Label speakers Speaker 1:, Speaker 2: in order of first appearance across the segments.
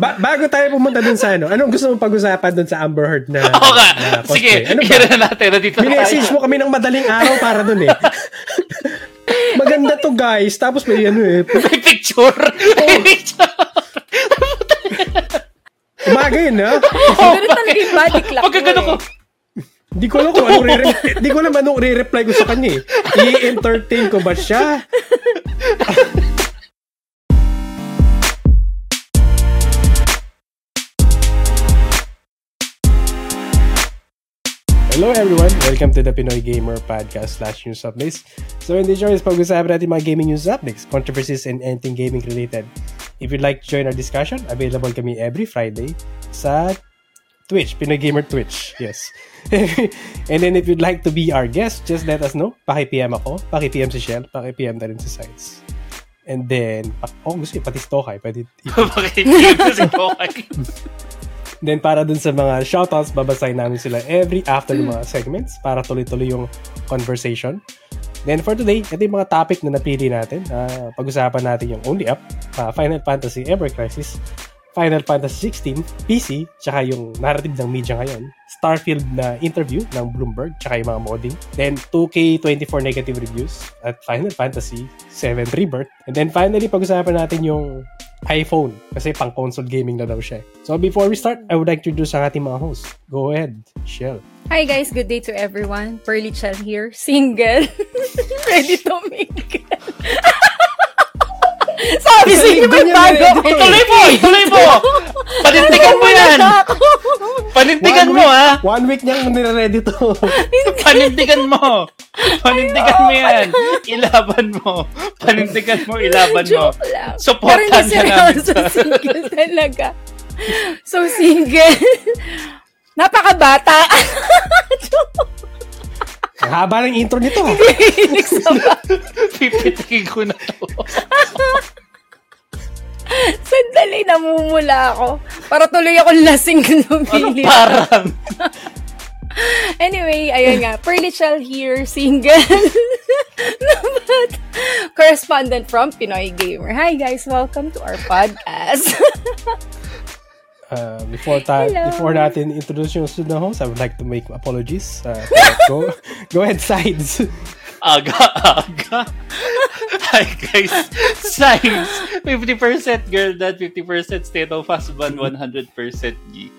Speaker 1: Ba- bago tayo pumunta dun sa ano, anong gusto mong pag-usapan dun sa Amber Heard na,
Speaker 2: Oo ka.
Speaker 1: na
Speaker 2: Sige,
Speaker 1: cosplay? Ano ba?
Speaker 2: yun na natin. Nandito na
Speaker 1: Minessage
Speaker 2: tayo.
Speaker 1: mo kami ng madaling araw para dun eh. Maganda to guys. Tapos may ano eh.
Speaker 2: May picture. May picture.
Speaker 1: Umaga yun ha.
Speaker 3: Ganun talaga yung body clock.
Speaker 2: Pagka ganun ko,
Speaker 1: Hindi ko alam kung ano re Hindi ko alam anong re-reply ko sa kanya eh. I-entertain ko ba siya? Hello everyone! Welcome to the Pinoy Gamer Podcast slash News Updates. So in this show is pag-usapan natin mga gaming news updates, controversies, and anything gaming related. If you'd like to join our discussion, available kami every Friday sa Twitch, Pinoy Gamer Twitch. Yes. and then if you'd like to be our guest, just let us know. Paki-PM ako, paki-PM si Shell, paki-PM na rin si Sides. And then, pa- oh gusto ko, pati Stokay, pwede
Speaker 2: makikinig ko si Boy.
Speaker 1: Then para dun sa mga shoutouts, babasahin namin sila every after ng mga segments para tuloy-tuloy yung conversation. Then for today, ito yung mga topic na napili natin. Ah, pag-usapan natin yung Only Up, ah, Final Fantasy Ever Crisis, Final Fantasy 16, PC, tsaka yung narrative ng media ngayon, Starfield na interview ng Bloomberg, tsaka yung mga modding, then 2K24 negative reviews, at Final Fantasy 7 Rebirth. And then finally, pag-usapan natin yung iPhone kasi pang console gaming na daw siya. eh. So before we start, I would like to introduce ang ating mga hosts. Go ahead, Shell.
Speaker 3: Hi guys, good day to everyone. Pearly Chen here, single. ready to mingle. Sabi sa inyo may
Speaker 1: Ganyan
Speaker 3: bago.
Speaker 1: ready to
Speaker 2: Tuloy po! Tuloy po! Panintigan mo yan! Panintigan mo, ah! ha?
Speaker 1: One week niyang nire-ready to.
Speaker 2: Panindigan mo! Panindigan mo yan! Ilaban mo! Panindigan mo, ilaban mo!
Speaker 3: Joke lang. Pero
Speaker 2: Supportan
Speaker 3: hindi
Speaker 2: ka namin
Speaker 3: seryoso,
Speaker 2: sa...
Speaker 3: single talaga. So single. Napakabata.
Speaker 1: Ang haba ng intro nito. ha?
Speaker 3: Hilig sa ba-
Speaker 2: Pipitikin ko na to.
Speaker 3: Sandali, namumula ako. Para tuloy akong lasing lumili.
Speaker 2: Parang...
Speaker 3: Anyway, ayun nga. Pearly Shell here, single. Nabat. Correspondent from Pinoy Gamer. Hi guys, welcome to our podcast.
Speaker 1: Uh, before ta-
Speaker 3: Hello.
Speaker 1: before natin introduce yung susunod na host, I would like to make apologies. Uh, to- go, go ahead, sides.
Speaker 2: Aga, aga. Hi guys, science. 50% girl dad, 50% state of husband, 100% G.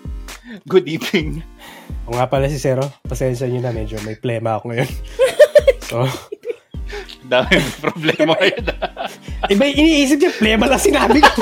Speaker 2: Good evening.
Speaker 1: O nga pala si Zero, pasensya niyo na medyo may plema ako ngayon. so,
Speaker 2: Dami may problema ngayon.
Speaker 1: iba yung iniisip niya, plema lang sinabi ko.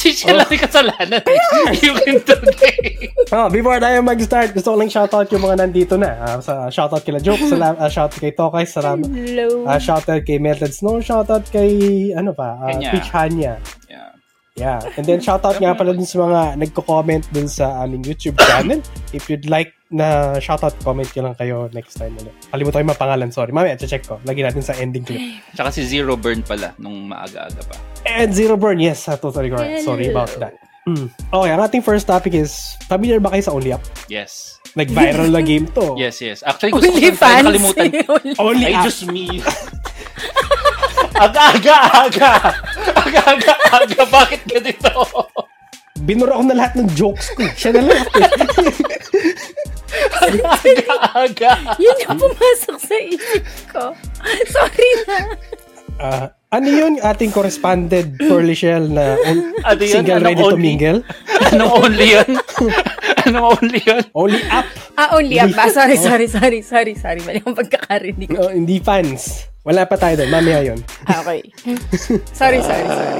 Speaker 2: Si Shell ang kasalanan. eh. You can do it.
Speaker 1: Oh, before tayo mag-start, gusto ko lang shoutout yung mga nandito na. Ah, sa shoutout kila Joke, salam, ah, shoutout kay Tokay, salam,
Speaker 3: Hello.
Speaker 1: ah, shoutout kay Melted Snow, shoutout kay ano pa, ah,
Speaker 2: Kanya.
Speaker 1: Peach Hanya.
Speaker 2: Yeah.
Speaker 1: Yeah. And then shoutout nga pala dun sa mga nagko-comment dun sa aming YouTube channel. If you'd like na shoutout, comment ko lang kayo next time ulit. Kalimutan ko yung mga pangalan, sorry. Mami, check ko. Lagi natin sa ending clip.
Speaker 2: Tsaka si Zero Burn pala, nung maaga-aga pa.
Speaker 1: And Zero Burn, yes, ah, totally correct. Sorry about that. Mm. Okay, ang ating first topic is, familiar ba kayo sa Only Up?
Speaker 2: Yes.
Speaker 1: Nag-viral na game to.
Speaker 2: Yes, yes. Actually, gusto
Speaker 3: Only
Speaker 2: ko tayo
Speaker 3: fans.
Speaker 2: kalimutan.
Speaker 3: Only-
Speaker 1: Only
Speaker 2: Ay,
Speaker 1: Up.
Speaker 2: just me. aga, aga, aga. Aga, aga, aga. Bakit ganito?
Speaker 1: Binura ko na lahat ng jokes ko. Siya na lahat. eh.
Speaker 2: Aga, aga.
Speaker 3: Yun yung pumasok sa isip ko. Sorry na.
Speaker 1: Ah, ano yun ating correspondent Pearly Shell na on-
Speaker 2: Ano yun?
Speaker 1: single
Speaker 2: Anong
Speaker 1: ready to
Speaker 2: only?
Speaker 1: mingle?
Speaker 2: Anong only yun? Anong only yun?
Speaker 1: Only up.
Speaker 3: Ah, only up. Ah, sorry, sorry, sorry, sorry, sorry. Mali ang pagkakarinig.
Speaker 1: No, hindi fans. Wala pa tayo doon. Mamaya yun.
Speaker 3: Ah, okay. Sorry, sorry, sorry.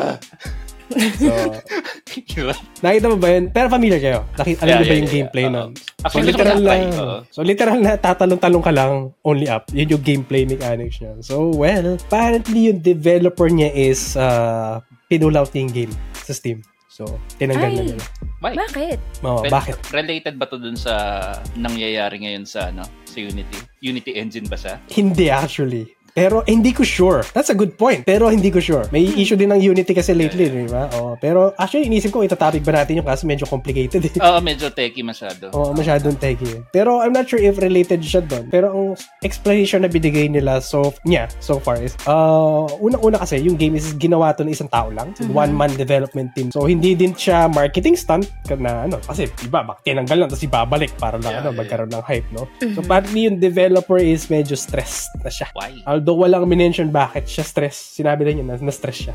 Speaker 1: So, nakita mo ba yun? Pero familiar kayo. Nakita, alam
Speaker 2: Yeah,
Speaker 1: niyo ba
Speaker 2: yeah,
Speaker 1: yung
Speaker 2: yeah,
Speaker 1: gameplay
Speaker 2: yeah.
Speaker 1: nun?
Speaker 2: Oo. Actually, gusto ko uh-huh.
Speaker 1: na,
Speaker 2: natry, oo.
Speaker 1: so literal na tatalong-talong ka lang, only up. Yun yung gameplay mechanics niya. So, well, apparently yung developer niya is uh, pinull out niya yung game sa Steam. So, tinanggal na
Speaker 3: Ay.
Speaker 1: nila.
Speaker 2: Why?
Speaker 3: Bakit?
Speaker 1: Oh,
Speaker 2: Well,
Speaker 1: bakit?
Speaker 2: Related ba to dun sa nangyayari ngayon sa ano sa Unity? Unity engine ba siya?
Speaker 1: Hindi actually. Pero eh, hindi ko sure. That's a good point. Pero hindi ko sure. May issue din ng Unity kasi lately, di ba? Oh, pero actually, inisip ko, itatopic ba natin yung kaso medyo complicated eh.
Speaker 2: Oo, medyo techie masyado.
Speaker 1: Oo, masyadong techy eh. Pero I'm not sure if related siya doon. Pero ang explanation na binigay nila so niya so far is uh unang-una kasi yung game is ginawa to ng isang tao lang, so one man development team. So hindi din siya marketing stunt ka na ano kasi iba bak tinanggal lang tapos ibabalik para lang
Speaker 2: Yeah,
Speaker 1: ano
Speaker 2: yeah,
Speaker 1: magkaroon ng hype, no? So partly yung developer is medyo stressed na siya.
Speaker 2: Why?
Speaker 1: Although walang mention bakit siya stress, sinabi lang niya na, na stress siya.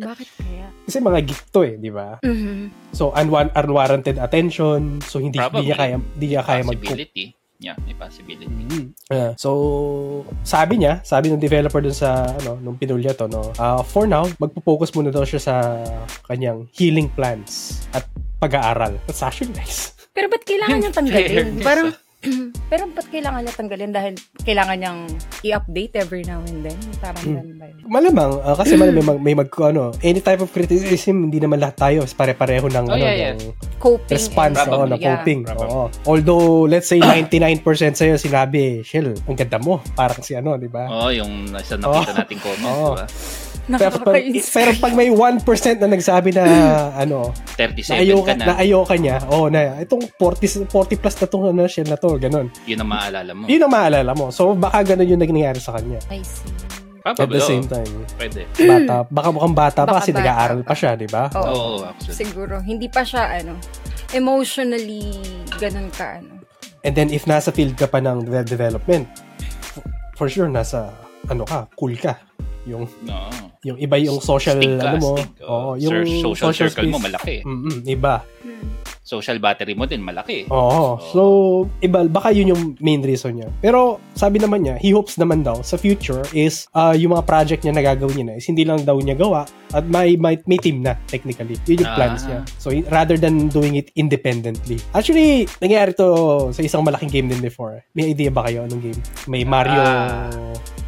Speaker 3: Bakit kaya?
Speaker 1: Kasi mga geek to eh, di ba?
Speaker 3: Mhm.
Speaker 1: So unwan- unwarranted attention, so hindi, hindi niya
Speaker 2: Probably.
Speaker 1: kaya hindi niya kaya mag
Speaker 2: possibility. Yeah, may possibility.
Speaker 1: Ah, so, sabi niya, sabi ng developer dun sa, ano, nung pinulya to, no, ah, for now, magpo-focus muna daw siya sa kanyang healing plans at pag-aaral. That's actually nice.
Speaker 3: Pero ba't kailangan niyang tanggalin?
Speaker 2: Fairness,
Speaker 3: Parang, pero ba't kailangan niya tanggalin? Dahil kailangan niyang i-update every now and then. Parang
Speaker 1: Hmm.
Speaker 3: ganun ba yun?
Speaker 1: Malamang, ah, kasi malamang may, mag- may mag, ano, any type of criticism, hindi naman lahat tayo, pare-pareho ng,
Speaker 2: Oh,
Speaker 1: ano,
Speaker 2: yeah, yeah.
Speaker 1: ng
Speaker 3: Coping.
Speaker 1: response, oo,
Speaker 3: and-
Speaker 2: Probably,
Speaker 1: na
Speaker 3: yeah.
Speaker 1: coping.
Speaker 2: Probably.
Speaker 1: oo. Although, let's say 99% sa'yo sinabi, Shell, ang ganda mo. Parang si ano, di ba?
Speaker 2: Oo, Oh, yung isa nakita
Speaker 1: Oo.
Speaker 2: nating comment,
Speaker 1: Oo.
Speaker 2: diba?
Speaker 1: Pero, pag- pero
Speaker 3: Nakaka-inspire.
Speaker 1: pag may 1% na nagsabi na, ano,
Speaker 2: 37
Speaker 1: Naayoka,
Speaker 2: ka na,
Speaker 1: naayoka niya. Oo, na itong 40, 40 plus na tong ano, shell na to, ganun.
Speaker 3: Hmm.
Speaker 2: yun ang maalala mo.
Speaker 1: Yun ang maalala mo. So, baka ganun yung nangyari sa kanya.
Speaker 3: I see.
Speaker 1: At the
Speaker 2: Probably, oo.
Speaker 1: same time,
Speaker 2: Pwede.
Speaker 1: bata, baka mukhang bata pa
Speaker 3: Baka
Speaker 1: kasi
Speaker 3: bata
Speaker 1: nag-aaral
Speaker 3: pa.
Speaker 1: pa siya, di ba?
Speaker 2: Oo,
Speaker 3: Oo.
Speaker 2: actually.
Speaker 3: Siguro. Hindi pa siya, ano, emotionally ganun ka, ano.
Speaker 1: And then, if nasa field ka pa ng web development, f- for sure, nasa, ano ka, cool ka. Yung,
Speaker 2: No.
Speaker 1: yung iba yung social,
Speaker 2: Stick
Speaker 1: ano
Speaker 2: ka,
Speaker 1: mo.
Speaker 2: stick.
Speaker 1: oo,
Speaker 2: Oo,
Speaker 1: yung
Speaker 2: sir, social circle mo
Speaker 1: space.
Speaker 2: malaki.
Speaker 1: Mm-mm, iba.
Speaker 2: Social battery mo din, malaki.
Speaker 1: Oo. So, iba, baka yun yung main reason niya. Pero, sabi naman niya, he hopes naman daw sa future is ah, yung mga project niya na gagawin niya na is hindi lang daw niya gawa at may, may, may team na, technically. Yun yung
Speaker 2: Ah.
Speaker 1: plans niya. So, i- rather than doing it independently. Actually, nangyari to sa isang malaking game din before. May idea ba kayo anong game? May Mario
Speaker 2: Ah.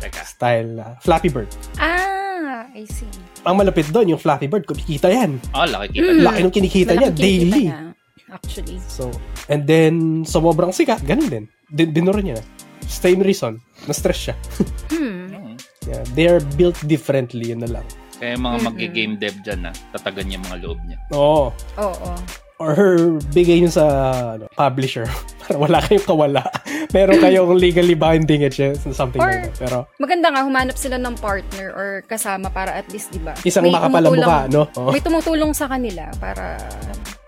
Speaker 2: Teka.
Speaker 1: style ah, Flappy Bird.
Speaker 3: Ah, I see.
Speaker 1: Ang malapit doon, yung Flappy Bird, kumikita yan.
Speaker 2: Ah, laki kita.
Speaker 1: Ang Hmm. Laki nung kinikita niya,
Speaker 3: Malaking kinikita
Speaker 1: daily.
Speaker 3: niya, actually.
Speaker 1: So, and then, sobrang sikat, ganun din. Din dinuro niya na. Same reason. Na-stress siya.
Speaker 3: Hmm.
Speaker 2: Mm.
Speaker 1: Yeah, they are built differently, yun na lang.
Speaker 2: Kaya yung mga mag-game dev dyan na, tatagan niya mga loob niya.
Speaker 1: Oo.
Speaker 3: Oo.
Speaker 1: Or her, bigay niyo sa ano, publisher. Para wala kayong kawala. Meron kayong legally binding it, something
Speaker 3: Or-
Speaker 1: like that. Pero,
Speaker 3: Maganda nga, humanap sila ng partner or kasama para at least, di ba?
Speaker 1: isang
Speaker 3: may
Speaker 1: makapalamuka,
Speaker 3: tumutulong-
Speaker 1: no? Oo.
Speaker 3: May tumutulong sa kanila para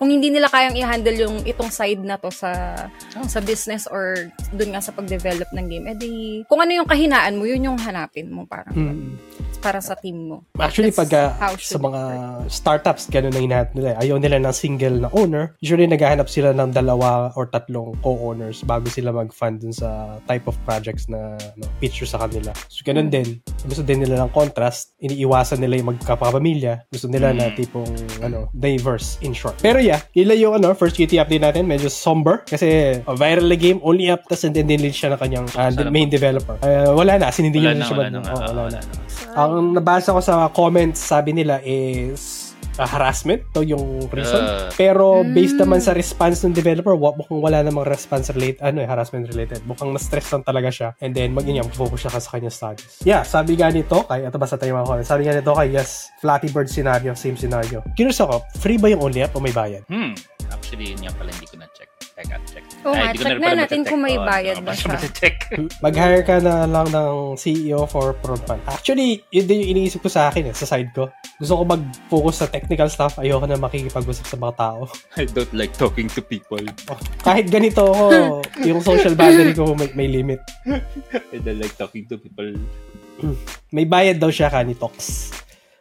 Speaker 3: kung hindi nila kayang i-handle yung itong side na to sa
Speaker 1: Oh.
Speaker 3: sa business or dun nga sa pag-develop ng game, edi kung ano yung kahinaan mo, yun yung hanapin mo parang
Speaker 1: Mm.
Speaker 3: para sa team mo.
Speaker 1: Actually,
Speaker 3: That's
Speaker 1: pagka
Speaker 3: how
Speaker 1: sa
Speaker 3: should
Speaker 1: mga
Speaker 3: it work.
Speaker 1: startups, ganun ang hinahanap nila. eh. Ayaw nila ng single na owner. Usually, naghahanap sila ng dalawa or tatlong co-owners bago sila mag-fund dun sa type of projects na ano, picture sa kanila. So, ganun
Speaker 2: Hmm.
Speaker 1: din. Gusto din nila ng contrast. Iniiwasan nila yung magkapamilya. Gusto nila na
Speaker 2: Hmm.
Speaker 1: tipong ano, diverse, in short. Pero yeah, yun lang yung ano, first QT update natin. Medyo somber. Kasi a viral na game, only up tas and then delete siya na kanyang ah,
Speaker 2: Sana
Speaker 1: main developer. Ah, wala na. Sinindi
Speaker 2: Wala
Speaker 1: niya
Speaker 2: na,
Speaker 1: siya.
Speaker 2: wala
Speaker 1: ba-
Speaker 2: ah, na. nga,
Speaker 1: Oo,
Speaker 2: oo, wala na.
Speaker 1: ang nabasa ko sa comments, sabi nila is uh, harassment to yung reason.
Speaker 2: Ah.
Speaker 1: Pero based naman sa response ng developer, wa, mukhang wala namang response related, ano eh, harassment related. Mukhang na-stress lang talaga siya. And then, mag yun, focus siya sa kanyang studies. Yeah, sabi nga nito kay, ito basta tayo mga comments, sabi nga nito kay, yes, Flappy Bird scenario, same scenario. Curious ako, free ba yung only app o may bayad?
Speaker 2: Hmm. Actually, yun nga pala, hindi ko na-check. Teka, check.
Speaker 3: Oo nga, Oh,
Speaker 2: hindi ko
Speaker 3: check na
Speaker 2: rin pala
Speaker 3: natin
Speaker 2: matacheck.
Speaker 3: kung may
Speaker 2: Oo, ano,
Speaker 3: bayad
Speaker 2: hindi
Speaker 3: na
Speaker 2: ko
Speaker 3: siya.
Speaker 2: pala check.
Speaker 1: Mag-hire ka na lang ng CEO for Prodpan. Actually, yun din yung iniisip ko sa akin eh, sa side ko. Gusto ko mag-focus sa technical stuff. Ayoko na makikipag-usap sa mga tao.
Speaker 2: I don't like talking to people.
Speaker 1: Oh, kahit ganito ako, yung social battery ko may, may limit.
Speaker 2: I don't like talking to people.
Speaker 1: May bayad daw siya kani Tox.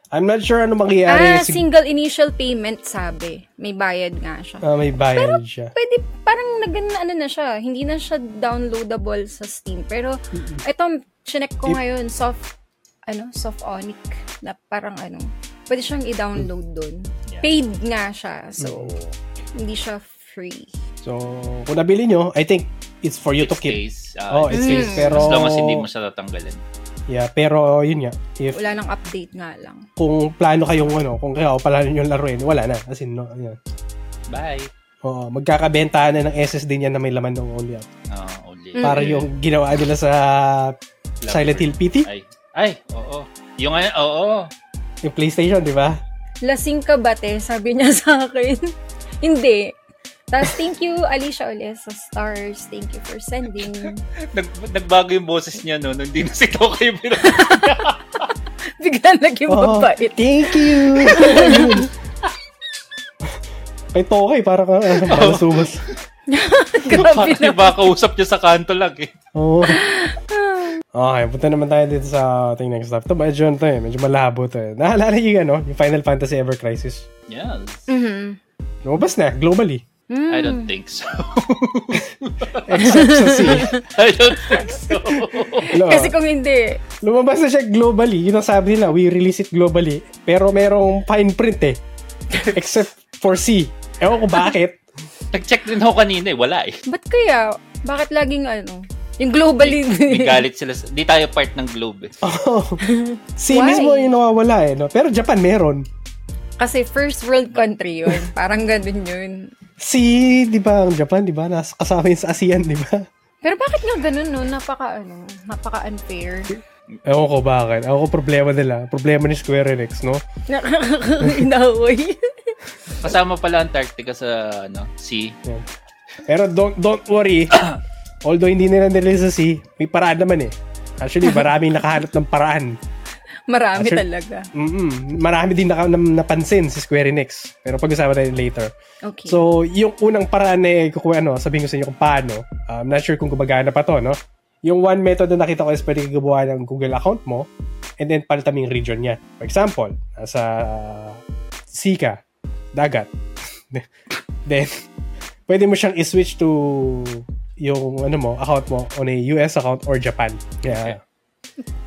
Speaker 1: I'm not sure ano mangyayari.
Speaker 3: Ah,
Speaker 1: Sig-
Speaker 3: single initial payment, sabi. May bayad nga siya.
Speaker 1: Ah, may bayad siya.
Speaker 3: Pwede, parang nag- ano na siya, hindi na siya downloadable sa Steam. Pero, ito, chinek ko ngayon, soft, ano, soft Onic, na parang ano, pwede siyang i-download doon.
Speaker 2: Yeah.
Speaker 3: Paid nga siya, so, hindi siya free.
Speaker 1: So, kung nabili nyo, I think it's for you to
Speaker 2: It's
Speaker 1: keep.
Speaker 2: case.
Speaker 1: Oh,
Speaker 2: ah,
Speaker 1: it's
Speaker 2: it's
Speaker 1: case.
Speaker 2: case.
Speaker 1: Pero,
Speaker 2: As long as hindi mo siya tatanggalin.
Speaker 1: yeah, pero yun nga. If,
Speaker 3: Wala nang update nga lang.
Speaker 1: kung plano kayong ano, kung kayo plano yung laruin, wala na. As in, no, yun.
Speaker 2: Bye.
Speaker 1: Oo,
Speaker 3: Mm.
Speaker 1: magkakabenta na ng SSD niya na may laman ng only app.
Speaker 2: Ah, only.
Speaker 1: Para yung ginawa nila sa Silent Hill PT,
Speaker 2: Ay, ay, oo. Yung ano, oo.
Speaker 1: yung PlayStation, di ba?
Speaker 3: Lasing ka ba, te? Sabi niya sa akin. Hindi. Tapos, thank you, Alicia Oles, sa stars. Thank you for sending.
Speaker 2: Nag, nagbago yung boses niya no, nung hindi na si Tokyo binag...
Speaker 3: Bigla naging
Speaker 1: Oo.
Speaker 3: mabait.
Speaker 1: Thank you! Kay Tokay, parang ka, uh, parang subas.
Speaker 3: Grabe
Speaker 2: Parang
Speaker 3: na.
Speaker 2: iba kausap niya sa kanto lang eh.
Speaker 1: Oo. Okay, punta naman tayo dito sa ating next stop. Ito, medyo, ano to eh, medyo malabo to eh. Naalala niyo yung, ano, yung Final Fantasy Ever Crisis.
Speaker 2: Yes.
Speaker 3: Mhm.
Speaker 1: Lumabas na, globally.
Speaker 3: Mm.
Speaker 2: I don't think so.
Speaker 1: Except sa C.
Speaker 2: I don't think so.
Speaker 1: Hello.
Speaker 3: Kasi kung hindi,
Speaker 1: Lumabas na siya globally. Yun ang sabi nila, we release it globally. Pero merong fine print eh. Except for C. Ewan ko bakit.
Speaker 2: Nag-check din ako kanina eh, wala eh.
Speaker 3: ba't kaya? Bakit laging ano? Yung globally.
Speaker 2: May galit sila. Sa, di tayo part ng globe eh.
Speaker 1: Oh. C
Speaker 3: Why?
Speaker 1: mismo yung nawawala eh. No? Pero Japan meron.
Speaker 3: Kasi first world country yun. Parang ganun yun.
Speaker 1: C, di ba, ang Japan, di ba? Nas kasama yun sa ASEAN, di ba?
Speaker 3: Pero bakit nga ganun, no? Napaka, ano, napaka unfair.
Speaker 1: Ewan ko bakit. Ewan ko problema nila. Problema ni Square Enix, no?
Speaker 3: Nakakainahoy.
Speaker 2: Kasama pala Antarctica sa ano, sea.
Speaker 1: Yan. Pero don't, don't worry. Although hindi nila nirelease sa C, may paraan naman eh. Actually, maraming nakahanap ng paraan.
Speaker 3: Marami
Speaker 1: Sure.
Speaker 3: talaga.
Speaker 1: mm Marami din naka, nam- napansin si Square Enix. Pero pag-usapan natin later.
Speaker 3: Okay.
Speaker 1: So, yung unang paraan na eh, kukuha, ano, sabihin ko sa inyo kung paano. Uh, I'm not sure kung gumagana pa to, no? Yung one method na nakita ko is pwede kang gumawa ng Google account mo and then palitan mo yung region niya. For example, nasa uh, sea ka, dagat. then, pwede mo siyang i-switch to yung ano mo, account mo on a US account or Japan. Yeah.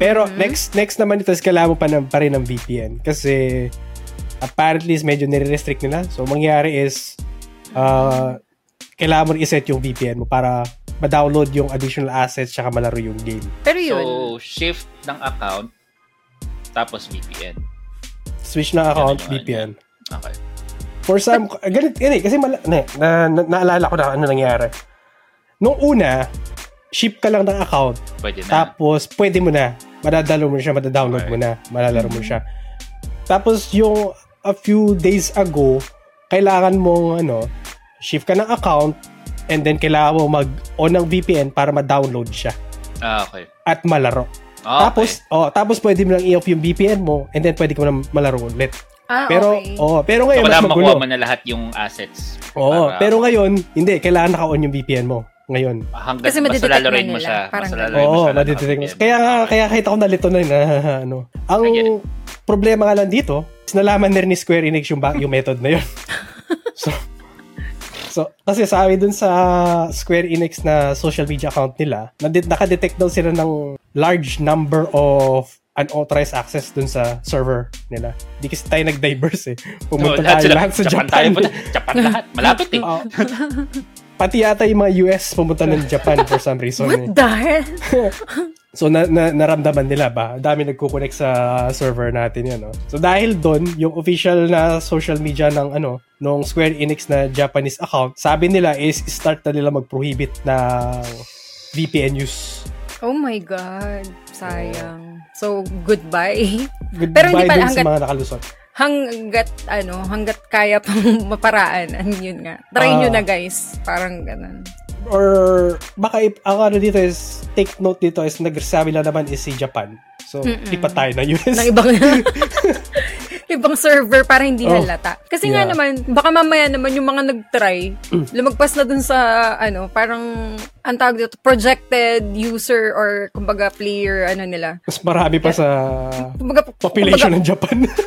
Speaker 1: Pero next next naman ito is kailangan mo pa, ng, pa rin ng VPN kasi apparently is medyo nire-restrict nila. So, mangyari is uh, kailangan mo rin iset yung VPN mo para ma-download yung additional assets tsaka malaro yung game.
Speaker 3: Pero yun,
Speaker 2: So, shift ng account, tapos VPN.
Speaker 1: Switch ng account,
Speaker 2: Ganun yun,
Speaker 1: VPN.
Speaker 2: Okay.
Speaker 1: For some, ganit, ganit, kasi mala, na, na, na- naalala ko na ano nangyari. Nung una, ship ka lang ng account,
Speaker 2: Pwede na.
Speaker 1: Tapos, pwede mo na. Madadalo mo siya, madadownload mo na. Malalaro
Speaker 2: Mm-hmm.
Speaker 1: mo siya. Tapos, yung a few days ago, kailangan mong, ano, shift ka ng account and then kailangan mo mag-on ng VPN para ma-download siya
Speaker 2: ah, okay.
Speaker 1: at malaro.
Speaker 2: Ah,
Speaker 1: Tapos,
Speaker 2: okay.
Speaker 1: oh, tapos pwede mo lang i-off yung VPN mo and then pwede ka na malaro ulit.
Speaker 3: ah,
Speaker 1: Pero,
Speaker 3: okay.
Speaker 1: oh, pero ngayon,
Speaker 2: So,
Speaker 1: mas
Speaker 2: kailangan
Speaker 1: magulo.
Speaker 2: makuha mo na lahat yung assets.
Speaker 1: Oo,
Speaker 2: Para-
Speaker 1: pero ngayon, hindi, kailangan naka-on yung VPN mo ngayon.
Speaker 3: Kasi
Speaker 2: Hanggang Kasi mas
Speaker 3: madidetect na
Speaker 2: lalaroin mo
Speaker 3: nila.
Speaker 2: siya.
Speaker 3: Parang
Speaker 2: Mas
Speaker 3: ganun.
Speaker 2: lalaroin mo
Speaker 1: Oo,
Speaker 2: siya.
Speaker 1: madidetect mo.
Speaker 2: nakakapit.
Speaker 1: Kaya nga,
Speaker 2: Okay.
Speaker 1: kaya kahit ako nalito na yun, ah, ano. Ang
Speaker 2: I get it.
Speaker 1: problema nga lang dito, is nalaman na rin ni Square Enix yung, ba- yung method na yun. so, so, kasi sabi dun sa Square Enix na social media account nila, nadit, nakadetect daw sila ng large number of unauthorized access dun sa server nila. Di kasi tayo nag-diverse eh.
Speaker 2: Oo,
Speaker 1: Pumunta
Speaker 2: lahat
Speaker 1: tayo
Speaker 2: sila.
Speaker 1: lahat sa
Speaker 2: Japan.
Speaker 1: Japan.
Speaker 2: tayo punta. Japan lahat. Malapit eh.
Speaker 1: Oo. Pati yata yung mga US pumunta ng Japan for some reason.
Speaker 3: What
Speaker 1: eh.
Speaker 3: the hell?
Speaker 1: So na, na- naramdaman nila ba? Ang Dami nagko-connect sa server natin 'yan, no? So dahil doon, yung official na social media ng ano, nung Square Enix na Japanese account, sabi nila is start na nila mag-prohibit ng VPN use.
Speaker 3: Oh my God. Sayang. So, goodbye.
Speaker 1: Goodbye
Speaker 3: Pero hindi pa-
Speaker 1: dun sa
Speaker 3: hanggat-
Speaker 1: mga nakalusot.
Speaker 3: Hanggat, ano, hanggat kaya pang maparaanan. Yun nga. Try nyo
Speaker 1: Ah.
Speaker 3: na, guys. Parang ganun.
Speaker 1: Or baka if, ang ano dito is take note dito is nagsabi lang naman is si Japan. So, di pa tayo na US.
Speaker 3: ng ibang ibang server para hindi
Speaker 1: Oh.
Speaker 3: halata.
Speaker 1: Yeah.
Speaker 3: Kasi
Speaker 1: Mm.
Speaker 3: nga naman, baka mamaya naman yung mga nag-try, lumagpas na dun sa, ano, parang, ang tawag dito, projected user or, kumbaga, player, ano nila.
Speaker 1: Mas marami pa sa
Speaker 3: Kumbaga,
Speaker 1: population ng Japan.
Speaker 3: kumbaga,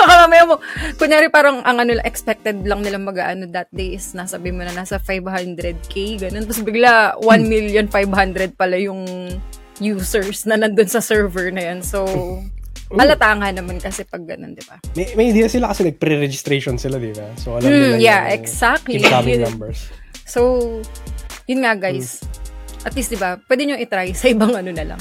Speaker 3: baka mamaya mo, kunyari parang, ang ano, expected lang nila mag, ano, that day is, nasabi mo na, nasa 500k, ganun. Tapos bigla,
Speaker 1: Mm.
Speaker 3: 1,500,000 pala yung users na nandun sa server na yan. So, halata nga naman kasi pag ganun, di ba?
Speaker 1: may, may idea sila kasi nag-pre-registration sila, di ba? So, alam nila
Speaker 3: Mm, yeah,
Speaker 1: yung-
Speaker 3: exactly.
Speaker 1: Keep coming
Speaker 3: Yun-
Speaker 1: numbers.
Speaker 3: So, yun nga guys. At least, di ba, pwede nyo itry sa ibang ano na lang.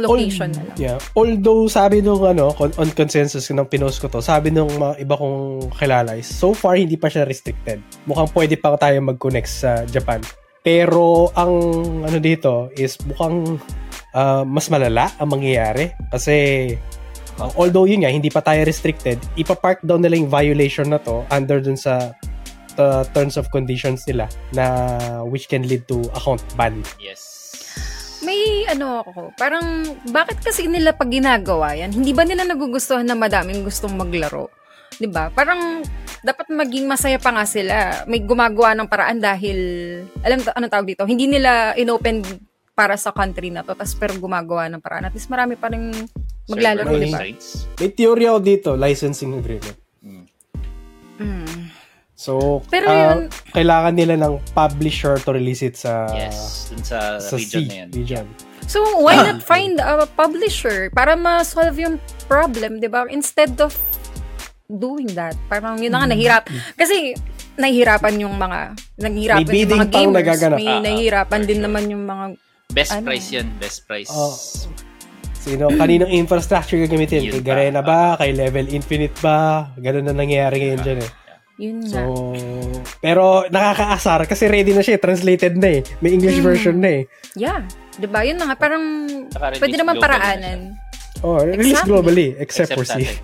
Speaker 1: Al- al-
Speaker 3: location na lang.
Speaker 1: Yeah. Although, sabi nung, ano, con- on consensus ng pinost ko to, sabi nung mga iba kong kilala is, so far, hindi pa siya restricted. Mukhang pwede pa tayo mag-connect sa Japan. Pero, ang ano dito is mukhang ah, mas malala ang mangyayari. Kasi ah, although yun nga, hindi pa tayo restricted, ipapark down nila yung violation na to under dun sa uh, terms of conditions nila na which can lead to account ban.
Speaker 2: Yes.
Speaker 3: May ano ako, parang bakit kasi nila pag ginagawa yan, hindi ba nila nagugustuhan na madaming gustong maglaro? 'Di ba? Parang dapat maging masaya pa nga sila. May gumagawa ng paraan dahil, alam to, ano tawag dito, hindi nila inopen para sa country na to, tapos pero gumagawa ng paraan. At least marami pa rin
Speaker 1: Sure,
Speaker 3: maglalaro, di
Speaker 2: Several
Speaker 3: ba?
Speaker 2: sites.
Speaker 1: May theory ako dito, licensing agreement.
Speaker 3: Mm.
Speaker 1: So,
Speaker 3: Pero
Speaker 1: ah,
Speaker 3: yun-
Speaker 1: kailangan nila ng publisher to release it sa
Speaker 2: Yes. Dun sa,
Speaker 1: Ah, sa
Speaker 2: region
Speaker 1: C,
Speaker 2: na yan.
Speaker 1: region.
Speaker 3: So, why not find a publisher para ma-solve yung problem, di ba? Instead of doing that, parang
Speaker 1: Mm-hmm.
Speaker 3: yun na nga, nahirap. Kasi, nahihirapan yung mga, naghihirapan
Speaker 1: May
Speaker 3: yung mga
Speaker 1: bidding pang
Speaker 3: gamers.
Speaker 1: nagaganap.
Speaker 3: May
Speaker 2: Ah, ah,
Speaker 3: nahihirapan
Speaker 2: for
Speaker 3: din
Speaker 2: sure.
Speaker 3: naman yung mga,
Speaker 2: Best
Speaker 3: Ano?
Speaker 2: price yan. Best price.
Speaker 1: Oh. Sino, kaninong infrastructure gagamitin? Kay
Speaker 2: Yun ba?
Speaker 1: Garena ba? Kay Level Infinite ba? Ganun na nangyayari ngayon dyan eh.
Speaker 3: yun
Speaker 1: So,
Speaker 3: nga.
Speaker 1: pero nakakaasar kasi ready na siya eh. Translated na eh. May English
Speaker 3: Mm.
Speaker 1: version na eh.
Speaker 3: Yeah. Di ba? Yun na nga, parang,
Speaker 2: Saka
Speaker 3: pwede
Speaker 2: release
Speaker 3: naman
Speaker 2: global na
Speaker 3: paraanan.
Speaker 1: Oh, release
Speaker 3: Exactly.
Speaker 1: globally except, for
Speaker 2: sa
Speaker 1: C.
Speaker 2: atin.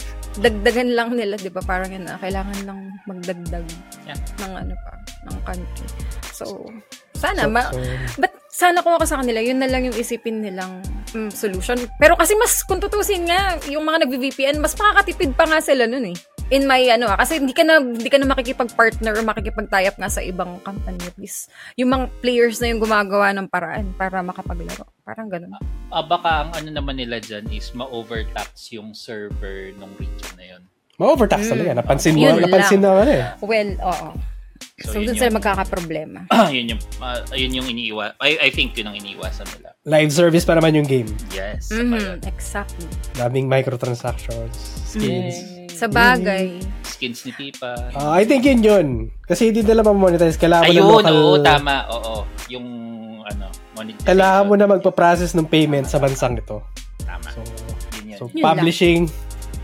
Speaker 3: Dagdagan lang nila, di ba? Parang yun na, kailangan lang magdagdag
Speaker 2: Yeah.
Speaker 3: ng ano pa, ng country. So,
Speaker 1: So-
Speaker 3: sana, ma-
Speaker 1: so-
Speaker 3: But sana kung ako sa kanila, yun na lang yung isipin nilang mm, solution. Pero kasi mas, kung tutusin nga, yung mga nag-VPN, mas makakatipid pa nga sila nun eh. In my, ano ah, kasi hindi ka na, hindi ka na makikipag-partner o makikipag-tie-up nga sa ibang company at least. Yung mga players na yung gumagawa ng paraan para makapaglaro. Parang ganun.
Speaker 2: Ah, baka ang ano naman nila dyan is ma-overtax yung server nung region na yun.
Speaker 1: Ma-overtax talaga. Napansin mo,
Speaker 3: Mm. Yun lang.
Speaker 1: napansin na ano eh.
Speaker 3: Well, oo. So, dun
Speaker 2: yun yung-
Speaker 3: sila magkakaproblema.
Speaker 2: yun yung, ah, yun yung iniiwa. I, I think yun ang iniiwasan nila.
Speaker 1: Live service pa naman yung game.
Speaker 2: Yes.
Speaker 3: Mhm, exactly.
Speaker 1: Daming microtransactions, skins.
Speaker 2: Yay.
Speaker 3: Sa bagay.
Speaker 2: Skins ni Pipa.
Speaker 1: Ah, I think yun yun. Kasi hindi nila ma-monetize. Kailangan mo
Speaker 2: Ayun,
Speaker 1: ng local...
Speaker 2: oo, tama. Oo, yung ano, monetization.
Speaker 1: kailangan mo na magpa-process ng payment sa bansang ito.
Speaker 2: Tama.
Speaker 1: So,
Speaker 2: yun yun.
Speaker 1: so
Speaker 3: Yun lang.
Speaker 1: publishing,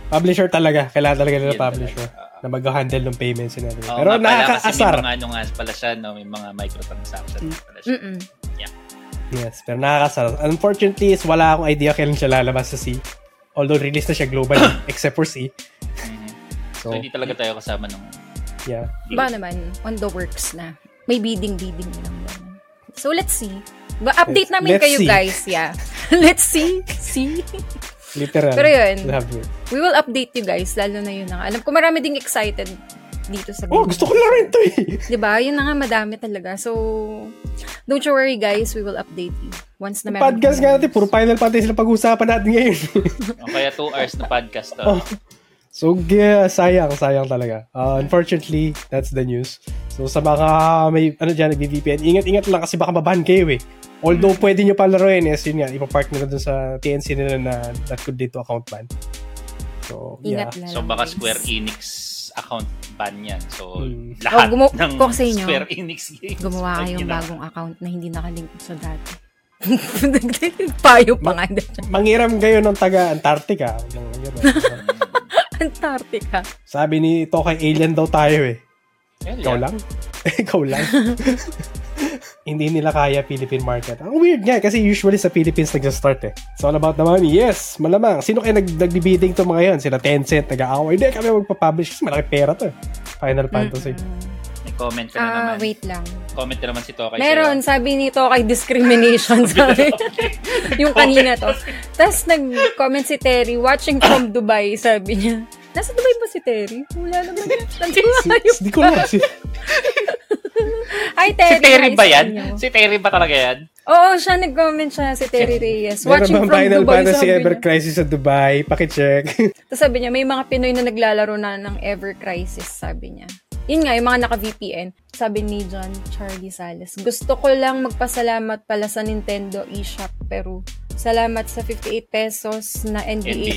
Speaker 1: publisher talaga. Kailangan talaga nila
Speaker 2: Yun talaga.
Speaker 1: publisher
Speaker 2: Oo.
Speaker 1: na mag-handle ng payments nila.
Speaker 2: Oo
Speaker 1: Pero
Speaker 2: nga pala, kasi
Speaker 1: nakakaasar.
Speaker 2: May mga ano nga pala siya, no? may mga microtransaction nga pala siya.
Speaker 3: Mm. Mm-mm.
Speaker 1: Yes, pero nakakasar. Unfortunately, is wala akong idea kailan siya lalabas sa C. Although release na siya global except for C.
Speaker 2: Mhm.
Speaker 1: So,
Speaker 2: So, hindi talaga tayo kasama nung...
Speaker 1: yeah.
Speaker 3: Ba Diba naman, on the works na. May bidding-bidding na lang. ganun. So, let's see. Ba, update
Speaker 1: Let's-
Speaker 3: namin
Speaker 1: let's
Speaker 3: kayo,
Speaker 1: see.
Speaker 3: guys. Yeah. let's see. See?
Speaker 1: Literal.
Speaker 3: Pero yun.
Speaker 1: We'll have it.
Speaker 3: We will update you guys. Lalo na yun na nga. Alam ko marami ding excited dito sa
Speaker 1: Oh, gusto ko na rin to eh.
Speaker 3: 'Di ba? Yun na nga, madami talaga. So, don't you worry, guys. We will update you. Once na meron.
Speaker 1: Podcast
Speaker 3: kami.
Speaker 1: nga natin, puro Final Fantasy na pag-uusapan natin ngayon.
Speaker 2: O kaya two hours na podcast to.
Speaker 1: Oh. so, yeah, sayang, sayang talaga. Uh, unfortunately, that's the news. So, sa mga may, ano dyan, nag-VPN, ingat-ingat lang kasi baka mabahan kayo eh. Although, pwede nyo pa laruin is, yun nga, ipapark nila dun sa TNC nila na that could lead to account ban. So, yeah.
Speaker 3: Ingat lang.
Speaker 2: So
Speaker 3: guys.
Speaker 2: baka Square E. Enix account ban yan. So
Speaker 1: Mm.
Speaker 2: lahat
Speaker 3: Oh, gumu-
Speaker 2: ng
Speaker 3: ko sa inyo,
Speaker 2: Square Enix games.
Speaker 3: Gumawa
Speaker 2: pag
Speaker 3: kayong
Speaker 2: ginawa.
Speaker 3: bagong account na hindi nakalink sa dati. Payo pa nga.
Speaker 1: Mangiram kayo ng taga-Antarctica. Ng, yun, ah.
Speaker 3: Antarctica.
Speaker 1: Sabi ni Tokay Alien daw tayo eh.
Speaker 2: Well,
Speaker 1: Ikaw
Speaker 2: yeah.
Speaker 1: lang? Ikaw lang? Hindi nila kaya Philippine market. Ang weird nga eh, kasi usually sa Philippines nagsa-start eh. It's all about the money. Yes, malamang. Sino kaya nag nagbibidding to mga yan? Sila Tencent, nag-aaway. Hindi kami magpapublish kasi malaki pera to eh. Final Fantasy.
Speaker 2: May comment ka na
Speaker 3: Ah,
Speaker 2: naman.
Speaker 3: wait lang.
Speaker 2: Comment na naman si Tokay.
Speaker 3: Meron, sabi nito kay discrimination, sabi. yung kanina to. Tapos nag-comment si Terry, watching from Dubai, sabi niya. Nasa Dubai ba si Terry? Wala naman yan. Nandun
Speaker 1: Hindi ko na. Si,
Speaker 3: Hi, Terry.
Speaker 2: Sa'yo. Si Terry
Speaker 3: hi
Speaker 2: ba
Speaker 3: sa
Speaker 2: yan?
Speaker 3: inyo.
Speaker 2: Si Terry ba talaga yan?
Speaker 3: Oo, siya nag-comment siya, si Terry Reyes.
Speaker 1: meron
Speaker 3: Watching
Speaker 1: bang
Speaker 3: from
Speaker 1: Final
Speaker 3: Dubai, eh.
Speaker 1: Fantasy
Speaker 3: sabi
Speaker 1: Ever
Speaker 3: niya.
Speaker 1: Crisis sa Dubai? Pakicheck.
Speaker 3: Tapos sabi niya, may mga Pinoy na naglalaro na ng Ever Crisis, sabi niya. Yun nga, yung mga naka-VPN. Sabi ni John Charlie Sales, gusto ko lang magpasalamat pala sa Nintendo eShop Peru. Salamat sa 58 pesos na NBA,
Speaker 2: NBA.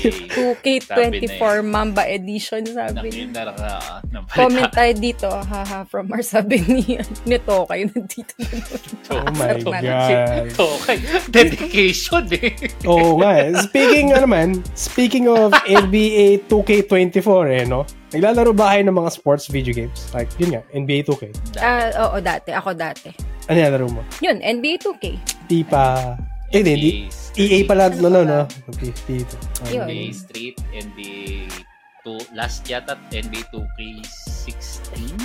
Speaker 3: 2K24
Speaker 2: Sabi
Speaker 3: Mamba Edition, sabi niya.
Speaker 2: Nakikin talaga na, ah, ng
Speaker 3: Comment
Speaker 2: balita.
Speaker 3: tayo dito, haha, from our sabi ni, nito kayo nandito. na naman.
Speaker 1: oh my
Speaker 3: Superman.
Speaker 1: God.
Speaker 2: Tokay. Dedication eh.
Speaker 1: Oo nga eh. Speaking, ano man, speaking of NBA 2K24 eh, no? Naglalaro ba kayo ng mga sports video games? Like, yun nga, NBA 2K.
Speaker 3: Ah, oo, Ah, dati. Ako dati.
Speaker 1: Ano yung laro mo?
Speaker 3: Yun, NBA 2K.
Speaker 1: Tipa, Eh,
Speaker 2: in
Speaker 1: Hindi, hindi.
Speaker 2: the street,
Speaker 1: EA pala,
Speaker 3: Ano
Speaker 1: no, no, no.
Speaker 3: pala?
Speaker 1: Okay, dito.
Speaker 3: Yun.
Speaker 2: NBA Street, NBA two, last yata, NBA 2K16?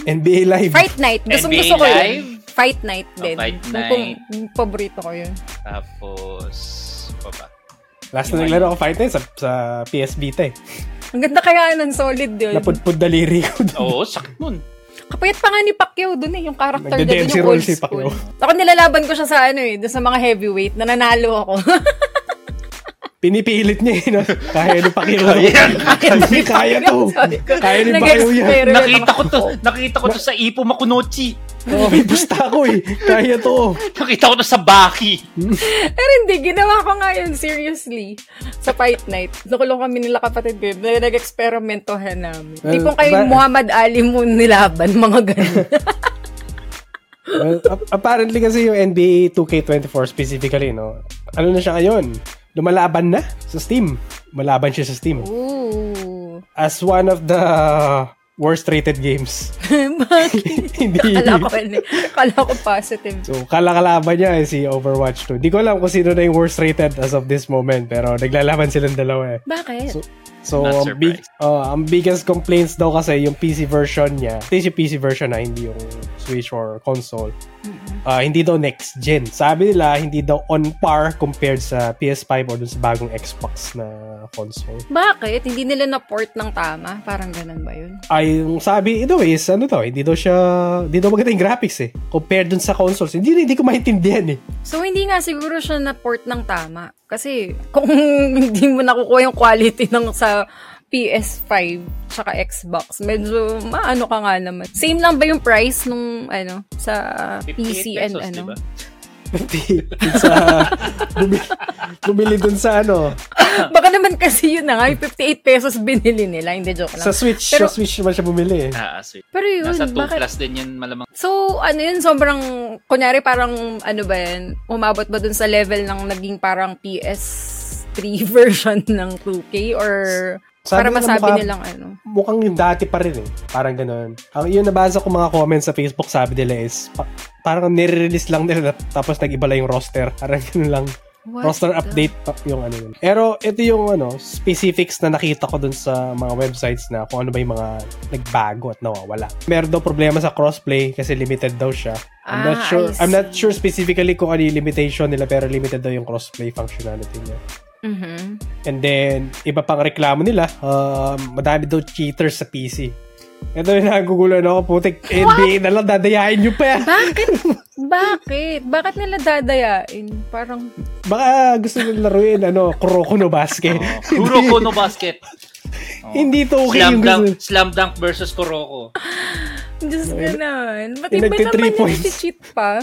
Speaker 1: NBA Live.
Speaker 3: Fight Night. Gusto,
Speaker 2: NBA
Speaker 3: gusto ko yun.
Speaker 2: Live?
Speaker 3: Fight Night
Speaker 2: Oh,
Speaker 3: din.
Speaker 2: Fight
Speaker 3: Yun Kung, yung paborito ko yun.
Speaker 2: Tapos, ano pa ba?
Speaker 1: Last na naglaro ako Fight Night sa, sa PS Vita eh.
Speaker 3: Ang ganda kaya nun, solid yun.
Speaker 1: Napudpud daliri ko dun.
Speaker 2: Oo, sakit nun.
Speaker 3: Kapayat pa nga ni Pacquiao dun eh, yung character niya dun,
Speaker 1: Nagde-DMC
Speaker 3: yung
Speaker 1: role
Speaker 3: old
Speaker 1: si
Speaker 3: school.
Speaker 1: Pacquiao.
Speaker 3: Ako nilalaban ko siya sa ano eh, dun sa mga heavyweight, nananalo ako.
Speaker 1: Pinipilit niya eh. No? Kaya ni Pacquiao.
Speaker 3: Sabi
Speaker 1: Kaya, kaya
Speaker 3: ko,
Speaker 1: to.
Speaker 3: sabi ko,
Speaker 1: Kaya ni Pacquiao yan.
Speaker 3: nag-experiment
Speaker 2: Nakita
Speaker 3: ako.
Speaker 2: ko to, nakita ko to sa Ipo Makunochi.
Speaker 1: May busta ko eh. Kaya to.
Speaker 2: Nakita ko to sa Baki.
Speaker 3: Pero hindi, ginawa ko nga yun, seriously. Sa fight night. Nakulong kami nila kapatid ko, yun, nag-experimentohan namin.
Speaker 1: Well,
Speaker 3: Tipong kayo yung
Speaker 1: ba-
Speaker 3: Muhammad Ali mo nilaban, mga ganun.
Speaker 1: Well, ap- apparently kasi yung NBA 2K24 specifically, no? Ano na siya ngayon? Lumalaban na sa Steam. Malaban siya sa Steam.
Speaker 3: Ooh.
Speaker 1: As one of the worst rated games.
Speaker 3: Bakit?
Speaker 1: Hindi.
Speaker 3: Kala ko, ano, kala ko positive.
Speaker 1: So, kalakalaban niya eh, si Overwatch 2. Di ko alam kung sino na yung worst rated as of this moment, pero naglalaban silang dalawa eh.
Speaker 3: Bakit?
Speaker 1: So, So,
Speaker 2: Not
Speaker 1: ang, big, oh, ang biggest complaints daw kasi yung PC version niya, at least yung PC version na, hindi yung Switch or console, ah, hindi daw next gen. Sabi nila, hindi daw on par compared sa PS5 or dun sa bagong Xbox na console.
Speaker 3: Bakit? Hindi nila na-port ng tama? Parang ganun ba yun?
Speaker 1: Ay, yung sabi, ito is, ano to, hindi daw siya, hindi daw maganda yung graphics eh. Compared dun sa consoles, hindi, hindi ko maintindihan eh.
Speaker 3: So, hindi nga siguro siya na-port ng tama. Kasi, kung hindi mo nakukuha yung quality ng sa PS5 tsaka Xbox, medyo maano ka nga naman. Same lang ba yung price nung, ano, sa
Speaker 2: 58
Speaker 3: PC and
Speaker 2: pesos,
Speaker 3: ano?
Speaker 2: diba?
Speaker 1: Pati dun sa, bumili, bumili dun sa ano,
Speaker 3: Baka naman kasi yun na nga, yung 58 pesos binili nila. Hindi, joke lang.
Speaker 1: sa Switch,
Speaker 3: Pero-
Speaker 1: sa Switch naman siya bumili eh.
Speaker 2: Ah, sweet.
Speaker 3: Pero yun,
Speaker 2: Nasa 2
Speaker 3: bakit?
Speaker 2: plus din yun malamang.
Speaker 3: So, ano yun, sobrang, kunyari parang, ano ba yan, umabot ba dun sa level ng naging parang PS3 version ng 2K or
Speaker 1: Sabi
Speaker 3: para
Speaker 1: nila
Speaker 3: masabi
Speaker 1: mukha-
Speaker 3: nilang ano?
Speaker 1: mukhang yung dati pa rin eh. Parang ganun. Ang yun nabasa ko mga comments sa Facebook sabi nila is pa- parang nire-release lang nila tapos nag-iba lang yung roster. Parang ganun lang.
Speaker 3: What
Speaker 1: roster
Speaker 3: the-
Speaker 1: update pa- yung ano yun. Pero ito yung ano, specifics na nakita ko dun sa mga websites na kung ano ba yung mga nagbago at nawawala. Meron daw problema sa crossplay kasi limited daw siya. I'm not
Speaker 3: Ah,
Speaker 1: sure
Speaker 3: I
Speaker 1: I'm not
Speaker 3: see.
Speaker 1: sure specifically kung ano yung limitation nila pero limited daw yung crossplay functionality niya.
Speaker 3: Mhm.
Speaker 1: And then, iba pang reklamo nila, um, madami daw cheaters sa PC. Ito yung nagugulan ako, putik, NBA na lang, dadayain nyo pa.
Speaker 3: Bakit? Bakit? Bakit nila dadayain? Parang,
Speaker 1: Baka gusto nila laruin, ano, Kuroko no Basket.
Speaker 2: Oh, Kuroko no basket. Oh.
Speaker 1: Hindi to okay
Speaker 2: slam
Speaker 1: yung
Speaker 2: dunk,
Speaker 1: gusto.
Speaker 2: slam dunk versus Kuroko.
Speaker 3: just ganun. Ba't
Speaker 1: yung
Speaker 3: iba
Speaker 1: nagti- three
Speaker 3: naman yung
Speaker 1: points.
Speaker 3: cheat pa?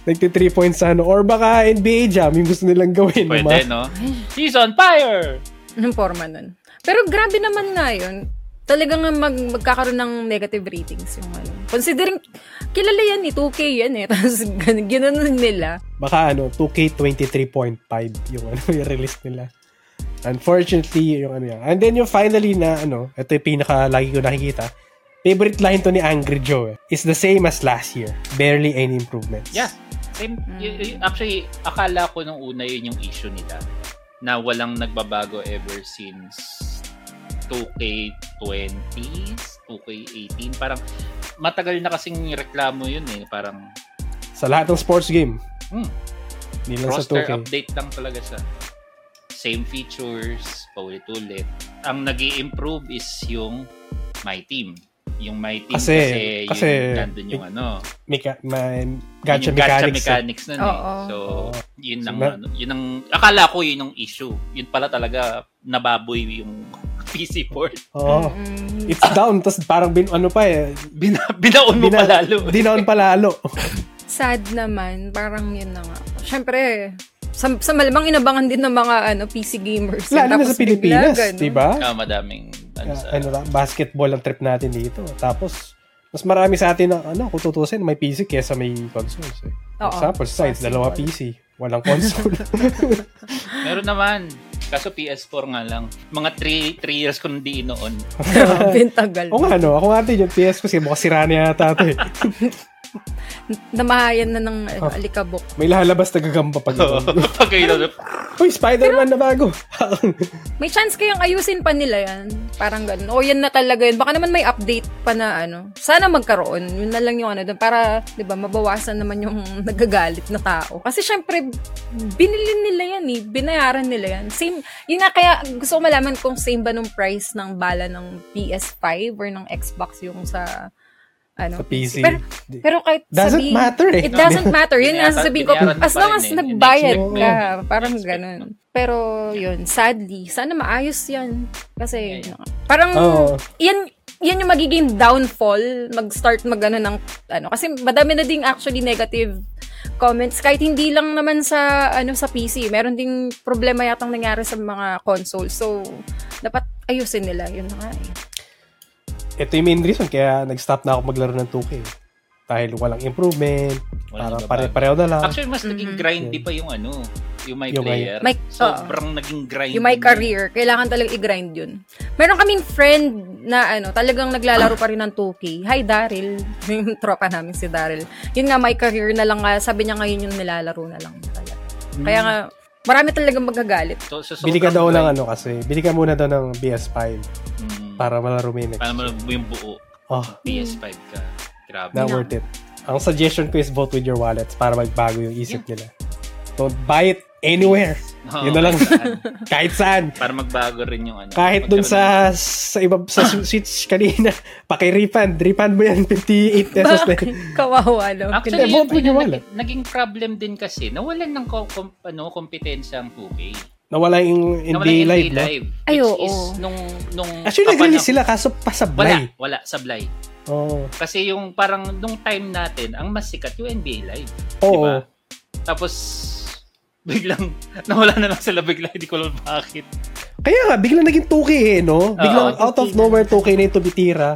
Speaker 1: Nagti-3 points sa ano. Or baka NBA Jam, yung gusto nilang gawin.
Speaker 2: Pwede, no? She's on fire!
Speaker 3: Anong forma nun? Pero grabe naman nga yun. Talagang mag, magkakaroon ng negative ratings yung ano. Considering, kilala yan eh, 2K yan eh. Tapos gan- ginanon nila.
Speaker 1: Baka ano, 2K23.5 yung ano, yung release nila. Unfortunately, yung ano yan. And then yung finally na ano, ito yung pinaka lagi ko nakikita. Favorite line to ni Angry Joe eh. It's the same as last year. Barely any improvements.
Speaker 2: Yeah. Same. y- y- actually, akala ko nung una yun yung issue nila. Na walang nagbabago ever since 2K20s, 2K18. Parang matagal na kasing reklamo yun eh. Parang
Speaker 1: Sa lahat ng sports game.
Speaker 2: Hmm.
Speaker 1: Hindi lang sa
Speaker 2: roster
Speaker 1: 2K.
Speaker 2: update lang talaga siya. Same features, paulit-ulit. Ang nag improve is yung My Team. Yung My Team
Speaker 1: Kasi-
Speaker 2: kasi,
Speaker 1: kasi
Speaker 2: yun, nandun yung ano.
Speaker 1: Mika, may
Speaker 2: Yun
Speaker 1: gacha
Speaker 2: yung gacha
Speaker 1: mechanics. eh.
Speaker 2: mechanics nun eh.
Speaker 3: Oo.
Speaker 2: So,
Speaker 1: Oo.
Speaker 2: yun ang,
Speaker 1: So, na-
Speaker 2: ano, yun ang, akala ko yun yung issue. Yun pala talaga, nababoy yung PC port.
Speaker 1: Oo.
Speaker 3: Mm.
Speaker 1: It's down. Tapos parang bin, ano pa eh.
Speaker 2: Bina, binaon mo
Speaker 1: Bina-
Speaker 2: palalo.
Speaker 1: Dinown palalo.
Speaker 3: Sad naman. Parang yun na nga. Siyempre, sa, sa malamang inabangan din ng mga ano PC gamers. yun.
Speaker 1: Lalo na
Speaker 3: Tapos
Speaker 1: sa
Speaker 3: bigla,
Speaker 1: Pilipinas.
Speaker 3: ganun.
Speaker 1: Diba?
Speaker 2: Ah, madaming, ano,
Speaker 1: Ah,
Speaker 2: sa,
Speaker 1: ano lang, basketball ang trip natin dito. Tapos, mas marami sa atin na, ano, kung tutusin, may PC kesa may consoles. Eh.
Speaker 3: Oo.
Speaker 1: Example, sa science, dalawa PC. Walang console.
Speaker 2: meron naman. Kaso PS4 nga lang. Mga 3 3 years ko hindi inoon.
Speaker 3: Grabe, ang tagal.
Speaker 1: o nga, ano, ako nga din yung PS ko, kasi mukhang sira na yata ito eh.
Speaker 3: Namahayan na ng ano,
Speaker 1: Ah.
Speaker 3: alikabok.
Speaker 1: May lalabas na gagamba pag ito.
Speaker 2: Okay, na.
Speaker 1: Uy, Spider-Man na bago.
Speaker 3: May chance kayong ayusin pa nila yan. Parang ganun. O yan na talaga yun. Baka naman may update pa na ano. Sana magkaroon. Yun na lang yung ano doon. Para, di ba, mabawasan naman yung nagagalit na tao. Kasi syempre, binili nila yan eh. Binayaran nila yan. Same. Yun nga, kaya gusto ko malaman kung same ba nung price ng bala ng PS5 or ng Xbox yung sa ano,
Speaker 1: Sa PC.
Speaker 3: Pero, pero kahit
Speaker 1: Doesn't
Speaker 3: sabihin-
Speaker 1: matter eh.
Speaker 3: It doesn't matter. Yun nga
Speaker 2: Binayaran-
Speaker 3: sasabihin ko.
Speaker 2: binayaran
Speaker 3: As
Speaker 2: pa
Speaker 3: long
Speaker 2: rin
Speaker 3: as
Speaker 2: eh.
Speaker 3: nagbayad ka.
Speaker 2: Next week mo.
Speaker 3: Parang
Speaker 2: Next week mo.
Speaker 3: ganun. Pero yun, sadly, sana maayos yan. Kasi,
Speaker 2: Yeah, yeah.
Speaker 3: parang,
Speaker 1: Oo.
Speaker 3: yan, yan yung magiging downfall, mag-start mag ano ng, ano, kasi madami na ding actually negative comments, kahit hindi lang naman sa, ano, sa PC. Meron ding problema yatang nangyari sa mga console. So, dapat ayusin nila. Yun na nga eh.
Speaker 1: Ito yung main reason kaya nag-stop na ako maglaro ng 2K. Dahil walang improvement.
Speaker 2: Walang
Speaker 1: parang pare
Speaker 2: babago.
Speaker 1: pareho na lang.
Speaker 2: Actually, mas naging grindy
Speaker 1: Ah. Yeah.
Speaker 2: pa yung ano, yung my
Speaker 1: Yung may-
Speaker 2: player.
Speaker 3: Mm-hmm. May-
Speaker 2: Sobrang naging grindy.
Speaker 3: Yung my
Speaker 2: na.
Speaker 3: career, kailangan talaga i-grind yun. Meron kaming friend na ano, talagang naglalaro pa rin ng 2K. Hi, Daryl. Yung tropa namin si Daryl. Yun nga, my career na lang. nga. Sabi niya ngayon yung nilalaro na lang. niya Talaga. Kaya nga, marami talagang magagalit.
Speaker 2: So, so,
Speaker 1: Bili ka daw
Speaker 2: sobrang
Speaker 1: ng
Speaker 2: grind.
Speaker 1: ano kasi. Bili ka muna daw ng BS5
Speaker 2: Mm.
Speaker 1: para malaro mo yun eh.
Speaker 2: Paano mo lang yung buo?
Speaker 1: Oh,
Speaker 2: PS5 ka. Grabe.
Speaker 1: not worth it. Ang suggestion ko is vote with your wallets para magbago yung isip nila. Don't buy it anywhere.
Speaker 2: Oo,
Speaker 1: Yun na lang.
Speaker 2: kahit saan.
Speaker 1: Kahit saan.
Speaker 2: Para magbago rin yung ano.
Speaker 1: Kahit dun sa sa iba sa switch kanina, paki-refund, refund mo yan 58 pesos na. yun.
Speaker 3: Bakit? Kawawa, no?
Speaker 2: Actually,
Speaker 1: Hindi, buo
Speaker 2: yun po yung
Speaker 1: yung
Speaker 2: naging, naging problem din kasi. Nawalan ng ko- kom, ano, kompetensya ang 2K.
Speaker 1: Nawala yung
Speaker 2: Nawalan
Speaker 1: NBA
Speaker 2: yung
Speaker 1: live.
Speaker 2: NBA
Speaker 1: no?
Speaker 2: Live.
Speaker 3: Ay,
Speaker 2: which
Speaker 3: oo.
Speaker 2: is nung, nung
Speaker 1: Actually,
Speaker 2: kapanahon-
Speaker 1: nag-release sila kaso
Speaker 2: Wala,
Speaker 1: pasablay.
Speaker 2: wala, sablay.
Speaker 1: Oo.
Speaker 2: Kasi yung parang nung time natin, ang mas sikat yung NBA Live.
Speaker 1: Oo.
Speaker 2: Diba? Tapos, biglang, nawala na lang sila bigla. Hindi ko alam bakit.
Speaker 1: Kaya nga, biglang naging 2K eh, no? Biglang
Speaker 2: Oo,
Speaker 1: out of
Speaker 3: 2K.
Speaker 1: nowhere 2K na yung tubitira.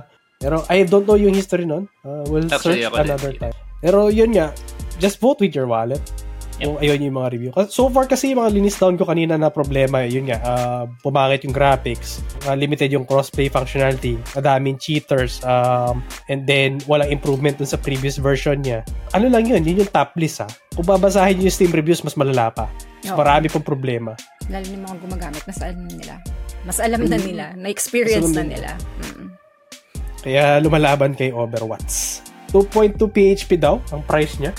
Speaker 1: Pero I don't know yung history nun. Uh, we'll
Speaker 2: Actually,
Speaker 1: search
Speaker 2: ako din.
Speaker 1: another time. Pero yun nga, just vote with your wallet. Yung, ayun yung mga review. Kasi- So far kasi yung mga linis down ko kanina na problema, yun nga, uh, pumakit yung graphics, ah, limited yung crossplay functionality, madaming cheaters, um, and then walang improvement dun sa previous version niya. Ano lang yun, yun yung top list ha. Kung babasahin yung Steam reviews, mas malala pa. Mas
Speaker 3: Oo.
Speaker 1: marami pong problema.
Speaker 3: Lalo yung mga gumagamit, mas alam na nila. Mas alam na nila. Na-experience
Speaker 1: Mas
Speaker 3: na
Speaker 1: alam
Speaker 3: nila. Mm.
Speaker 1: Kaya lumalaban kay Overwatch. 2.2 PHP daw ang price niya.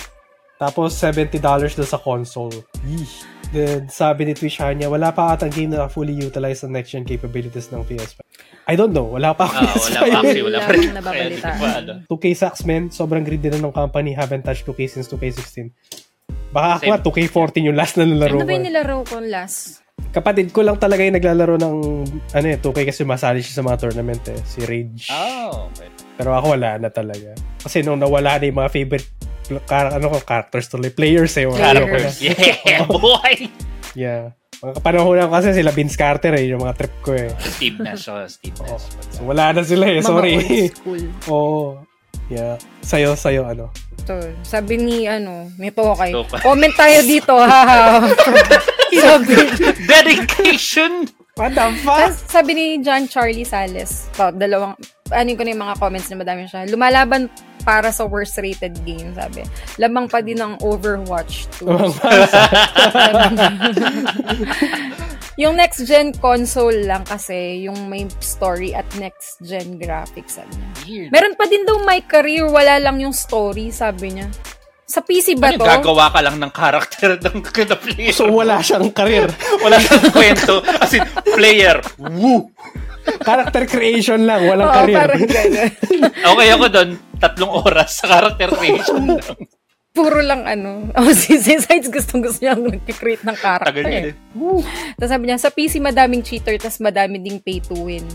Speaker 1: Tapos $70 daw sa console. Yeesh. Then sabi ni Twitch niya, wala pa atang game na fully utilize ang next-gen capabilities ng PS5. I don't know. Wala pa ako
Speaker 2: Ah, wala pa
Speaker 1: PS5.
Speaker 2: actually, wala pa rin.
Speaker 3: Wala akong nababalitaan.
Speaker 2: Kaya hindi ko pa alam.
Speaker 1: 2K sucks, man. Sobrang greedy na ng company. Haven't touched 2K since 2K16. Baka ako
Speaker 2: Same.
Speaker 1: nga, 2K14 yung last na nalaro ko.
Speaker 3: Ano ba yung
Speaker 1: eh.
Speaker 3: nilaro ko last?
Speaker 1: Kapatid ko lang talaga yung naglalaro ng ano eh, 2K kasi masali siya sa mga tournament eh. Si Rage.
Speaker 2: Oh, okay.
Speaker 1: Pero ako wala na talaga. Kasi nung nawala na yung mga favorite pl- kar- ano ko, characters tuloy, players eh. Wala na ko na.
Speaker 2: Characters. Yeah, boy!
Speaker 1: Yeah. Mga kapanahonan ko kasi sila Vince Carter eh, yung mga trip ko eh.
Speaker 2: Steve Nash, oh, Steve
Speaker 1: Oh.
Speaker 2: Nash.
Speaker 1: So, wala na sila eh,
Speaker 3: Mga
Speaker 1: sorry.
Speaker 3: old school.
Speaker 1: Oo. Yeah. Sayo, sayo, ano.
Speaker 3: Ito, sabi ni ano, ni Tokay.
Speaker 2: Tokay.
Speaker 3: Comment tayo dito, ha. sabi,
Speaker 2: Dedication!
Speaker 1: What the
Speaker 2: Ah.
Speaker 1: fuck?
Speaker 3: sabi ni John Charlie Sales, to, dalawang, ano ko na yung mga comments na madami siya. Lumalaban para sa worst rated game, sabi. Lamang pa din ang Overwatch 2. yung next gen console lang kasi, yung may story at next gen graphics, sabi niya.
Speaker 2: Weird.
Speaker 3: Meron pa din daw my career, wala lang yung story, sabi niya. Sa PC ba to?
Speaker 2: Ano, gagawa ka lang ng character ng kada player.
Speaker 1: so, wala siyang karir.
Speaker 2: Wala siyang kwento. As in, player. Woo!
Speaker 1: Character creation lang, walang
Speaker 3: Oo,
Speaker 1: karir.
Speaker 3: parang gano'n.
Speaker 2: Okay ako doon, tatlong oras sa character creation lang.
Speaker 3: Puro lang ano. Oh, si si Sides gustong gusto niya nag-create ng character.
Speaker 2: Tagal
Speaker 3: Eh.
Speaker 2: niya din.
Speaker 3: Tapos sabi niya, sa PC madaming cheater, tapos madami ding pay to win.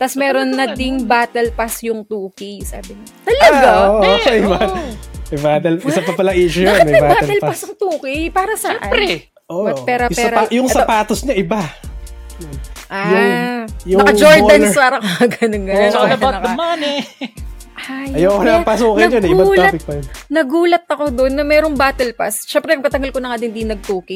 Speaker 3: Tapos meron na ding battle pass yung 2K, sabi niya. Talaga?
Speaker 1: Ah, oo, okay, man. May battle. Isa pa pala issue yun.
Speaker 3: Bakit
Speaker 1: May
Speaker 3: may
Speaker 1: battle pass.
Speaker 3: ang 2K? Para saan?
Speaker 2: Pre,
Speaker 1: Oo.
Speaker 3: Ba't pera,
Speaker 1: Yung
Speaker 3: pera?
Speaker 1: sapa- Yung
Speaker 3: Ito.
Speaker 1: sapatos niya, iba.
Speaker 3: Ah,
Speaker 1: Yung- yung
Speaker 3: naka-Jordans
Speaker 1: baller.
Speaker 3: parang ganun ganun.
Speaker 2: it's all
Speaker 1: ano
Speaker 2: about the money.
Speaker 1: Ayoko na pasukin yun. eh. Ibang topic pa yun.
Speaker 3: Nagulat ako doon na merong battle pass. Siyempre, katagal ko na nga din di nag-2K.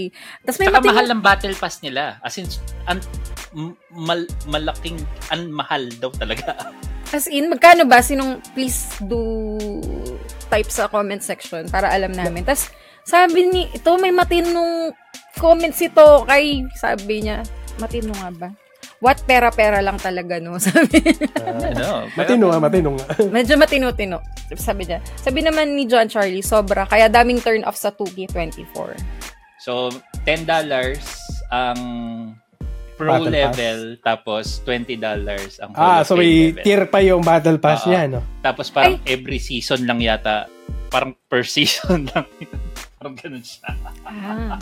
Speaker 3: Tapos may
Speaker 2: Tsaka
Speaker 3: mating...
Speaker 2: mahal ang battle pass nila. As in, an, m- mal- malaking, an mahal daw talaga.
Speaker 3: As in, magkano ba? Sinong please do type sa comment section para alam namin. Tapos, sabi ni, ito may matinong comments ito kay, sabi niya, matino nga ba? What pera-pera lang talaga, no? Sabi niya.
Speaker 2: Ano?
Speaker 1: Matino nga, matino nga.
Speaker 3: Medyo matino-tino. Sabi niya. Sabi naman ni John Charlie, sobra. Kaya daming turn-off sa 2K24.
Speaker 2: So, $10 ang pro
Speaker 1: Battle
Speaker 2: level, tapos $20 ang
Speaker 1: Ah,
Speaker 2: Hall of
Speaker 1: so
Speaker 2: Fame
Speaker 1: may
Speaker 2: level.
Speaker 1: tier pa yung battle pass
Speaker 2: Oo.
Speaker 1: niya, no?
Speaker 2: Tapos parang every season lang yata, parang per season lang yun. parang ganun siya.
Speaker 3: Ah.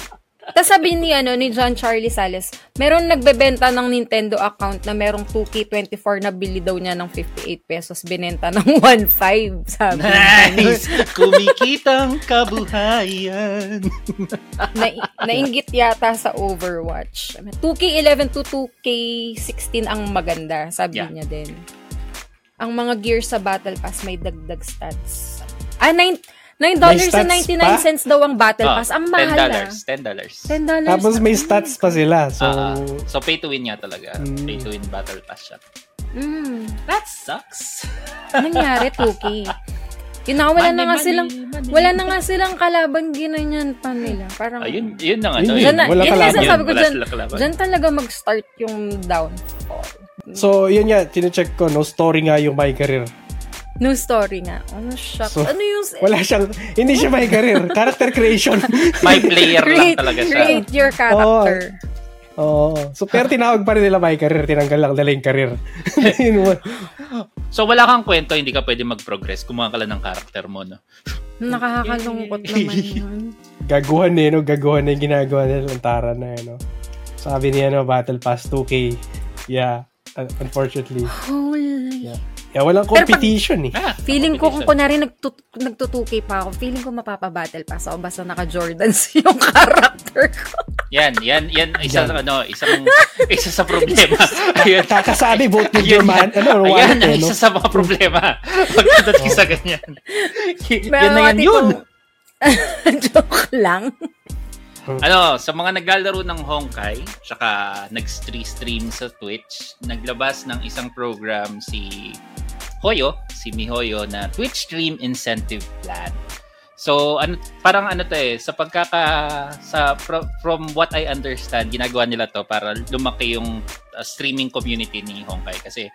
Speaker 3: Tapos sabi ni, ano, ni John Charlie Sales, meron nagbebenta ng Nintendo account na merong 2K24 na bili daw niya ng 58 pesos, binenta ng 1.5, sabi niya.
Speaker 2: Nice! Kumikitang kabuhayan!
Speaker 3: na, nainggit yata sa Overwatch. 2K11 to 2K16 ang maganda, sabi
Speaker 2: Yeah.
Speaker 3: niya din. Ang mga gear sa Battle Pass may dagdag stats. Ah, nine- $9.99
Speaker 1: May stats
Speaker 3: daw ang Battle
Speaker 2: Ah,
Speaker 3: Pass. Ang mahal ah.
Speaker 2: $10. $10.
Speaker 3: $10.
Speaker 1: Tapos may
Speaker 3: na.
Speaker 1: stats pa sila. So,
Speaker 2: Ah, ah. so pay to win nga talaga.
Speaker 1: Mm.
Speaker 2: Pay to win battle pass siya.
Speaker 3: Mm.
Speaker 2: That sucks.
Speaker 3: nangyari 2K. Yun na, wala
Speaker 2: Money,
Speaker 3: na nga
Speaker 2: money,
Speaker 3: silang,
Speaker 2: money.
Speaker 3: wala na nga silang kalaban ginanyan pa nila. Parang,
Speaker 2: Ayun, Ah, yun na nga.
Speaker 1: Yun
Speaker 2: no,
Speaker 1: yun,
Speaker 2: yun,
Speaker 1: wala
Speaker 2: yun,
Speaker 1: kalaban.
Speaker 2: yun,
Speaker 3: Sabi ko
Speaker 2: wala
Speaker 3: dyan,
Speaker 2: sila kalaban.
Speaker 3: dyan talaga mag-start yung downfall.
Speaker 1: so yun nga, chinecheck ko, no? Story nga yung My Career.
Speaker 3: No story nga. Ano siya?
Speaker 1: So,
Speaker 3: ano yung...
Speaker 1: Wala siyang, hindi siya My Career. Character creation.
Speaker 2: May player lang
Speaker 3: create,
Speaker 2: talaga siya.
Speaker 3: create your character.
Speaker 1: Oo. So, pero tinawag pa rin nila My Career. Tinanggal lang nila yung career. Yun mo.
Speaker 2: So wala kang kwento, hindi ka pwede mag-progress. Kumuha ka lang ng character mo, no?
Speaker 3: Nakakalungkot naman yun.
Speaker 1: Gaguhan na yun, no? Gaguhan na yung ginagawa nila. Ang tara na yun, no? Sabi niya, no? Battle Pass 2K. Yeah. Un- Unfortunately.
Speaker 3: Holy.
Speaker 1: Yeah. Yeah, walang
Speaker 3: Pero pag-
Speaker 1: competition, eh.
Speaker 2: Ah,
Speaker 3: Feeling ko kung
Speaker 2: competition.
Speaker 3: kunwari nagtut- nagtutukay pa ako, feeling ko mapapabattle pa ako basta naka-Jordans yung character ko.
Speaker 2: Yan, yan, yan. Isa,
Speaker 1: Yan.
Speaker 2: ano, isang, isa sa problema. Ayun.
Speaker 1: Kakasabi both with your man. Ano,
Speaker 2: Ayan,
Speaker 1: wallet,
Speaker 2: ang
Speaker 1: eh, no?
Speaker 2: isa sa mga problema. Pagkadat ka sa ganyan. Y- yan na
Speaker 3: mga
Speaker 2: yan yun.
Speaker 3: tipong- Joke lang.
Speaker 2: Ano, sa mga naglalaro ng Honkai, tsaka nag-stream sa Twitch, naglabas ng isang program si Hoyo, si Mihoyo na Twitch Stream Incentive Plan. So, ano, parang ano to eh, sa pagkaka, sa, fro- from what I understand, ginagawa nila to para lumaki yung uh, streaming community ni Honkai. Kasi,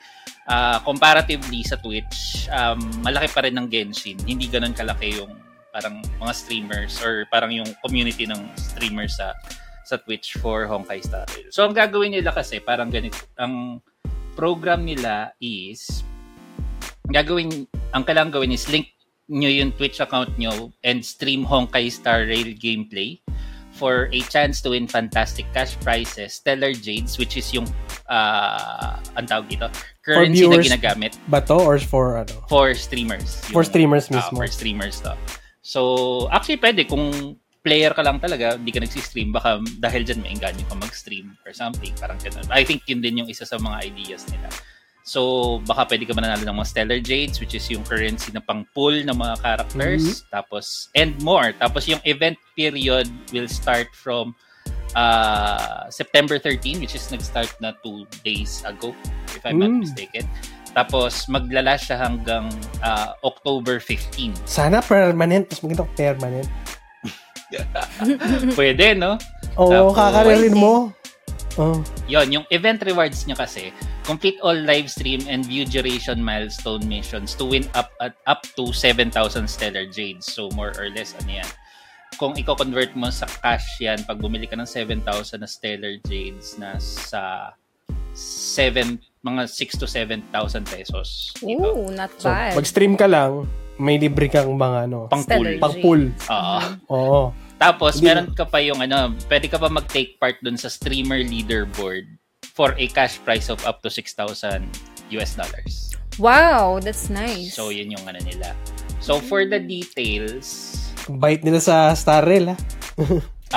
Speaker 2: ah, comparatively sa Twitch, um, malaki pa rin ng Genshin. Hindi ganun kalaki yung parang mga streamers or parang yung community ng streamers sa sa Twitch for Honkai Star Rail. So ang gagawin nila kasi parang ganito, ang program nila is ang gagawin ang kailangan gawin is link nyo yung Twitch account nyo and stream Honkai Star Rail gameplay for a chance to win fantastic cash prizes, Stellar Jades, which is yung uh, ang tawag dito, currency na
Speaker 1: viewers.
Speaker 2: ginagamit
Speaker 1: Ba to or for ano?
Speaker 2: for streamers.
Speaker 1: For streamers
Speaker 2: ah,
Speaker 1: mismo.
Speaker 2: for streamers to. So, actually pwede kung player ka lang talaga, hindi ka nagsi-stream, baka dahil dyan maingganyo ka mag-stream or something. Parang ganun. I think yun din yung isa sa mga ideas nila. So, baka pwede ka mananalo ng mga Stellar Jades, which is yung currency na pang-pull ng mga characters. Tapos, and more. Tapos, yung event period will start from uh, September 13, which is nag-start na two days ago, if I'm not
Speaker 1: Mm.
Speaker 2: mistaken. Tapos, maglala siya hanggang ah, October 15.
Speaker 1: Sana permanent. Mas maganda kung permanent.
Speaker 2: Pwede, no?
Speaker 1: Oo,
Speaker 2: Tapos-
Speaker 1: kakaririn mo. Oh, Oo.
Speaker 2: Yon, yung event rewards niya kasi, complete all live stream and view duration milestone missions to win up at up to 7,000 stellar jades. So more or less ano yan. Kung i-convert mo sa cash yan, pag bumili ka ng 7,000 na stellar jades na sa 7 mga 6 to 7,000 pesos.
Speaker 3: Ooh, not
Speaker 1: So,
Speaker 3: bad.
Speaker 1: mag-stream ka lang, may libre kang mga ano,
Speaker 2: Pang
Speaker 3: Stellar
Speaker 2: pool.
Speaker 1: pang pool.
Speaker 2: Oo.
Speaker 1: Mm-hmm. Oo.
Speaker 2: Tapos,
Speaker 1: Hindi
Speaker 2: meron ka pa yung ano, pwede ka pa mag-take part dun sa streamer leaderboard for a cash prize of up to 6,000 US dollars.
Speaker 3: Wow, that's nice.
Speaker 2: So, yun yung ano nila. So, for the details,
Speaker 1: Bite nila sa Star Rail, ah. ha?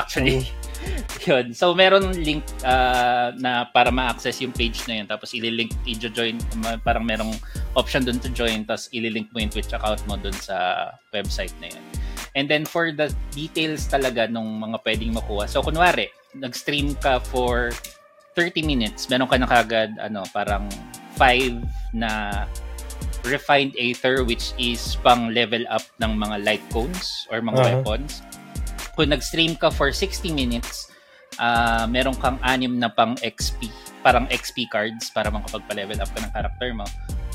Speaker 2: actually, yun. So, meron link ah, na para ma-access yung page na yun. Tapos, ililink, i-join, ma- parang merong option dun to join. Tapos, ililink mo yung Twitch account mo dun sa website na yun. And then, for the details talaga nung mga pwedeng makuha. So, kunwari, nag-stream ka for 30 minutes, meron ka na kagad, ano, parang 5 na refined aether which is pang level up ng mga light cones or mga
Speaker 1: Uh-huh.
Speaker 2: weapons. Kung nag-stream ka for 60 minutes, ah meron kang anim na pang XP, parang XP cards para makapagpa-level up ka ng character mo.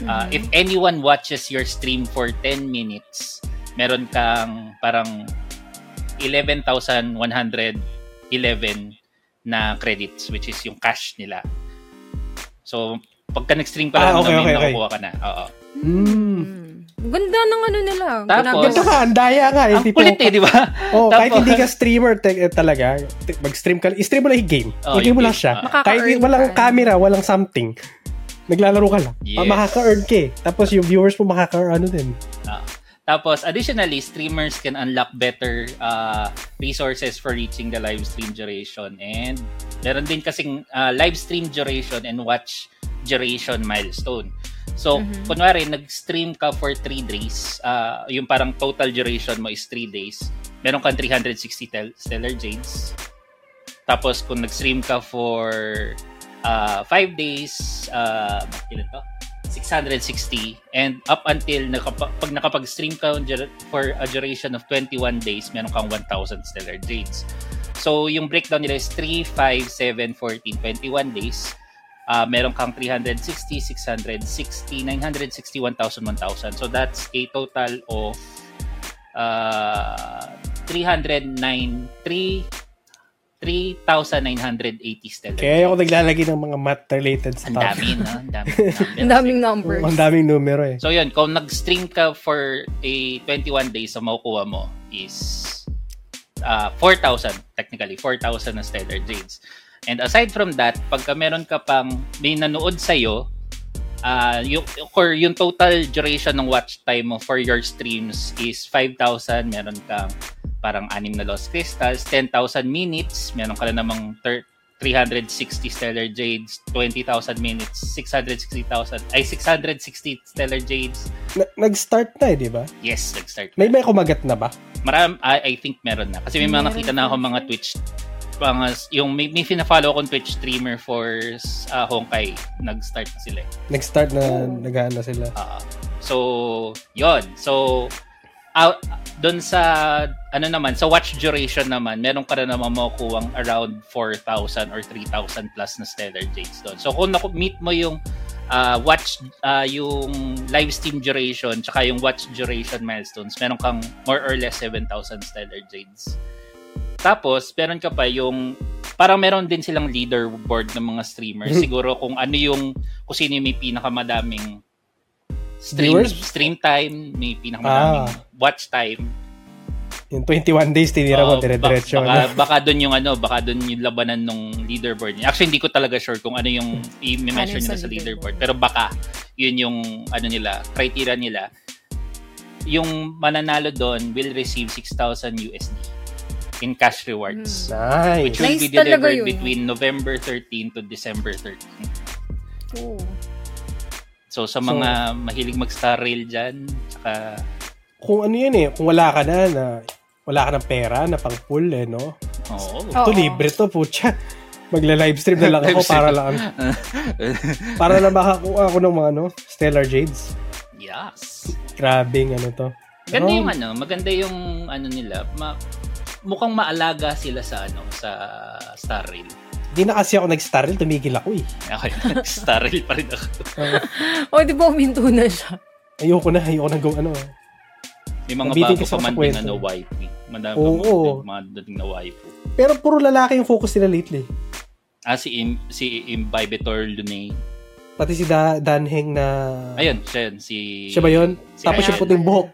Speaker 2: Ah,
Speaker 3: Mhm.
Speaker 2: if
Speaker 1: Mm-hmm.
Speaker 2: anyone watches your stream for 10 minutes, meron kang parang 11,111 na credits which is yung cash nila. So, pagka nag-stream ka
Speaker 1: Ah,
Speaker 2: lang
Speaker 1: okay,
Speaker 2: namin,
Speaker 1: okay, okay.
Speaker 2: nakukuha ka na. Oo.
Speaker 3: Mm. Ganda ng ano nila.
Speaker 2: Tapos-
Speaker 3: ginagawa.
Speaker 1: Ganda ka, ang daya ka. Eh,
Speaker 2: Ang
Speaker 1: tipo,
Speaker 2: kulit eh, di ba?
Speaker 1: Oh, kahit
Speaker 2: Tapos-
Speaker 1: hindi ka streamer te- eh, talaga, te- mag-stream ka, i-stream mo lang yung game.
Speaker 2: Oh,
Speaker 1: I-game
Speaker 2: yung
Speaker 1: mo lang
Speaker 2: game.
Speaker 1: siya.
Speaker 2: Ah.
Speaker 1: Kahit
Speaker 3: Makaka-earn
Speaker 1: walang
Speaker 3: ka.
Speaker 1: camera, walang something. Naglalaro ka lang. Ah,
Speaker 2: Yes.
Speaker 1: makaka-earn ka eh. Tapos yung viewers mo makaka ano din.
Speaker 2: Ah. Tapos, additionally, streamers can unlock better uh, resources for reaching the live stream duration. And meron din kasing uh, live stream duration and watch duration milestone. So,
Speaker 3: Mhm.
Speaker 2: kunwari, nag-stream ka for 3 days, uh, yung parang total duration mo is 3 days, meron kang 360 tel- Stellar Jades. Tapos, kung nag-stream ka for 5 uh, days, uh, ilan to? 660 and up until nakapa- pag nakapag-stream ka on dur- for a duration of 21 days, meron kang 1,000 Stellar Jades. So, yung breakdown nila is 3, 5, 7, 14, 21 days. Ah, meron kang 360, 660, 960, 1,000, 1,000. So, that's a total of uh, 309, 3, 3,980 Stellar
Speaker 1: Kaya ako naglalagay ng mga math-related
Speaker 2: Ang
Speaker 1: stuff.
Speaker 2: dami, no? Ang dami.
Speaker 3: Ang daming numbers.
Speaker 1: Ang daming numero eh.
Speaker 2: So yun, kung nag-stream ka for a 21 days, ang makukuha mo is uh, 4,000, technically, 4,000 na Stellar Jades. And aside from that, pagka meron ka pang may nanood sa'yo, uh, yung, or yung total duration ng watch time mo for your streams is 5,000, meron kang parang anim na Lost Crystals, 10,000 minutes, meron ka na namang thir- 360 Stellar Jades, 20,000 minutes, 660,000, ay 660 Stellar Jades.
Speaker 1: Na- nag-start na eh, di ba?
Speaker 2: Yes, nag-start.
Speaker 1: May may kumagat na ba?
Speaker 2: Maram, I, I think meron na. Kasi may mga
Speaker 3: Meron
Speaker 2: nakita na ako
Speaker 3: na.
Speaker 2: mga Twitch mga, yung may, may fina-follow akong Twitch streamer for uh, Honkai. Nag-start na sila. eh.
Speaker 1: Nag-start na,
Speaker 3: Oo.
Speaker 1: naghahanap sila.
Speaker 2: Ah, so, yon So, out, doon sa, ano naman, sa watch duration naman, meron ka na naman makukuhang around 4,000 or 3,000 plus na Stellar Jades doon. So, kung naku-meet mo yung ah, watch, ah, yung live stream duration, tsaka yung watch duration milestones, meron kang more or less 7,000 Stellar Jades. Tapos, meron ka pa yung, parang meron din silang leaderboard ng mga streamers.
Speaker 1: Mhm.
Speaker 2: Siguro kung ano yung, kung sino yung may pinakamadaming stream,
Speaker 1: Viewers?
Speaker 2: stream time, may pinakamadaming watch time.
Speaker 1: Yung 21 days tinira mo,
Speaker 2: Oo,
Speaker 1: dire-diretso. ano?
Speaker 2: Baka, baka doon yung ano, baka doon yung labanan ng leaderboard niya. Actually, hindi ko talaga sure kung ano yung
Speaker 3: Ano yung
Speaker 2: i-measure
Speaker 3: sa
Speaker 2: nila sa
Speaker 3: leaderboard?
Speaker 2: leaderboard. Pero baka, yun yung ano nila, criteria nila. Yung mananalo doon will receive 6,000 USD in cash rewards. Which
Speaker 1: Nice.
Speaker 2: will be
Speaker 3: Hmm. Nice talaga
Speaker 2: delivered
Speaker 3: yun.
Speaker 2: between November 13 to December 13.
Speaker 3: Oo.
Speaker 2: So, sa
Speaker 1: So-
Speaker 2: mga mahilig mag-star rail dyan, saka,
Speaker 1: Kung ano yun eh, kung wala ka na, na wala ka ng pera na pang full eh, no?
Speaker 2: oo.
Speaker 3: Oo.
Speaker 1: To libre to, pucha. Magla-livestream na lang ako
Speaker 2: Livestream.
Speaker 1: para lang para lang makakuha ako ng mga ano, Stellar Jades.
Speaker 2: yes.
Speaker 1: Grabing ano to.
Speaker 2: Ganda
Speaker 1: Oh.
Speaker 2: yung ano, maganda yung ano nila. Ma- mukhang maalaga sila sa ano, sa Star Rail.
Speaker 1: Hindi na kasi ako nag-star rail, tumigil ako eh.
Speaker 2: Okay, Star Rail pa rin ako.
Speaker 1: Uh,
Speaker 3: O, Oh, di ba uminto na siya?
Speaker 1: ayoko na, ayoko na go ano.
Speaker 2: May mga
Speaker 1: Nabitin
Speaker 2: bago
Speaker 1: kasi ako sa
Speaker 2: pa man din
Speaker 1: kwento.
Speaker 2: ano, waifu. Madami
Speaker 1: Oo.
Speaker 2: pa man din mga dating na waifu.
Speaker 1: Pero puro lalaki yung focus nila lately.
Speaker 2: Ah, si, Im, si Imbibitor Lunay.
Speaker 1: Pati si da- Danheng na...
Speaker 2: Ayun, siya yun. Si,
Speaker 1: Siya ba yun?
Speaker 2: si-
Speaker 1: Tapos
Speaker 3: Ayan.
Speaker 1: yung puting buhok.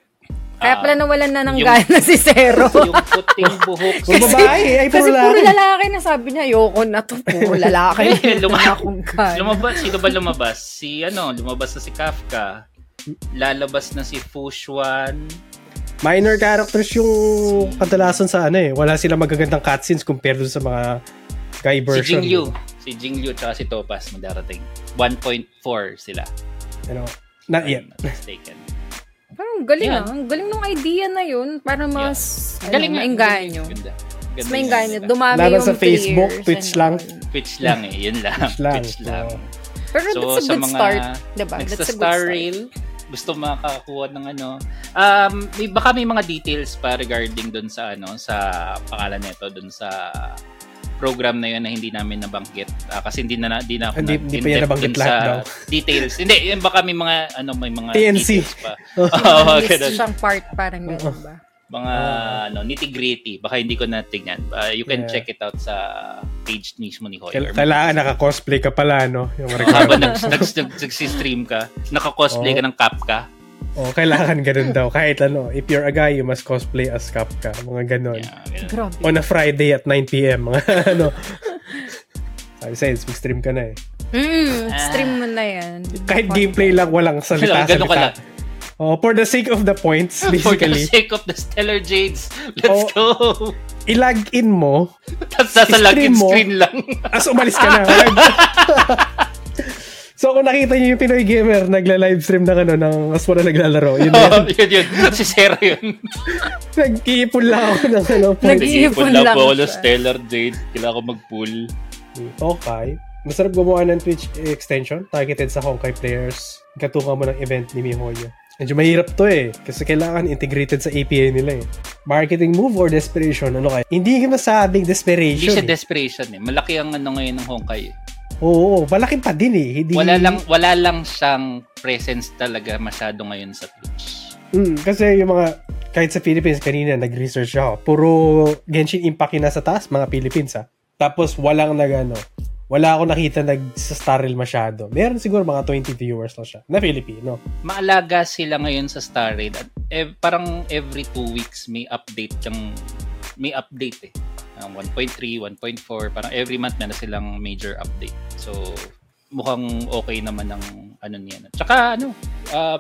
Speaker 3: Kaya
Speaker 2: Ah,
Speaker 3: pala nawalan na ng
Speaker 2: yung-
Speaker 3: gana si Zero.
Speaker 2: yung puting buhok.
Speaker 1: Kung babae, eh, ay puro
Speaker 3: Kasi puro
Speaker 1: lalaki.
Speaker 3: lalaki na sabi niya, ayoko na to, puro lalaki.
Speaker 2: Eh, luma-
Speaker 3: Wala akong gana.
Speaker 2: Lumabas, sino ba lumabas? Si ano, lumabas na si Kafka. Lalabas na si Fushuan.
Speaker 1: Minor characters yung kadalasan sa ano eh. Wala silang magagandang cutscenes compared dun sa mga guy
Speaker 2: Si
Speaker 1: version.
Speaker 2: Jing Liu. Si Jing Liu tsaka si Topaz magdarating. 1.4 sila.
Speaker 1: You know, not yet.
Speaker 2: I'm not mistaken.
Speaker 3: Parang galing
Speaker 2: Yan.
Speaker 3: ah. Ang galing nung idea na yun. Para mas,
Speaker 2: Ang
Speaker 3: yeah. ano, maingganyo.
Speaker 2: Ganda.
Speaker 3: Mas
Speaker 2: Ganda
Speaker 3: maingganyo.
Speaker 2: yun, diba?
Speaker 3: Dumami
Speaker 1: Laban
Speaker 3: yung
Speaker 1: sa Facebook,
Speaker 3: players
Speaker 1: Twitch
Speaker 3: and
Speaker 1: lang.
Speaker 3: all.
Speaker 2: Twitch lang eh. Yun lang.
Speaker 1: Twitch lang.
Speaker 2: Twitch lang.
Speaker 1: Oo.
Speaker 3: Pero
Speaker 2: So,
Speaker 3: that's a
Speaker 2: sa
Speaker 3: good
Speaker 2: mga
Speaker 3: start. Diba?
Speaker 2: Next
Speaker 3: That's a
Speaker 2: sa
Speaker 3: good
Speaker 2: Star
Speaker 3: start.
Speaker 2: Rail, gusto makakuha ng ano. Um, may, baka may mga details pa regarding doon sa ano, sa pangalan nito, doon sa program na yun na hindi namin nabanggit Ah, kasi hindi na hindi na ako
Speaker 1: Hindi-
Speaker 2: na-
Speaker 1: hindi pa yan
Speaker 2: in-depth
Speaker 1: nabanggit
Speaker 2: dun
Speaker 1: lahat
Speaker 2: sa
Speaker 1: daw.
Speaker 2: details. hindi, yun baka may mga ano may mga
Speaker 1: TNC.
Speaker 2: details pa. Oo,
Speaker 3: May
Speaker 2: ganun.
Speaker 3: siyang part parang ganun ba?
Speaker 2: Mga ano, nitty-gritty. Baka hindi ko natingnan. Ah, you can
Speaker 1: Ah. Yeah.
Speaker 2: check it out sa page mismo ni Hoyer.
Speaker 1: Kail- Kailangan naka-cosplay ka pala, no? Yung
Speaker 2: Oh, habang
Speaker 1: requirement.
Speaker 2: nag, nag, nag, nagsi-stream ka, naka-cosplay
Speaker 1: Oo.
Speaker 2: ka ng Kapka.
Speaker 1: oh, kailangan ganun daw. Kahit ano, if you're a guy, you must cosplay as Kapka. Mga ganun.
Speaker 2: Yeah, ganun.
Speaker 3: Grabe.
Speaker 1: On a Friday at 9pm. Mga ano. Sabi sa'yo, stream ka na eh.
Speaker 3: Mm,
Speaker 2: Ah.
Speaker 3: stream mo na yan.
Speaker 1: Kahit gameplay lang, walang
Speaker 2: Kailangan, ganun ka
Speaker 1: salita-salita.
Speaker 2: lang.
Speaker 1: Oh, for the sake of the points,
Speaker 2: For the
Speaker 1: basically, Oh.
Speaker 2: sake of the Stellar Jades, let's go!
Speaker 1: ilag in mo
Speaker 2: Tapos nasa
Speaker 1: I-stream
Speaker 2: login
Speaker 1: mo.
Speaker 2: screen lang.
Speaker 1: as umalis ka na. Alright. so kung nakita niyo yung Pinoy Gamer nagla-livestream ng ano, ng as wala naglalaro, yun na yun.
Speaker 2: Oh, yun yun. Si Sarah yun.
Speaker 1: Nag-iipon lang ako ng ano, points.
Speaker 3: Nag-iipon. Nag-iipon
Speaker 2: Wala
Speaker 3: lang
Speaker 2: po ako ng
Speaker 3: siya.
Speaker 2: Stellar Jade. Kailangan ko mag-pull.
Speaker 1: Okay. Masarap gumawa ng Twitch extension targeted sa Honkai players. Katunga mo ng event ni MiHoYo. Medyo mahirap to eh. Kasi kailangan integrated sa API nila eh. Marketing move or desperation? Ano kaya? Hindi ka masabing
Speaker 2: Hindi
Speaker 1: desperation.
Speaker 2: siya
Speaker 1: eh.
Speaker 2: desperation eh. Malaki ang ano ngayon ng Honkai. eh.
Speaker 1: Oo, oo. Malaki pa din eh. Hindi...
Speaker 2: Wala lang, wala lang siyang presence talaga masyado ngayon sa Twitch.
Speaker 1: Mm, kasi yung mga, kahit sa Philippines, kanina nag-research ako, puro Genshin Impact yung nasa taas, mga Philippines ha. Tapos walang nag ano, wala ako nakita nag sa Starrel masyado. Meron siguro mga 20 viewers lang siya, na Filipino.
Speaker 2: maalaga sila ngayon sa Star Raid at ev- parang every two weeks may update yung may update eh. Ang 1.3, 1.4, parang every month meron silang major update. So mukhang okay naman ang ano niya. Tsaka ano, ah,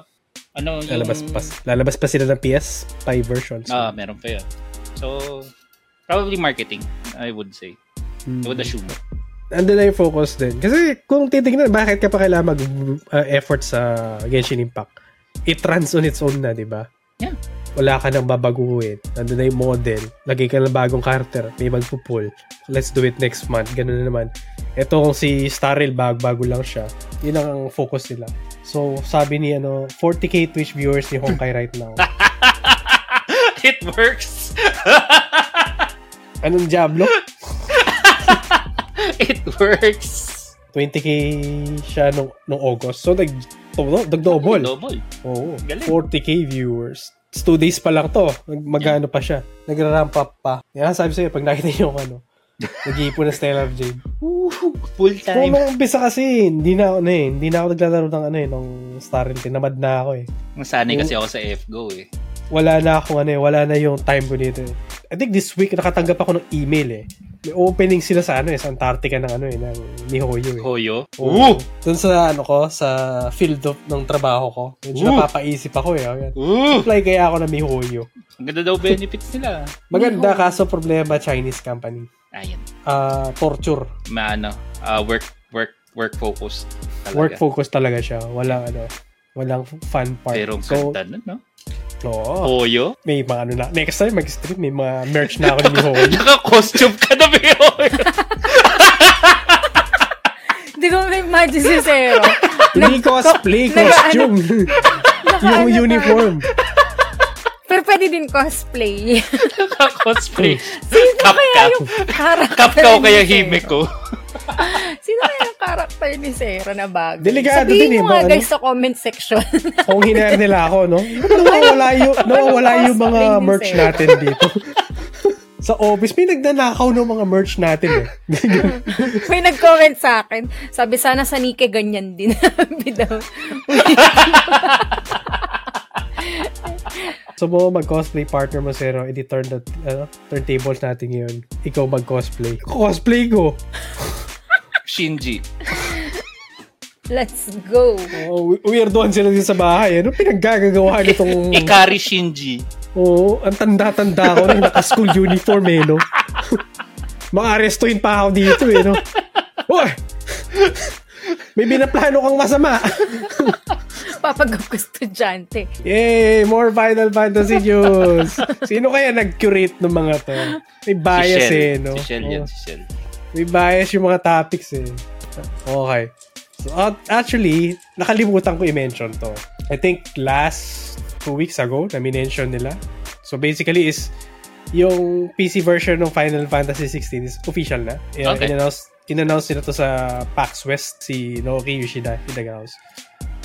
Speaker 2: ano yung
Speaker 1: Lalabas pa, lalabas pa sila ng PS5 version. so-
Speaker 2: Ah, meron pa yun. So probably marketing, I would say. I would
Speaker 1: Mm-hmm.
Speaker 2: assume.
Speaker 1: Hmm. andun na yung focus din. Kasi kung titignan, bakit ka pa kailangan mag-effort sa Genshin Impact? It runs on its own na, di ba?
Speaker 2: Yeah.
Speaker 1: Wala ka nang babaguhin. Nandun na yung model. Lagay ka ng bagong character. May magpupull. Let's do it next month. Ganun na naman. Ito kung si Starrel, bag, bago lang siya. Yun ang focus nila. So, sabi ni ano, 40k Twitch viewers ni Honkai right now.
Speaker 2: It works.
Speaker 1: Anong Diablo?
Speaker 2: It works.
Speaker 1: 20k siya nung, nung August. So, nag, todo- nag-double.
Speaker 2: Double.
Speaker 1: Oo.
Speaker 2: Galing.
Speaker 1: 40k viewers. It's two days pa lang to. Mag- Magano pa siya. Nagra-ramp up pa. Yan, sabi sa'yo, pag nakita niyo yung ano, nag-iipon ng Stella of Jade.
Speaker 2: Full
Speaker 1: Kung
Speaker 2: time.
Speaker 1: nung umpisa kasi, hindi na ako na eh. Hindi na ako naglalaro ng ano eh, nung Starrel. Tinamad na ako eh.
Speaker 2: Nasanay kasi ako sa FGO eh.
Speaker 1: Wala na akong ano eh, wala na yung time ko dito eh. I think this week nakatanggap ako ng email eh. May opening sila sa ano eh, sa Antarctica ng ano eh, ng Mihoyo eh.
Speaker 2: Hoyo.
Speaker 1: Oo. Doon sa ano ko, sa field of ng trabaho ko. Medyo
Speaker 2: Oo.
Speaker 1: napapaisip ako eh. Ayan.
Speaker 2: Ooh!
Speaker 1: Apply kaya ako ng Mihoyo.
Speaker 2: Ang ganda daw benefits nila.
Speaker 1: Maganda
Speaker 3: Miho.
Speaker 1: kaso problema Chinese company.
Speaker 2: Ayun.
Speaker 1: Ah, torture.
Speaker 2: Maano, ah, work, work, work focus talaga.
Speaker 1: Work focus talaga siya. Walang ano, walang fun part.
Speaker 2: Pero ang
Speaker 1: so,
Speaker 2: ganda nun, no?
Speaker 1: oo.
Speaker 2: Hoyo?
Speaker 1: may mga ano na. Next time mag-stream, may mga merch na ako ni Hoy.
Speaker 2: Naka-costume ka na, Beo!
Speaker 3: Hindi ko ma-imagine si Zero.
Speaker 1: Hindi cosplay,
Speaker 3: nag-
Speaker 1: costume. yung uniform.
Speaker 3: Pero pwede din cosplay.
Speaker 2: Naka-cosplay.
Speaker 1: Hmm.
Speaker 3: kaya
Speaker 2: Kapka.
Speaker 3: yung character
Speaker 2: Kapka o
Speaker 3: ni
Speaker 2: kaya
Speaker 3: Zero?
Speaker 2: hime ko.
Speaker 3: Sino kaya yung character ni Zero na bago?
Speaker 1: Delikado din
Speaker 3: Sabihin
Speaker 1: eh,
Speaker 3: mo nga
Speaker 1: mga
Speaker 3: guys
Speaker 1: ano.
Speaker 3: sa comment section.
Speaker 1: Kung hinayang nila ako, no? Nawawala yung, nawawala yung mga
Speaker 3: cosplay ni
Speaker 1: merch
Speaker 3: Sarah?
Speaker 1: natin dito. Sa office, may nagnanakaw ng mga merch natin eh.
Speaker 3: May nag-comment sa akin. Sabi, sana sa Nike ganyan din. Sabi daw.
Speaker 1: So mo mag-cosplay partner mo Zero, edi turn the ano, turntables natin ngayon. Ikaw mag-cosplay. Cosplay ko.
Speaker 2: Shinji.
Speaker 3: Let's go.
Speaker 1: Oh, we- weirdoan sila din sa bahay. Ano pinaggagagawa nitong
Speaker 2: Ikari Eh, Shinji.
Speaker 1: Oo, ang tanda-tanda ko na yung naka-school uniform eh, no? Maarestuhin pa ako dito eh, no? Uy! May binaplano kang masama.
Speaker 3: Papagap ko estudyante.
Speaker 1: Yay! More Final Fantasy news! Sino kaya nag-curate ng mga to? May
Speaker 2: si
Speaker 1: bias
Speaker 2: Shell.
Speaker 1: eh, no?
Speaker 2: Si Shell
Speaker 1: Oo.
Speaker 2: yan, si Shell.
Speaker 1: May bias yung mga topics eh. Okay. So, at- actually, nakalimutan ko i-mention to. I think last two weeks ago na minention nila. So basically is yung PC version ng Final Fantasy 16 is official na. I-
Speaker 2: Okay.
Speaker 1: In-announce, in-announce nila to sa PAX West si Naoki Yoshida Hidagaos.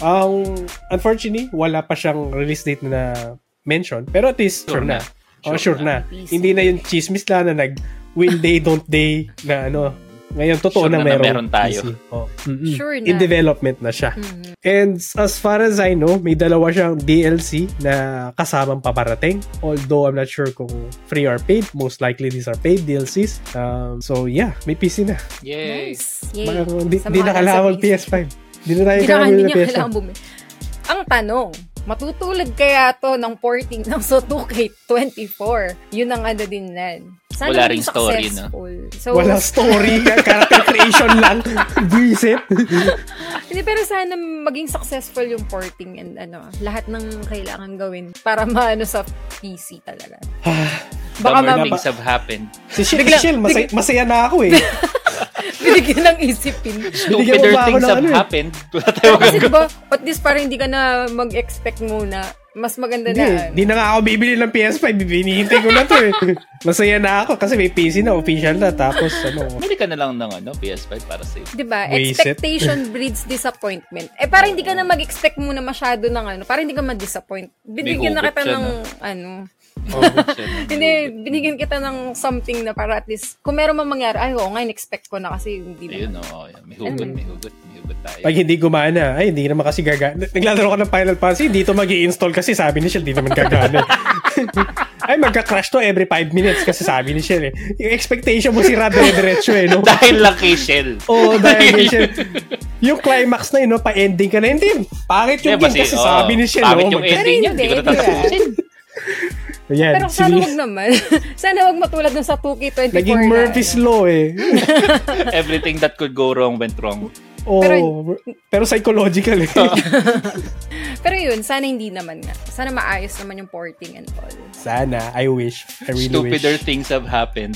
Speaker 1: Ang unfortunately, wala pa siyang release date na mention. Pero at least, sure,
Speaker 2: Sure
Speaker 1: na.
Speaker 2: na.
Speaker 1: Oh,
Speaker 2: Sure
Speaker 1: sure,
Speaker 2: na.
Speaker 1: na.
Speaker 3: Easy.
Speaker 1: Hindi na yung chismis lang na nag will they, don't they, na ano. Ngayon, totoo
Speaker 2: Sure
Speaker 1: na,
Speaker 2: na na
Speaker 1: meron.
Speaker 2: meron tayo.
Speaker 1: Oh. Mm-mm.
Speaker 3: Sure na. Mm-hmm.
Speaker 1: In development na siya. And as far as I know, may dalawa siyang DLC na kasamang paparating. Although I'm not sure kung free or paid. Most likely these are paid DLCs. Um, so yeah, may PC na.
Speaker 2: Yay!
Speaker 3: Nice. Yay.
Speaker 1: Baka Hindi
Speaker 3: Sa
Speaker 1: hindi
Speaker 3: mga
Speaker 1: na kailangan
Speaker 3: nasa
Speaker 1: mag
Speaker 3: PC.
Speaker 1: PS5. Hindi na tayo
Speaker 3: Hindi na
Speaker 1: kailangan
Speaker 3: hindi
Speaker 1: ng
Speaker 3: niya
Speaker 1: PS5.
Speaker 3: kailangan bumili. Ang tanong, matutulad kaya to ng porting ng so 2K24? Yun ang ano din nan. Sana
Speaker 2: Wala
Speaker 3: maging
Speaker 2: ring story,
Speaker 3: successful. So,
Speaker 1: Wala story. character creation lang. Buisit.
Speaker 3: Hindi, pero sana maging successful yung porting and ano, lahat ng kailangan gawin para maano sa PC talaga. Baka
Speaker 2: Some more
Speaker 1: mab-
Speaker 2: things have happened.
Speaker 1: Si Shil,
Speaker 3: Bigla-
Speaker 1: Shil, masaya, masaya na ako eh.
Speaker 3: mabigyan ng isipin.
Speaker 1: Binigyan mo
Speaker 2: Stupider
Speaker 1: ba ako
Speaker 2: things
Speaker 1: ng
Speaker 2: have
Speaker 1: ano eh?
Speaker 2: happened. Wala tayo
Speaker 3: Pero kasi diba, at least parang hindi ka na mag-expect muna. Mas maganda
Speaker 1: Hindi,
Speaker 3: na. ano.
Speaker 1: hindi na nga ako bibili ng PS5. Binihintay ko na to eh. Masaya na ako kasi may PC na official na. Tapos ano,
Speaker 2: Bumili ka na lang ng ano, PS5 para sa'yo.
Speaker 3: Diba?
Speaker 1: Waste it.
Speaker 3: Expectation breeds disappointment. Eh, parang hindi ka na mag-expect muna masyado ng ano. Parang hindi ka ma-disappoint. Binigyan na
Speaker 2: hugot
Speaker 3: kita
Speaker 2: siya,
Speaker 3: ng,
Speaker 2: no?
Speaker 3: ano.
Speaker 2: Oh,
Speaker 3: Hindi, binigyan kita ng something na para at least, kung meron mang mangyari, ay, oo nga, in-expect ko na kasi hindi na.
Speaker 2: Ayun, oo. may hugot, may hugot, may hugot tayo.
Speaker 1: pag hindi gumana, ay hindi naman kasi gagana. Naglalaro ka ng Final Fantasy, dito mag install kasi sabi ni Shell, di naman gagana. eh. ay, magka-crash to every 5 minutes kasi sabi ni Shell eh. Yung expectation mo si Rad diretso eh, no?
Speaker 2: dahil lang kay Shell.
Speaker 1: Oo, dahil ni Shell. Yung climax na yun, no, pa-ending ka na. Hindi, pangit yung
Speaker 2: Diba,
Speaker 1: game kasi
Speaker 2: oo,
Speaker 1: sabi ni Shell.
Speaker 2: Pangit
Speaker 1: oh,
Speaker 2: yung
Speaker 1: mag-
Speaker 2: ending niya. Hindi ko
Speaker 3: Pero hindi,
Speaker 2: natatapusin.
Speaker 1: Ayan,
Speaker 3: Pero sana
Speaker 1: sige.
Speaker 3: wag naman. sana wag matulad ng sa 2K24
Speaker 1: Naging
Speaker 3: na,
Speaker 1: Murphy's
Speaker 3: ano.
Speaker 1: Law eh.
Speaker 2: Everything that could go wrong went wrong.
Speaker 1: Oh, pero,
Speaker 3: Pero-
Speaker 1: psychological eh.
Speaker 3: Pero yun, sana hindi naman nga. Sana maayos naman yung porting and all.
Speaker 1: Sana, I wish. I really
Speaker 2: Stupider
Speaker 1: wish.
Speaker 2: things have happened.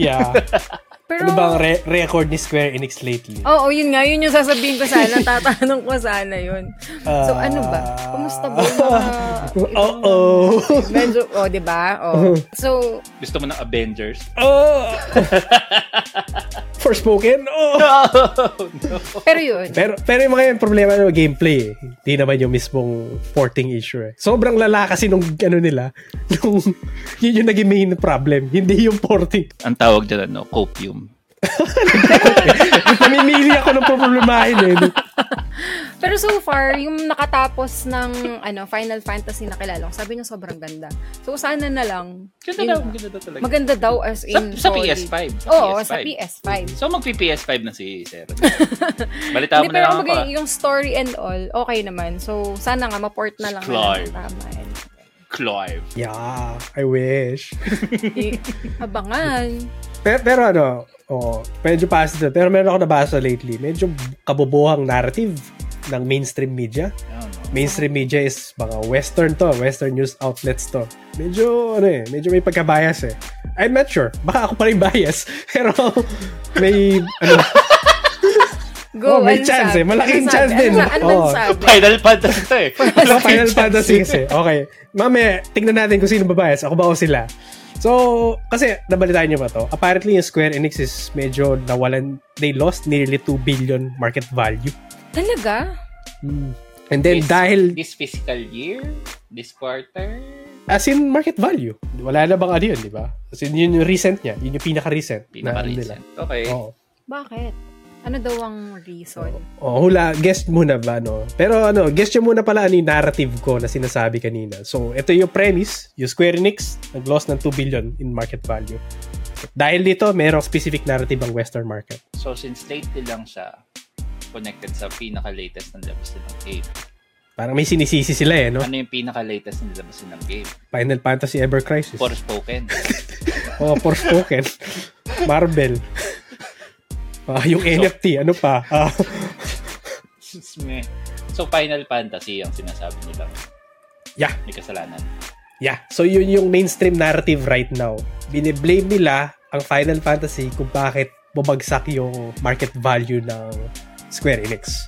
Speaker 1: Yeah.
Speaker 3: Pero, Ah.
Speaker 1: Ano bang re- record ni Square Enix lately?
Speaker 3: Oo, yun nga. Yun yung sasabihin ko sana. Tatanong ko sana yun. So, ano ba? Kumusta ba yung mga...
Speaker 1: Oo.
Speaker 3: Medyo, oh, di ba? Oh. So,
Speaker 2: Gusto mo ng Avengers?
Speaker 1: Oh. Forspoken? Oh.
Speaker 3: pero yun.
Speaker 1: Pero, pero yung mga yung problema ng gameplay eh. Hindi naman yung mismong porting issue eh. Sobrang lala kasi nung ano nila. Nung, yun yung naging main problem. Hindi yung porting.
Speaker 2: Ang tawag dyan, ano, copium.
Speaker 1: Namimili ako ng problemahin eh.
Speaker 3: Pero so far, yung nakatapos ng ano Final Fantasy na kilala ko, sabi niya sobrang ganda. So, sana na lang.
Speaker 2: Ganda
Speaker 3: yun
Speaker 2: daw,
Speaker 3: nga.
Speaker 2: ganda daw talaga.
Speaker 3: Maganda daw as
Speaker 2: Sa,
Speaker 3: in
Speaker 2: sa
Speaker 3: solid.
Speaker 2: PS5.
Speaker 3: Oo, sa PS5.
Speaker 2: So, magpi-PS5 na si Sir. Balita
Speaker 3: Hindi, pero
Speaker 2: mo Mm-hmm. na lang ako.
Speaker 3: kumbaga,
Speaker 2: ah.
Speaker 3: yung story and all, okay naman. So, sana nga, maport na lang.
Speaker 2: Clive.
Speaker 3: Na lang. Tama. eh. And,
Speaker 2: Clive.
Speaker 1: Yeah, I wish.
Speaker 3: eh, abangan.
Speaker 1: Pero, pero ano, oh, medyo positive. Pero meron ako nabasa lately. Medyo kabobohang narrative ng mainstream media.
Speaker 2: I don't know.
Speaker 1: Mainstream media is mga western to, western news outlets to. Medyo, ano eh, medyo may pagka-bias eh. I'm not sure. Baka ako pa rin bias. Pero may, ano, Oh,
Speaker 3: Go,
Speaker 1: may
Speaker 3: ano
Speaker 1: chance eh.
Speaker 3: sabi?
Speaker 1: Malaking
Speaker 3: Ano
Speaker 1: chance
Speaker 3: sabi?
Speaker 1: din. Oh.
Speaker 3: Ano, ano man
Speaker 1: Oo.
Speaker 3: sabi?
Speaker 2: Final Fantasy to eh.
Speaker 1: Ano, Ah, Final Fantasy kasi. Okay. Mamaya, tingnan natin kung sino babayas. Ako ba o sila? So, kasi nabalitaan niyo ba to? Apparently, yung Square Enix is medyo nawalan. They lost nearly 2 billion market value.
Speaker 3: Talaga?
Speaker 1: And then,
Speaker 2: Yes.
Speaker 1: dahil,
Speaker 2: This fiscal year? This quarter?
Speaker 1: as in market value, wala na bang ano yun, di ba? As in, yun yung recent niya. Yun yung pinaka-recent. na ano nila.
Speaker 2: Pinaka-recent. Okay.
Speaker 1: Oo.
Speaker 3: Bakit? Ano daw ang reason?
Speaker 1: Oh, hula, guess muna ba, no? Pero ano, guess nyo muna pala ano yung narrative ko na sinasabi kanina. So, ito yung premise, yung Square Enix, nag-loss ng 2 billion in market value. Dahil dito, merong specific narrative ang Western market.
Speaker 2: So, since lately lang siya, connected sa pinaka-latest na labas nilang game.
Speaker 1: Parang may sinisisi sila eh, no?
Speaker 2: Ano yung pinaka-latest na labas nilang game?
Speaker 1: Final Fantasy Ever Crisis.
Speaker 2: Forspoken.
Speaker 1: Oh, Forspoken. Marvel. Ah, yung NFT, ano pa? Ah,
Speaker 2: Meh. so, Final Fantasy ang sinasabi nilang
Speaker 1: yeah,
Speaker 2: may kasalanan.
Speaker 1: Yeah, so yun yung mainstream narrative right now. Bine-blame nila ang Final Fantasy kung bakit bumagsak yung market value ng Square Enix.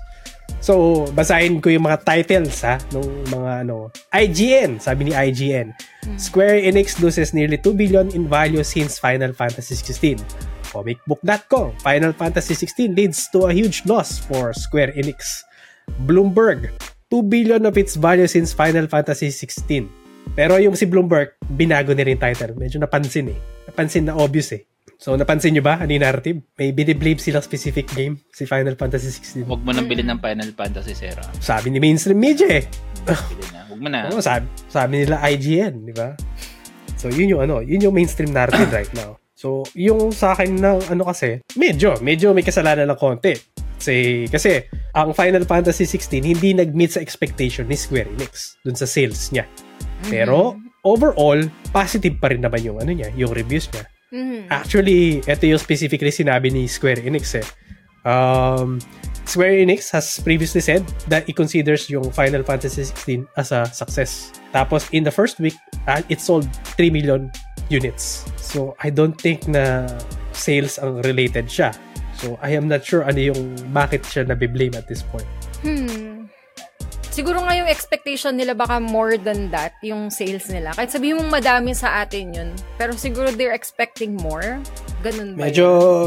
Speaker 1: So, basahin ko yung mga titles ha, nung mga ano. IGN, sabi ni IGN. Square Enix loses nearly 2 billion in value since Final Fantasy 16. Comicbook.com, Final Fantasy 16 leads to a huge loss for Square Enix. Bloomberg, 2 billion of its value since Final Fantasy 16. Pero yung si Bloomberg, binago na rin yung title. Medyo napansin eh. Napansin na obvious eh. So, napansin nyo ba? Ano yung narrative? May biniblame silang specific game, si Final Fantasy 16.
Speaker 2: Huwag mo nang bilhin ng Final Fantasy Zero.
Speaker 1: Sabi ni mainstream media eh.
Speaker 2: Bilhin na. Huwag mo na.
Speaker 1: Oo, sabi, sabi nila IGN, di ba? So, yun yung ano, yun yung mainstream narrative right now. So, yung sa akin na ano kasi, medyo, medyo may kasalanan ng konti. Kasi, kasi ang Final Fantasy 16 hindi nag-meet sa expectation ni Square Enix dun sa sales niya. Pero, overall, positive pa rin naman yung ano niya, yung reviews niya.
Speaker 3: Mm.
Speaker 1: Actually, ito yung specifically sinabi ni Square Enix eh. Um, Square Enix has previously said that it considers yung Final Fantasy 16 as a success. Tapos in the first week, ah, it sold 3 million units. So I don't think na sales ang related siya. So I am not sure ano yung bakit siya nabiblame at this point.
Speaker 3: Hmm. Siguro nga yung expectation nila baka more than that, yung sales nila. Kahit sabihin mong madami sa atin yun, pero siguro they're expecting more. Ganun ba
Speaker 1: Medyo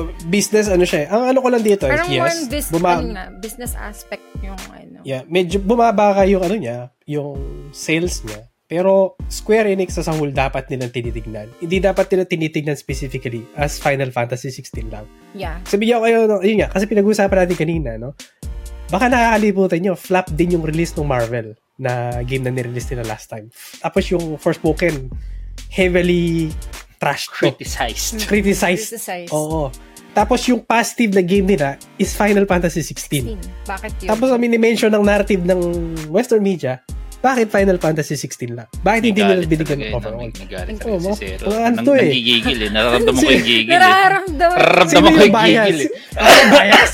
Speaker 3: yun?
Speaker 1: business ano siya eh. Ang ano ko lang dito is
Speaker 3: Parang more on
Speaker 1: yes.
Speaker 3: bus-
Speaker 1: buma-
Speaker 3: ano nga, business aspect yung ano.
Speaker 1: Yeah, medyo bumaba ka yung ano niya, yung sales niya. Pero Square Enix as a whole dapat nilang tinitignan. Hindi dapat nila tinitignan specifically as Final Fantasy 16 lang.
Speaker 3: Yeah.
Speaker 1: Sabihin ko kayo, no, yun nga, kasi pinag-uusapan natin kanina, no? Baka nakakalimutan nyo, flop din yung release ng Marvel na game na nirelease nila last time. Tapos yung Forspoken, heavily trash to.
Speaker 2: Criticized.
Speaker 1: Criticized.
Speaker 3: Criticized.
Speaker 1: Oo. Tapos yung positive na game nila is Final Fantasy 16.
Speaker 3: Sin. Bakit yun?
Speaker 1: Tapos ang minimension ng narrative ng Western media, bakit Final Fantasy 16 lang? Bakit hindi nila
Speaker 2: Nagalit
Speaker 1: binigyan
Speaker 2: talaga
Speaker 1: ng
Speaker 2: yun,
Speaker 1: overall?
Speaker 2: nag- Nagalit
Speaker 1: Oo,
Speaker 2: talaga si
Speaker 1: mga-
Speaker 2: Zero.
Speaker 1: mga ano
Speaker 2: Nang-
Speaker 1: to eh.
Speaker 2: Nanggigigil eh. Nararamdaman ko yung gigil eh.
Speaker 3: Nararamdaman.
Speaker 2: Nararamdaman ko yung gigil eh.
Speaker 1: Ano yung bias?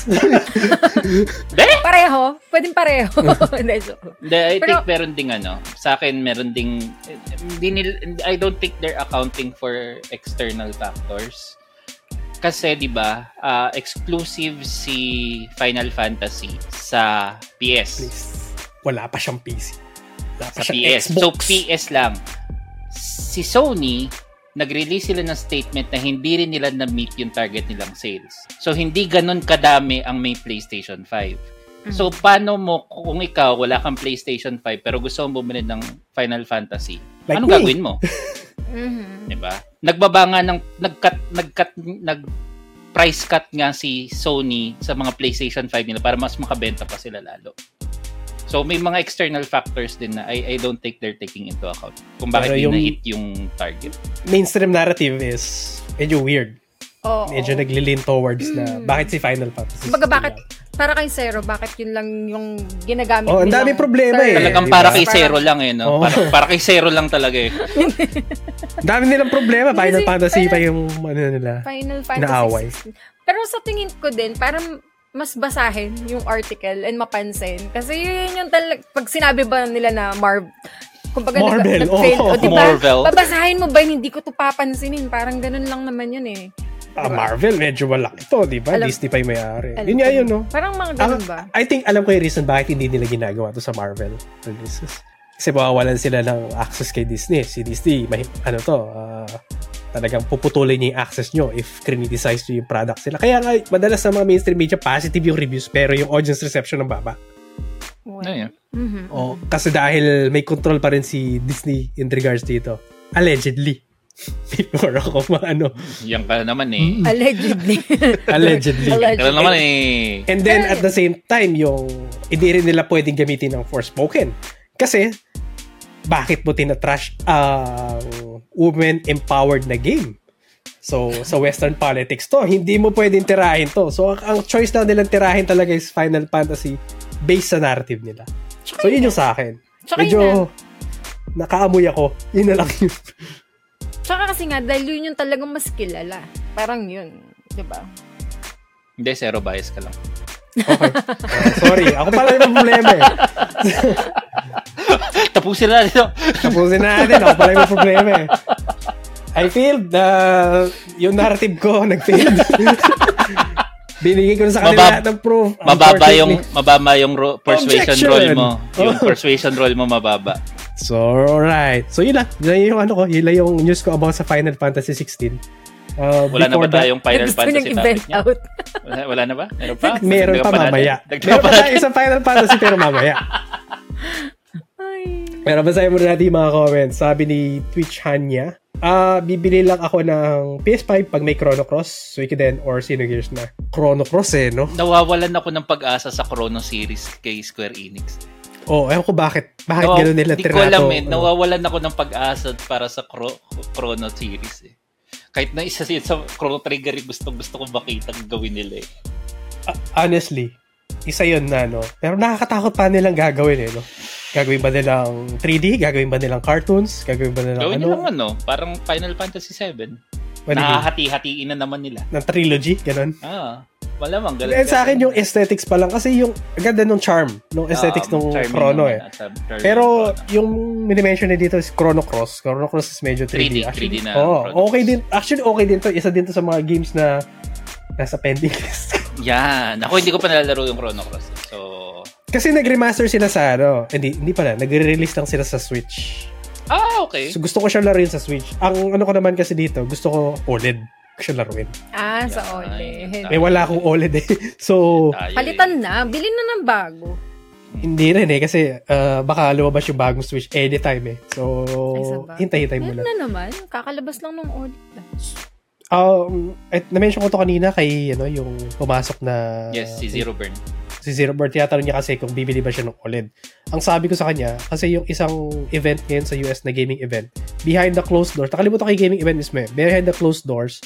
Speaker 3: Pareho? Pwedeng pareho. Hindi, joke lang.
Speaker 2: Hindi, I
Speaker 3: Pero-
Speaker 2: think meron ding ano. Sa akin, meron ding... eh, Hindi nil, I don't think they're accounting for external factors. Kasi, di ba, ah, exclusive si Final Fantasy sa PS.
Speaker 1: Please. Wala pa siyang PC. Wala pa
Speaker 2: Sa
Speaker 1: siyang
Speaker 2: PS.
Speaker 1: Xbox.
Speaker 2: So, PS lang. Si Sony, nag-release sila ng statement na hindi rin nila na-meet yung target nilang sales. So, hindi ganun kadami ang may PlayStation 5.
Speaker 1: Mm.
Speaker 2: So, paano mo, kung ikaw, wala kang PlayStation 5, pero gusto mong bumili ng Final Fantasy,
Speaker 1: Like
Speaker 2: ano
Speaker 1: me.
Speaker 2: gagawin mo?
Speaker 3: Mhm.
Speaker 2: di ba? Nagbaba nga ng nag-cut nag-cut nag price cut nga si Sony sa mga PlayStation 5 nila para mas makabenta pa sila lalo. So may mga external factors din na I I don't think they're taking into account kung bakit
Speaker 1: Pero yung-
Speaker 2: hindi
Speaker 1: Eh,
Speaker 2: na-hit yung target.
Speaker 1: Mainstream narrative is medyo weird.
Speaker 3: Oo. Hmm.
Speaker 1: Medyo nagli-lean towards na bakit si Final Fantasy 16
Speaker 3: Kumbaga, bakit,
Speaker 1: lang?
Speaker 3: para kay Zero, bakit yun lang yung ginagamit
Speaker 1: Oh, ang
Speaker 3: nilang
Speaker 1: daming problema
Speaker 3: term?
Speaker 1: eh.
Speaker 2: Talagang
Speaker 1: di ba?
Speaker 2: para kay Zero lang eh no.
Speaker 1: Oo.
Speaker 2: Para, para kay Zero lang talaga eh.
Speaker 1: Dami nilang problema. Final
Speaker 3: Kasi-
Speaker 1: Fantasy pa
Speaker 3: pero-
Speaker 1: yung ano nila.
Speaker 3: Final
Speaker 1: Inaaway.
Speaker 3: Fantasy 16. Pero sa tingin ko din, parang mas basahin yung article and mapansin. Kasi yun yung talaga, pag sinabi ba nila na Marv, kumbaga
Speaker 1: Marvel, oh.
Speaker 3: nag, nag-fail,
Speaker 1: oo.
Speaker 3: o diba,
Speaker 2: Marvel.
Speaker 3: babasahin mo ba, yun? hindi ko to papansinin. Parang ganun lang naman yun eh.
Speaker 1: Ah, Marvel, medyo wala ito, di ba?
Speaker 3: Alam-
Speaker 1: Disney pa yung may-ari.
Speaker 3: Alam
Speaker 1: Yun nga
Speaker 3: ko.
Speaker 1: yun, no?
Speaker 3: Parang mga
Speaker 1: Ang-
Speaker 3: ganun ba?
Speaker 1: I think alam ko yung reason bakit hindi nila ginagawa to sa Marvel releases. Kasi mawawalan sila ng access kay Disney. Si Disney, may, ano to, ah, talagang puputulin niya yung access nyo if criticize nyo yung product sila. Kaya nga, madalas sa mga mainstream media, positive yung reviews, pero yung audience reception ang baba.
Speaker 3: Well,
Speaker 2: Ano
Speaker 1: Ah.
Speaker 2: yun?
Speaker 3: mhm.
Speaker 1: O, kasi dahil may control pa rin si Disney in regards dito. Allegedly. Before ako maano.
Speaker 2: Yan ka naman
Speaker 1: Mm-hmm.
Speaker 2: eh.
Speaker 3: Allegedly.
Speaker 1: Allegedly.
Speaker 3: Allegedly.
Speaker 2: Yan ka naman eh.
Speaker 1: And then at the same time, yung hindi rin nila pwedeng gamitin ng Forspoken. Kasi bakit mo tinatrash ang women empowered na game? So, sa Western politics to, hindi mo pwedeng tirahin to. So, ang, ang choice na nilang tirahin talaga is Final Fantasy based sa narrative nila. So, yun yung sa akin.
Speaker 3: Tsaka yun
Speaker 1: Medyo nakaamoy ako. Yun na lang yun.
Speaker 3: Tsaka kasi nga, dahil yun yung talagang mas kilala. Parang yun. Diba?
Speaker 2: Hindi, zero bias ka lang.
Speaker 1: Okay. Uh, sorry. Ako pala yung problema eh.
Speaker 2: Tapusin na dito.
Speaker 1: Tapusin na natin. Ako pala yung may problema eh. I failed. Uh, yung narrative ko, nag-failed. Binigay ko na sa kanila
Speaker 2: Mabab-
Speaker 1: lahat ng proof.
Speaker 2: Mababa
Speaker 1: Unfortunately-
Speaker 2: yung mababa yung ro- persuasion
Speaker 1: Objection!
Speaker 2: roll mo. Yung
Speaker 1: Oh.
Speaker 2: persuasion roll mo mababa.
Speaker 1: So, alright. So, yun lang. Yun lang yung ano ko. Yun lang yung news ko about sa Final Fantasy 16. Uh,
Speaker 2: Wala na ba
Speaker 1: before that-
Speaker 2: tayong Final
Speaker 3: Gusto niyang
Speaker 2: Fantasy topic
Speaker 3: i-vent
Speaker 2: niya?
Speaker 3: out.
Speaker 2: Wala, wala na ba? Meron pa?
Speaker 1: Meron
Speaker 2: Dagdagan
Speaker 1: pa
Speaker 2: natin.
Speaker 1: mamaya.
Speaker 2: Dagdagan
Speaker 1: Meron
Speaker 2: pa
Speaker 1: pa
Speaker 2: natin.
Speaker 1: tayong isang Final Fantasy pero mamaya.
Speaker 3: Ay.
Speaker 1: Pero basahin muna natin yung mga comments. Sabi ni Twitch Hanya, ah, bibili lang ako ng PS5 pag may Chrono Cross, Suikoden, or Xenogears na. Chrono Cross eh, no?
Speaker 2: Nawawalan ako ng pag-asa sa Chrono series kay Square Enix.
Speaker 1: Oo, oh, ewan ko bakit. Bakit
Speaker 2: Nawa-
Speaker 1: gano'n nila
Speaker 2: Hindi ko alam eh.
Speaker 1: ano.
Speaker 2: Nawawalan ako ng pag-asa para sa Chro- Chrono series eh. Kahit na isa siya sa Chrono Trigger eh, gusto gusto ko makita ang gawin nila eh.
Speaker 1: Ah, honestly, isa yun na, no? Pero nakakatakot pa nilang gagawin, eh, no? Gagawin ba nilang 3D? Gagawin ba nilang cartoons? Gagawin ba nilang
Speaker 2: Gawin
Speaker 1: ano?
Speaker 2: nilang ano, parang Final Fantasy 7.
Speaker 1: Ano
Speaker 2: Ah.
Speaker 1: yun?
Speaker 2: Nakahati-hatiin na naman nila.
Speaker 1: ng trilogy? Ganon?
Speaker 2: Ah, malamang galing.
Speaker 1: Eh, sa akin, yung aesthetics pa lang. Kasi yung, ang ganda nung charm. Nung
Speaker 2: Ah,
Speaker 1: aesthetics nung Chrono, eh. Pero yung minimension na dito is Chrono Cross. Chrono Cross is medyo 3D.
Speaker 2: 3D,
Speaker 1: Actually,
Speaker 2: 3D na
Speaker 1: oo,
Speaker 2: Chrono
Speaker 1: okay
Speaker 2: Cross.
Speaker 1: din. Actually, okay din to. Isa din to sa mga games na nasa pending list.
Speaker 2: Yan. Ako hindi ko pa nalalaro yung Chrono Cross. eh. So,
Speaker 1: Kasi nag-remaster sila sa ano. Hindi, hindi pala. Nag-release lang sila sa Switch.
Speaker 2: ah, okay.
Speaker 1: So, gusto ko siya laruin sa Switch. Ang ano ko naman kasi dito, gusto ko OLED ko siya laruin.
Speaker 3: Ah, sa
Speaker 2: Yan.
Speaker 3: OLED.
Speaker 2: Ah.
Speaker 1: Eh, wala akong OLED eh. So,
Speaker 2: Tayo, eh.
Speaker 3: Palitan na. Bili na ng bago.
Speaker 1: hindi rin eh. Kasi ah, baka lumabas yung bagong Switch anytime eh. So,
Speaker 3: Ay, sa bagay.
Speaker 1: hintay-hintay mo
Speaker 3: Meron
Speaker 1: lang.
Speaker 3: na naman. Kakalabas lang ng OLED. na.
Speaker 1: Um, at na-mention ko to kanina kay ano yung pumasok na
Speaker 2: Yes, si Zero Burn.
Speaker 1: si Zero Bird tinatanong niya kasi kung bibili ba siya ng OLED. Ang sabi ko sa kanya kasi yung isang event ngayon sa US na gaming event, behind the closed doors, nakalimutan kay gaming event mismo eh, behind the closed doors,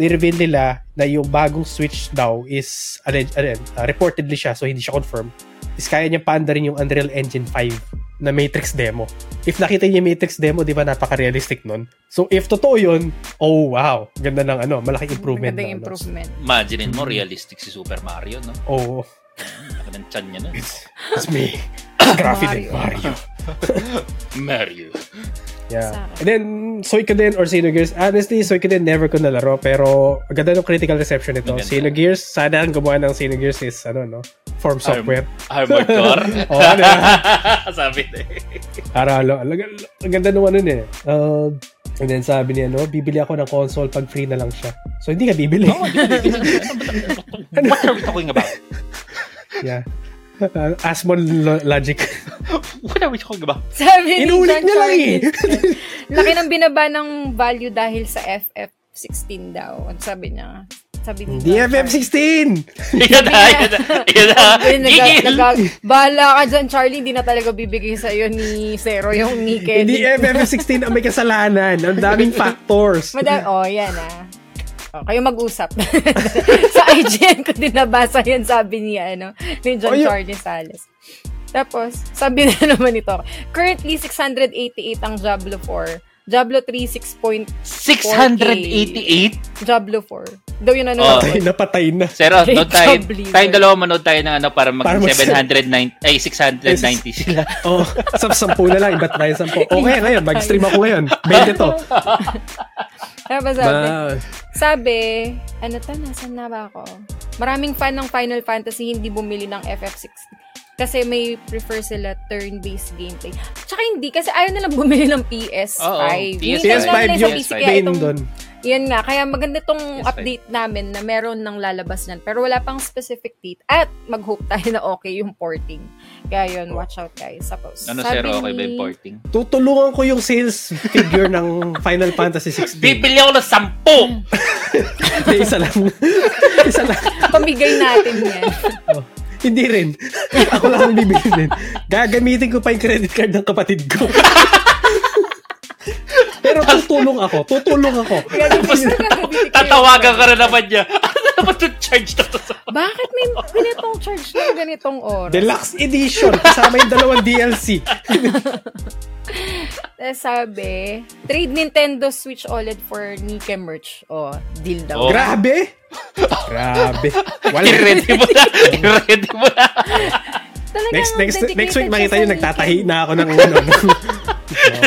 Speaker 1: ni-reveal nila na yung bagong Switch daw is alleged, ano, yun, uh, reportedly siya so hindi siya confirm is kaya niya paandarin yung Unreal Engine 5 na Matrix demo. If nakita niyo yung Matrix demo, di ba napaka-realistic nun? So if totoo yun, oh wow, ganda ng ano, malaki improvement.
Speaker 3: Magandang
Speaker 1: na, ano.
Speaker 3: improvement.
Speaker 2: Imagine mo, realistic si Super Mario, no?
Speaker 1: Oo.
Speaker 2: Laki ng chan niya, no?
Speaker 1: It's, it's me. Graffiti
Speaker 3: Mario.
Speaker 1: Mario.
Speaker 2: Mario.
Speaker 1: Yeah.
Speaker 3: Sarap.
Speaker 1: And then, Suikoden or Xenogears. Honestly, Suikoden never ko nalaro. Pero, ang ganda ng critical reception nito.
Speaker 2: Maganda.
Speaker 1: Xenogears, sana ang gumawa ng Xenogears is, ano, no? Form software.
Speaker 2: um, Armored Core.
Speaker 1: Oo, ano yun?
Speaker 2: Sabi na eh.
Speaker 1: Para, ano, ang ang ganda nung ano eh. Uh, and then, sabi niya, no? Bibili ako ng console pag free na lang siya. So, hindi ka bibili.
Speaker 2: Oo, hindi ko nabibigyan. Ano ba? What are we talking about?
Speaker 1: yeah. Uh, Asmon lo- logic.
Speaker 2: What are we talking about?
Speaker 3: Sabi ni
Speaker 1: Inulit
Speaker 3: John
Speaker 1: niya lang eh.
Speaker 3: Charles, Laki ng binaba ng value dahil sa FF16 daw. Ang sabi niya. Sabi ni
Speaker 1: Hindi
Speaker 3: John Charles.
Speaker 1: FF16!
Speaker 2: Yan na, yan na. Yan na.
Speaker 3: Ay, naga-
Speaker 2: Gigil.
Speaker 3: naga- bahala ka dyan, Charlie. Hindi na talaga bibigay sa iyo ni Zero yung nickel.
Speaker 1: Hindi FF16 ang may kasalanan. Ang daming factors.
Speaker 3: Madam, oh, yan ah. Oh, kayo mag-usap. sa IGN ko din nabasa yan, sabi niya, ano, ni John
Speaker 1: Oh, yun.
Speaker 3: Charlie Salas. Tapos, sabi na naman ito, currently 688 ang Diablo 4. Diablo 3, 6.0.
Speaker 2: 688?
Speaker 3: Diablo 4. Daw yun ano.
Speaker 2: Oh.
Speaker 1: Patay na, patay na.
Speaker 2: Sero,
Speaker 3: Jacob
Speaker 2: note tayo,
Speaker 3: Blizzard.
Speaker 2: tayong dalawa manood tayo ng ano para
Speaker 1: Para mag-
Speaker 2: maging 790, ay 690 sila.
Speaker 1: Oh, sa sampu na lang. Iba't tayo sampu. Okay, ngayon. Mag-stream ako ngayon. 20 to.
Speaker 3: Tapos Ano sabi,
Speaker 1: Ma-
Speaker 3: sabi, ano to, nasan na ba ako? Maraming fan ng Final Fantasy hindi bumili ng FF6 kasi may prefer sila turn-based gameplay. Tsaka hindi, kasi ayaw nilang bumili ng PS5.
Speaker 2: Oo,
Speaker 3: Yun
Speaker 2: PS5
Speaker 3: lang nila sa
Speaker 1: yung
Speaker 3: PC,
Speaker 2: PS5.
Speaker 3: kaya
Speaker 1: main
Speaker 3: itong-
Speaker 1: doon.
Speaker 3: Yun nga, kaya maganda tong
Speaker 2: Yes,
Speaker 3: update namin na meron ng lalabas nan. Pero wala pang specific date. At mag-hope tayo na okay yung porting. Kaya yun, watch out guys. Tapos,
Speaker 2: Oh. Ano,
Speaker 3: sabi
Speaker 2: Sero, okay ba
Speaker 3: ni-
Speaker 2: yung porting?
Speaker 1: Tutulungan ko yung sales figure ng Final Fantasy 16.
Speaker 2: Bibili ako ng
Speaker 3: Hmm.
Speaker 2: 10!
Speaker 1: Hindi, isa lang. isa lang.
Speaker 3: Pamigay natin yan.
Speaker 1: Oh, Hindi rin. Ako lang ang bibigyan din. Gagamitin ko pa yung credit card ng kapatid ko. Pero tutulong ako. Tutulong ako.
Speaker 3: Tapos, nagagabitin kayo.
Speaker 2: Tatawagan ka na naman niya. Ano naman yung charge na to? sa-
Speaker 3: Bakit may ganitong charge ng ganitong oras?
Speaker 1: Deluxe edition. Kasama yung dalawang DLC.
Speaker 3: Eh, sabi, trade Nintendo Switch OLED for Nike merch. O, oh, deal daw.
Speaker 2: Oh.
Speaker 1: Grabe. Grabe. Wala.
Speaker 2: I-ready mo na. I-ready mo na.
Speaker 3: Talagang
Speaker 1: Next next
Speaker 3: dedicated
Speaker 1: next week
Speaker 3: siya
Speaker 1: makita
Speaker 3: sa
Speaker 1: niyo
Speaker 3: Nike.
Speaker 1: nagtatahi na ako ng ano. ng-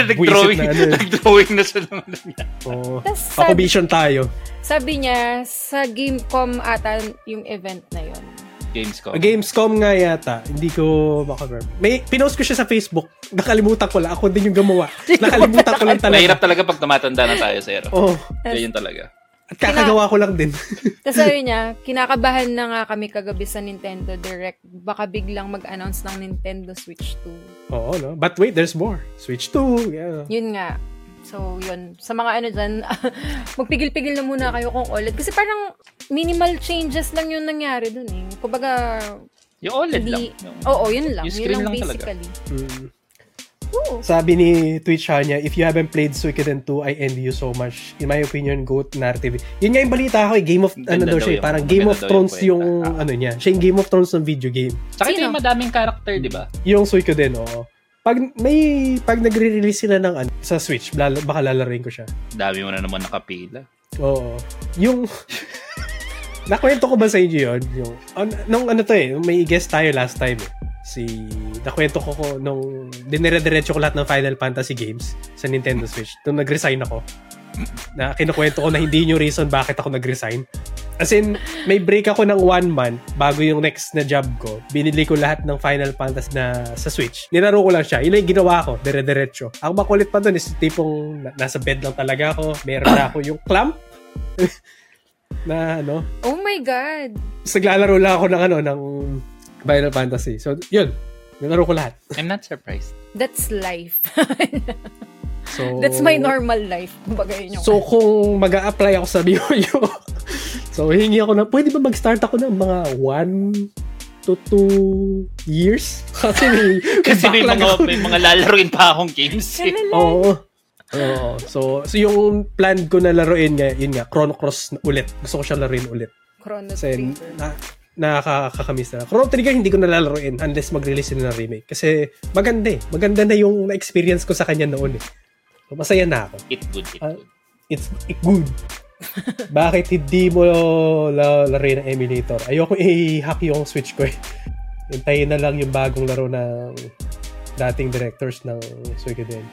Speaker 2: Nag-drawing
Speaker 1: na
Speaker 2: na,
Speaker 1: ano eh.
Speaker 2: nag-drawing na siya ng ano niya.
Speaker 1: Oo.
Speaker 3: Tas
Speaker 1: Ako
Speaker 3: sabi-
Speaker 1: vision tayo.
Speaker 3: Sabi niya, sa Gamecom ata yung event na yon.
Speaker 2: Gamescom.
Speaker 1: Gamescom nga yata. Hindi ko makagrab. May pinost ko siya sa Facebook. Nakalimutan ko lang. Ako din yung gumawa. Nakalimutan ko lang talaga.
Speaker 2: Mahirap talaga pag tumatanda na tayo, Sir.
Speaker 1: Oh,
Speaker 2: Yun yun talaga.
Speaker 1: at kakagawa ko lang din.
Speaker 3: Tapos sabi niya, kinakabahan na nga kami kagabi sa Nintendo Direct. Baka biglang mag-announce ng Nintendo Switch 2.
Speaker 1: Oo, no? But wait, there's more. Switch 2. Yeah.
Speaker 3: Yun nga. So, yun. Sa mga ano dyan, magpigil-pigil na muna kayo kung OLED. Kasi parang minimal changes lang yung nangyari dun eh. Kumbaga,
Speaker 2: Yung OLED
Speaker 3: hindi...
Speaker 2: lang.
Speaker 3: Oh,
Speaker 2: Yung-
Speaker 3: Oo, yun lang.
Speaker 2: Yung
Speaker 3: Yun
Speaker 2: screen
Speaker 3: lang
Speaker 2: lang talaga.
Speaker 3: basically.
Speaker 1: Mm.
Speaker 3: Oo.
Speaker 1: Sabi ni Twitch niya, if you haven't played Suikoden 2, I envy you so much. In my opinion, go to Narrative. Yun nga yung balita ko, eh, Game of,
Speaker 2: Maganda
Speaker 1: ano daw
Speaker 2: daw
Speaker 1: siya, eh,
Speaker 2: yung-
Speaker 1: parang Game of
Speaker 2: maganda daw yung
Speaker 1: Thrones
Speaker 2: kwenta.
Speaker 1: yung,
Speaker 2: Ah.
Speaker 1: ano niya, siya yung Game of Thrones ng video game.
Speaker 2: Tsaka ito
Speaker 3: Sino?
Speaker 2: yung madaming character, di ba?
Speaker 1: Yung Suikoden, oo. Pag may pag nagre-release sila ng ano, sa Switch, lalo, baka lalaroin ko siya.
Speaker 2: Dami mo na naman nakapila.
Speaker 1: Oo. Yung Nakwento ko ba sa inyo yun? Yung, on, nung ano to eh, may guest tayo last time eh. Si, nakwento ko ko nung dinire-diretso ko lahat ng Final Fantasy games sa Nintendo Switch. Nung nag-resign ako, na kinukwento ko na hindi yun yung reason bakit ako nag-resign. As in, may break ako ng one month bago yung next na job ko. Binili ko lahat ng Final Fantasy na sa Switch. Nilaro ko lang siya. Yun lang yung ginawa ko, dire-diretso. Ang makulit pa dun is tipong na- nasa bed lang talaga ako. Meron na ako yung clamp na ano,
Speaker 3: Oh my God.
Speaker 1: tapos naglalaro lang ako ng ano, ng Final Fantasy. So, yun. Nilaro ko lahat.
Speaker 2: I'm not surprised.
Speaker 3: That's life.
Speaker 1: So,
Speaker 3: That's my normal life. Kumbaga yun yung...
Speaker 1: Oh. So, kung mag apply ako sa BYU, so, hingi ako na, pwede ba mag-start ako ng mga one to two years? Kasi may,
Speaker 2: Kasi may
Speaker 1: backlog
Speaker 2: mga,
Speaker 1: ako.
Speaker 2: may mga lalaroin pa akong games. eh.
Speaker 1: Oo. Oo. So, so, yung plan ko na laruin nga, yun nga, Chrono Cross na ulit. Gusto ko siya laruin ulit.
Speaker 3: Chrono
Speaker 1: Kasi
Speaker 3: Trigger.
Speaker 1: na, nakakakamiss na. Chrono Trigger hindi ko nalalaroin unless mag-release sila ng remake. Kasi maganda eh. Maganda na yung na-experience ko sa kanya noon eh. So, masaya na ako.
Speaker 2: It good, it
Speaker 1: Ah.
Speaker 2: good.
Speaker 1: It's good. Bakit hindi mo la- laruin ang emulator? Ayoko i-hack yung Switch ko eh. Hintayin na lang yung bagong laro ng dating directors ng Suikoden.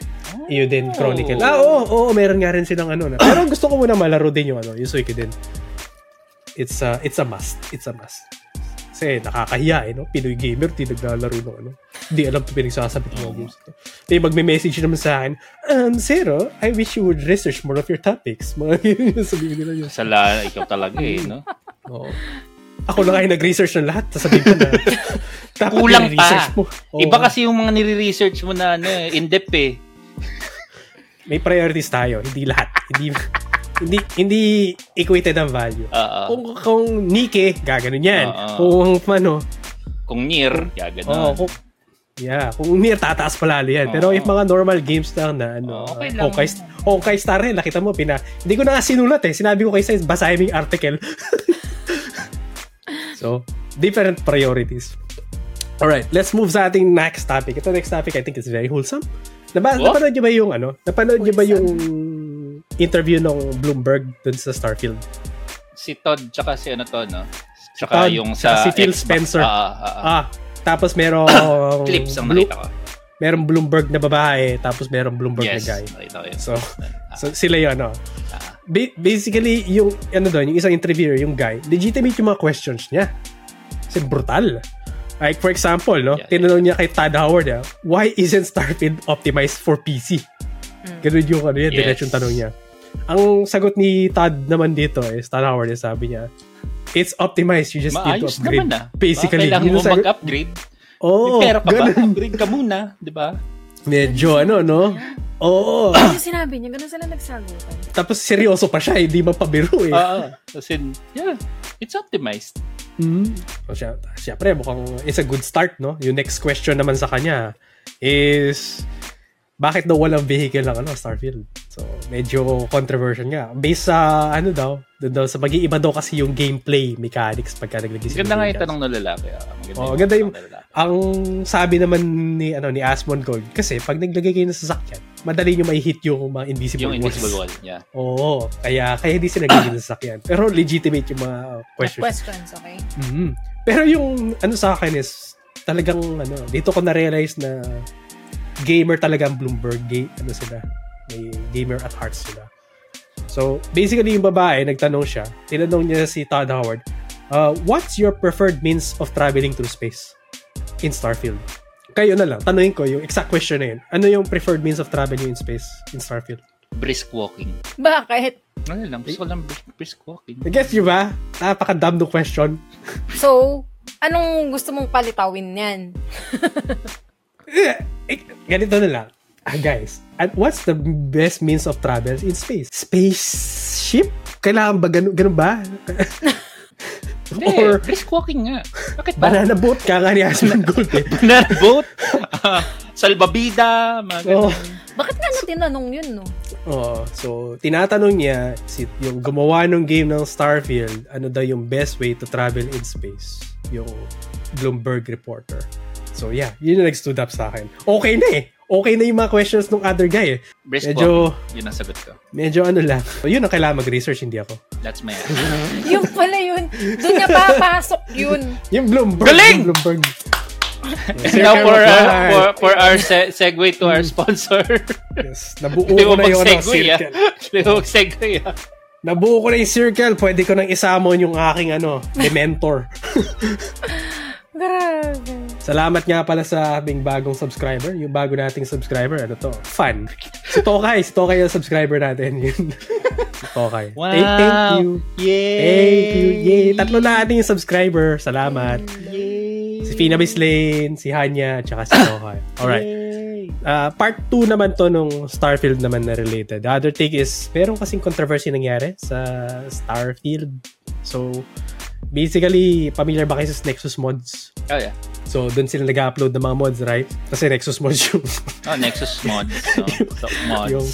Speaker 1: Iyuden Chronicle. Ah, oo, oo, meron nga rin silang ano na. Pero gusto ko muna malaro din yung ano, yung Suikoden. It's a, it's a must. It's a must. Kasi nakakahiya eh, no? Pinoy gamer, di naglalaro ng ano. Hindi alam ito pinagsasabi ng mga
Speaker 2: Oo.
Speaker 1: games. to.
Speaker 2: Mm-hmm.
Speaker 1: May magme-message naman sa akin, um, Zero, I wish you would research more of your topics. Mga yun yung sabihin nila yun.
Speaker 2: Sala, ikaw talaga eh, no?
Speaker 1: Oo. Ako na kayo nag-research ng lahat, tapos sabihin ko na, dapat
Speaker 2: Kulang pa. Eh,
Speaker 1: nire-research mo. Oo.
Speaker 2: Iba kasi yung mga nire-research mo na ano, eh, in-depth eh.
Speaker 1: may priorities tayo, hindi lahat. Hindi hindi hindi equated ang value.
Speaker 2: Oo.
Speaker 1: kung kung Nike, gaganon 'yan.
Speaker 2: Ah. Oo.
Speaker 1: kung ano,
Speaker 2: Kung near, kaya ganun.
Speaker 1: oh, kung Yeah, kung near tataas pa lalo 'yan. Pero
Speaker 2: Oo.
Speaker 1: if mga normal games lang na ano,
Speaker 2: Oo, okay lang.
Speaker 1: Honkai, Honkai Star rin, nakita mo pina. Hindi ko na nga sinulat eh. Sinabi ko kay Sainz, basahin mo yung article. so, different priorities. Alright, let's move sa ating next topic. Ito next topic, I think it's very wholesome. Naba,
Speaker 2: Oh?
Speaker 1: Napanood niyo ba yung ano? Napanood niyo ba yung interview ng Bloomberg dun sa Starfield?
Speaker 2: Si Todd, tsaka si ano to, no?
Speaker 1: Todd,
Speaker 2: Tsaka yung
Speaker 1: tsaka
Speaker 2: sa
Speaker 1: si Phil
Speaker 2: Xbox.
Speaker 1: Spencer.
Speaker 2: Ah, ah, ah.
Speaker 1: Ah, tapos merong
Speaker 2: Clips ang
Speaker 1: Blo-
Speaker 2: nakita ko.
Speaker 1: merong Bloomberg na babae, tapos merong Bloomberg
Speaker 2: Yes,
Speaker 1: na guy.
Speaker 2: nakita ko yun.
Speaker 1: So, so sila yun, ano. Ba- basically, yung, ano doon, yung isang interviewer, yung guy, legitimate yung mga questions niya. Kasi brutal. Like, for example, no,
Speaker 2: Yeah, yeah,
Speaker 1: tinanong niya kay Todd Howard, ah, why isn't Starfield optimized for PC? Ganun yung, ano yan,
Speaker 2: Mm. Yes.
Speaker 1: diretsong tanong niya. Ang sagot ni Todd naman dito is, Todd Howard, eh, sabi niya, it's optimized, you just need to
Speaker 2: Maayos
Speaker 1: upgrade.
Speaker 2: naman ah.
Speaker 1: Basically,
Speaker 2: Baka kailangan
Speaker 1: yun
Speaker 2: mo
Speaker 1: ang sagot-
Speaker 2: mag-upgrade.
Speaker 1: Oo,
Speaker 2: Oh, Pero pa ba?
Speaker 1: ganun.
Speaker 2: Upgrade ka muna, di ba?
Speaker 1: Medyo ano, no? Oo.
Speaker 3: Ano yung sinabi niya? Ganun sila nagsagutan.
Speaker 1: Tapos seryoso pa siya, hindi mapabiro eh.
Speaker 2: Oo. Ah, As in, yeah, it's optimized.
Speaker 1: Hmm. So, siya, siyempre, mukhang it's a good start, no? Yung next question naman sa kanya is, bakit daw walang vehicle ng ano, Starfield? So, medyo controversial nga. Based sa, ano daw, dun daw sa mag-iiba daw kasi yung gameplay mechanics pagka naglagay sila
Speaker 2: Maganda
Speaker 1: ng
Speaker 2: nga yung
Speaker 1: vehicles.
Speaker 2: tanong ng lalaki. ah. Maganda
Speaker 1: Oo, Oh, ganda yung-
Speaker 2: tanong ng lalaki.
Speaker 1: Ang sabi naman ni ano ni Asmon Gold kasi pag naglagay kayo ng sasakyan, madali nyo may hit yung mga invisible,
Speaker 2: Yung
Speaker 1: walls.
Speaker 2: invisible wall. Yeah.
Speaker 1: Oo, kaya kaya hindi sila naglagay ng sasakyan. Pero legitimate yung mga questions.
Speaker 3: Questions, okay?
Speaker 1: Mhm. Pero yung ano sa akin is talagang ano, dito ko na-realize na gamer talaga ang Bloomberg. Gay, ano sila? May gamer at heart sila. So, basically, yung babae, nagtanong siya, tinanong niya si Todd Howard, uh, what's your preferred means of traveling through space in Starfield? Kayo na lang, tanungin ko yung exact question na yun. Ano yung preferred means of traveling in space in Starfield?
Speaker 2: Brisk walking.
Speaker 3: Bakit?
Speaker 2: Ano
Speaker 1: Eh,
Speaker 2: lang, gusto ko lang brisk, brisk walking.
Speaker 1: I guess you ba? Napaka-dumb no question.
Speaker 3: So, anong gusto mong palitawin niyan?
Speaker 1: Eh, eh, Ganito na lang. Ah, guys, at what's the best means of travel in space? Spaceship? Kailangan ba ganun, ganun ba?
Speaker 2: Hindi,
Speaker 1: Or
Speaker 2: brisk walking nga. Bakit ba?
Speaker 1: banana boat ka nga ni Aslan Gold eh.
Speaker 2: Banana boat? Ah, salbabida? Mga
Speaker 1: So,
Speaker 2: ganun.
Speaker 3: Bakit nga na tinanong yun, no?
Speaker 1: Oo. oh, so, tinatanong niya si, yung gumawa ng game ng Starfield, ano daw yung best way to travel in space? Yung Bloomberg reporter. So, yeah. Yun yung nag-stood up sa akin. Okay na eh. Okay na yung mga questions ng other guy eh.
Speaker 2: Brisk
Speaker 1: Medyo,
Speaker 2: walking. Yun ang sagot ko.
Speaker 1: medyo ano lang. So, yun ang kailangan mag-research, hindi ako.
Speaker 2: That's my
Speaker 3: Yung pala yun. Doon niya papasok yun.
Speaker 1: Yung Bloomberg.
Speaker 2: Galing!
Speaker 1: Yung Bloomberg.
Speaker 2: And now for, uh, for, for our se- segue to our sponsor.
Speaker 1: Yes, nabuo
Speaker 2: Hindi
Speaker 1: ko
Speaker 2: mo
Speaker 1: na Hmm. yung ano,
Speaker 2: mag-segue ah.
Speaker 1: circle.
Speaker 2: Hindi mo mag-segue ah.
Speaker 1: Nabuo ko na yung circle. Pwede ko nang isamon yung aking ano, dementor.
Speaker 3: Grabe.
Speaker 1: Salamat nga pala sa aming bagong subscriber. Yung bago nating subscriber, ano to? Fan. Si Tokay. Si Tokay yung subscriber natin. Yun. si Tokay.
Speaker 2: Wow.
Speaker 1: Thank, thank you.
Speaker 2: Yay!
Speaker 1: Thank you. Yay. Tatlo na ating subscriber. Salamat. Si Fina Bislane, si Hanya, at si Tokay. Alright.
Speaker 2: Yay!
Speaker 1: Ah, part 2 naman to nung Starfield naman na related. The other take is, meron kasing controversy nangyari sa Starfield. So, basically, familiar ba kayo sa Nexus mods?
Speaker 2: Oh yeah.
Speaker 1: So, doon sila nag-upload ng mga mods, right? Kasi Nexus mods yung...
Speaker 2: Oh, Nexus mods. No? So, mods.
Speaker 1: yung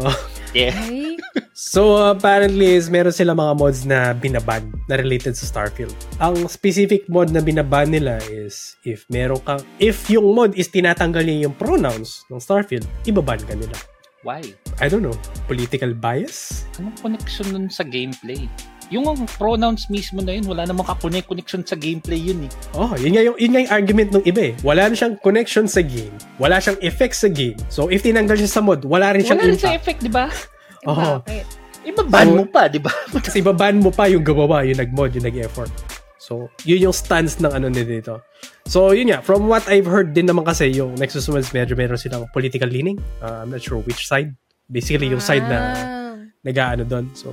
Speaker 1: Oh.
Speaker 2: Yeah.
Speaker 3: Ay,
Speaker 1: So, apparently, is meron sila mga mods na binaban na related sa Starfield. Ang specific mod na binaban nila is if meron kang... If yung mod is tinatanggal niya yung pronouns ng Starfield, ibaban ka nila.
Speaker 2: Why?
Speaker 1: I don't know, political bias?
Speaker 2: Anong connection nun sa gameplay? Yung ang pronouns mismo na yun, wala namang kakonek connection sa gameplay yun eh.
Speaker 1: Oh, yun nga yung, yun nga yung argument ng iba eh. Wala na siyang connection sa game. Wala siyang effect sa game. So, if tinanggal siya sa mod, wala rin siyang
Speaker 2: Wala rin sa
Speaker 1: impact.
Speaker 2: effect, di ba?
Speaker 1: Oo.
Speaker 3: bakit?
Speaker 2: Ibaban
Speaker 1: So-
Speaker 2: mo pa, di ba?
Speaker 1: Kasi ibaban mo pa yung gumawa, yung nag-mod, yung nag-effort. So, yun yung stance ng ano nila dito. So, yun nga. From what I've heard din naman kasi, yung Nexus Mods medyo meron silang political leaning. Uh, I'm not sure which side. Basically, yung side na
Speaker 3: Ah.
Speaker 1: nag-ano doon. So,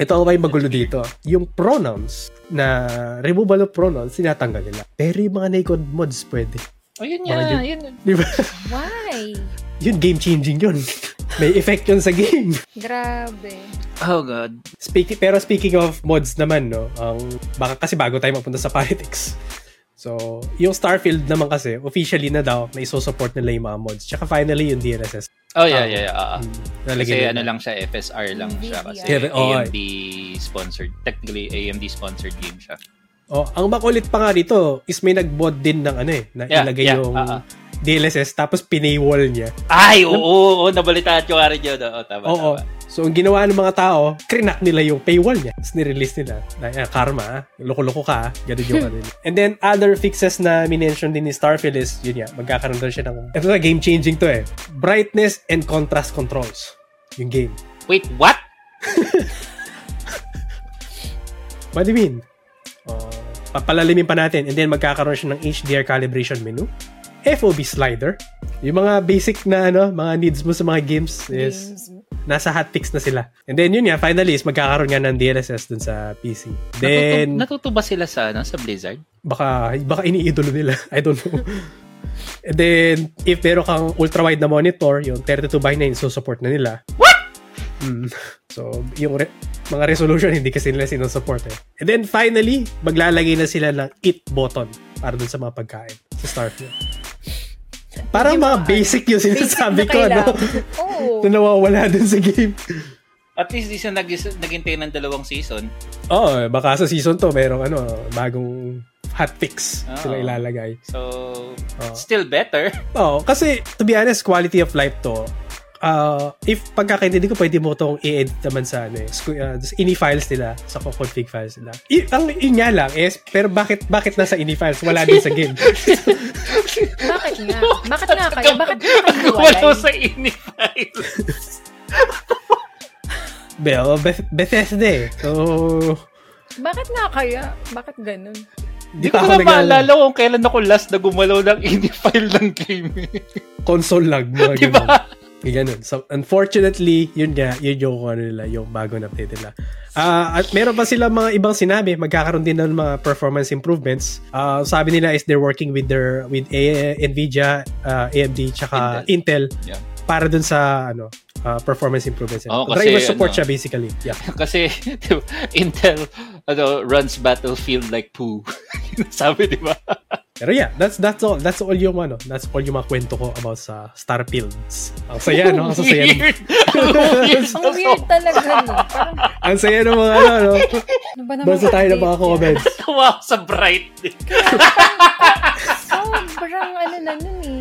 Speaker 1: ito ang may magulo dito. Yung pronouns na removable of pronouns, sinatanggal nila. Pero yung mga naked mods pwede.
Speaker 2: O yun
Speaker 1: Baka
Speaker 2: nga,
Speaker 1: di-
Speaker 2: yun.
Speaker 1: Di ba?
Speaker 3: Why?
Speaker 1: yun, game changing yun. May effect yun sa game.
Speaker 3: Grabe.
Speaker 2: Oh God.
Speaker 1: Speaking, pero speaking of mods naman, no, ang, baka kasi bago tayo mapunta sa politics. So, yung Starfield naman kasi, officially na daw, na isusupport nila yung mga mods. Tsaka finally, yung DLSS.
Speaker 2: Oh yeah,
Speaker 1: Ah.
Speaker 2: yeah, yeah. ah, ah.
Speaker 1: Mm,
Speaker 2: Kasi
Speaker 1: nalagay
Speaker 2: ano lang siya, FSR lang siya kasi
Speaker 1: Yeah, but- oh,
Speaker 2: AMD sponsored. Technically, AMD sponsored game siya.
Speaker 1: Oh, ang makulit pa nga dito is may nag-bot din ng ano eh, na
Speaker 2: Yeah,
Speaker 1: ilagay
Speaker 2: yeah,
Speaker 1: yung
Speaker 2: ah, ah.
Speaker 1: DLSS tapos pinaywall niya.
Speaker 2: Ay, oo, oo, nabalitaan ko nga rin yun. Oo, Oh, tama,
Speaker 1: Oo.
Speaker 2: tama.
Speaker 1: So, ang ginawa ng mga tao, krinak nila yung paywall niya. Tapos nirelease nila. Ay, ah, karma, ah. Loko-loko ka, ah. Ganun yung ano nila. And then, other fixes na minention din ni Starfield is, yun yan, magkakaroon daw siya ng, ito na, game-changing to eh. Brightness and contrast controls. Yung game.
Speaker 2: Wait, what?
Speaker 1: What do you mean? Uh, papalalimin pa natin. And then, magkakaroon siya ng HDR calibration menu. FOB slider. Yung mga basic na ano, mga needs mo sa mga games is
Speaker 3: Games.
Speaker 1: nasa hotfix na sila. And then yun nga, finally is magkakaroon nga ng DLSS dun sa PC.
Speaker 2: Then,
Speaker 1: Then,
Speaker 2: natuto, ba sila sa, ano, sa Blizzard?
Speaker 1: baka, baka iniidolo nila. I don't know. And then, if meron kang ultra-wide na monitor, yung 32 by 9, susupport na nila. What? Mm. So, yung re- mga resolution, hindi kasi nila sinusupport eh. And then, finally, maglalagay na sila ng eat button para dun sa mga pagkain sa Starfield. Parang
Speaker 3: Yung
Speaker 1: mga
Speaker 3: mga-
Speaker 1: basic yung
Speaker 3: Basic
Speaker 1: sinasabi
Speaker 3: na
Speaker 1: ko, ano? no?
Speaker 3: kailangan. Oo.
Speaker 1: Na nawawala dun sa game.
Speaker 2: At least di siya nag naghintay ng dalawang season.
Speaker 1: Oo, Oh, baka sa season to merong ano, bagong hotfix
Speaker 2: Oo.
Speaker 3: Ah.
Speaker 1: sila ilalagay.
Speaker 2: So,
Speaker 1: Oo.
Speaker 2: still better.
Speaker 1: Oo, kasi to be honest, quality of life to. Uh, if pagkakaintindi ko, pwede mo itong i-edit naman sa ano, eh, squ- uh, sa ini files nila, sa co- config files eh, nila. I- ang yun nga lang is, pero bakit bakit nasa ini files? Wala din sa game.
Speaker 3: Bakit nga? Bakit nga kayo? Bakit nga kayo
Speaker 2: Wala
Speaker 3: hiwalay?
Speaker 2: sa inifile.
Speaker 1: Bel, oh, Beth- Bethesda eh. So,
Speaker 3: Bakit nga kaya? Bakit ganun?
Speaker 1: di
Speaker 2: Hindi
Speaker 1: pa
Speaker 2: ko
Speaker 1: ako
Speaker 2: na
Speaker 1: nag
Speaker 2: maalala kung kailan ako last na gumalaw ng inifile ng game.
Speaker 1: console lag. Mga
Speaker 2: Di
Speaker 1: ganun.
Speaker 2: ba?
Speaker 1: Yung ganun. So, unfortunately, yun nga, yun yung ano nila, yung bagong update nila. Ah, at meron pa sila mga ibang sinabi, magkakaroon din ng mga performance improvements. Ah, sabi nila is they're working with their with A- Nvidia, ah, AMD, tsaka Intel,
Speaker 2: Yeah.
Speaker 1: para dun sa ano, ah, performance improvements.
Speaker 2: Oo, kasi,
Speaker 1: Driver support
Speaker 2: ano,
Speaker 1: siya basically. Yeah.
Speaker 2: Kasi, di ba, Intel ano, runs Battlefield like poo. Sabi, di ba?
Speaker 1: Pero yeah, that's that's all. That's all yung ano, that's all yung mga kwento ko about sa Starfields. Ang saya no, ang saya. ng-
Speaker 2: Weird. Ang weird.
Speaker 3: Ang weird talaga no. Parang,
Speaker 1: ang saya ng mga ano, ano.
Speaker 3: ano ba naman?
Speaker 1: Doon sa tayo ng mga
Speaker 3: update yan?
Speaker 1: comments.
Speaker 2: Tawa ako sa bright.
Speaker 3: Sobrang ano na nun eh.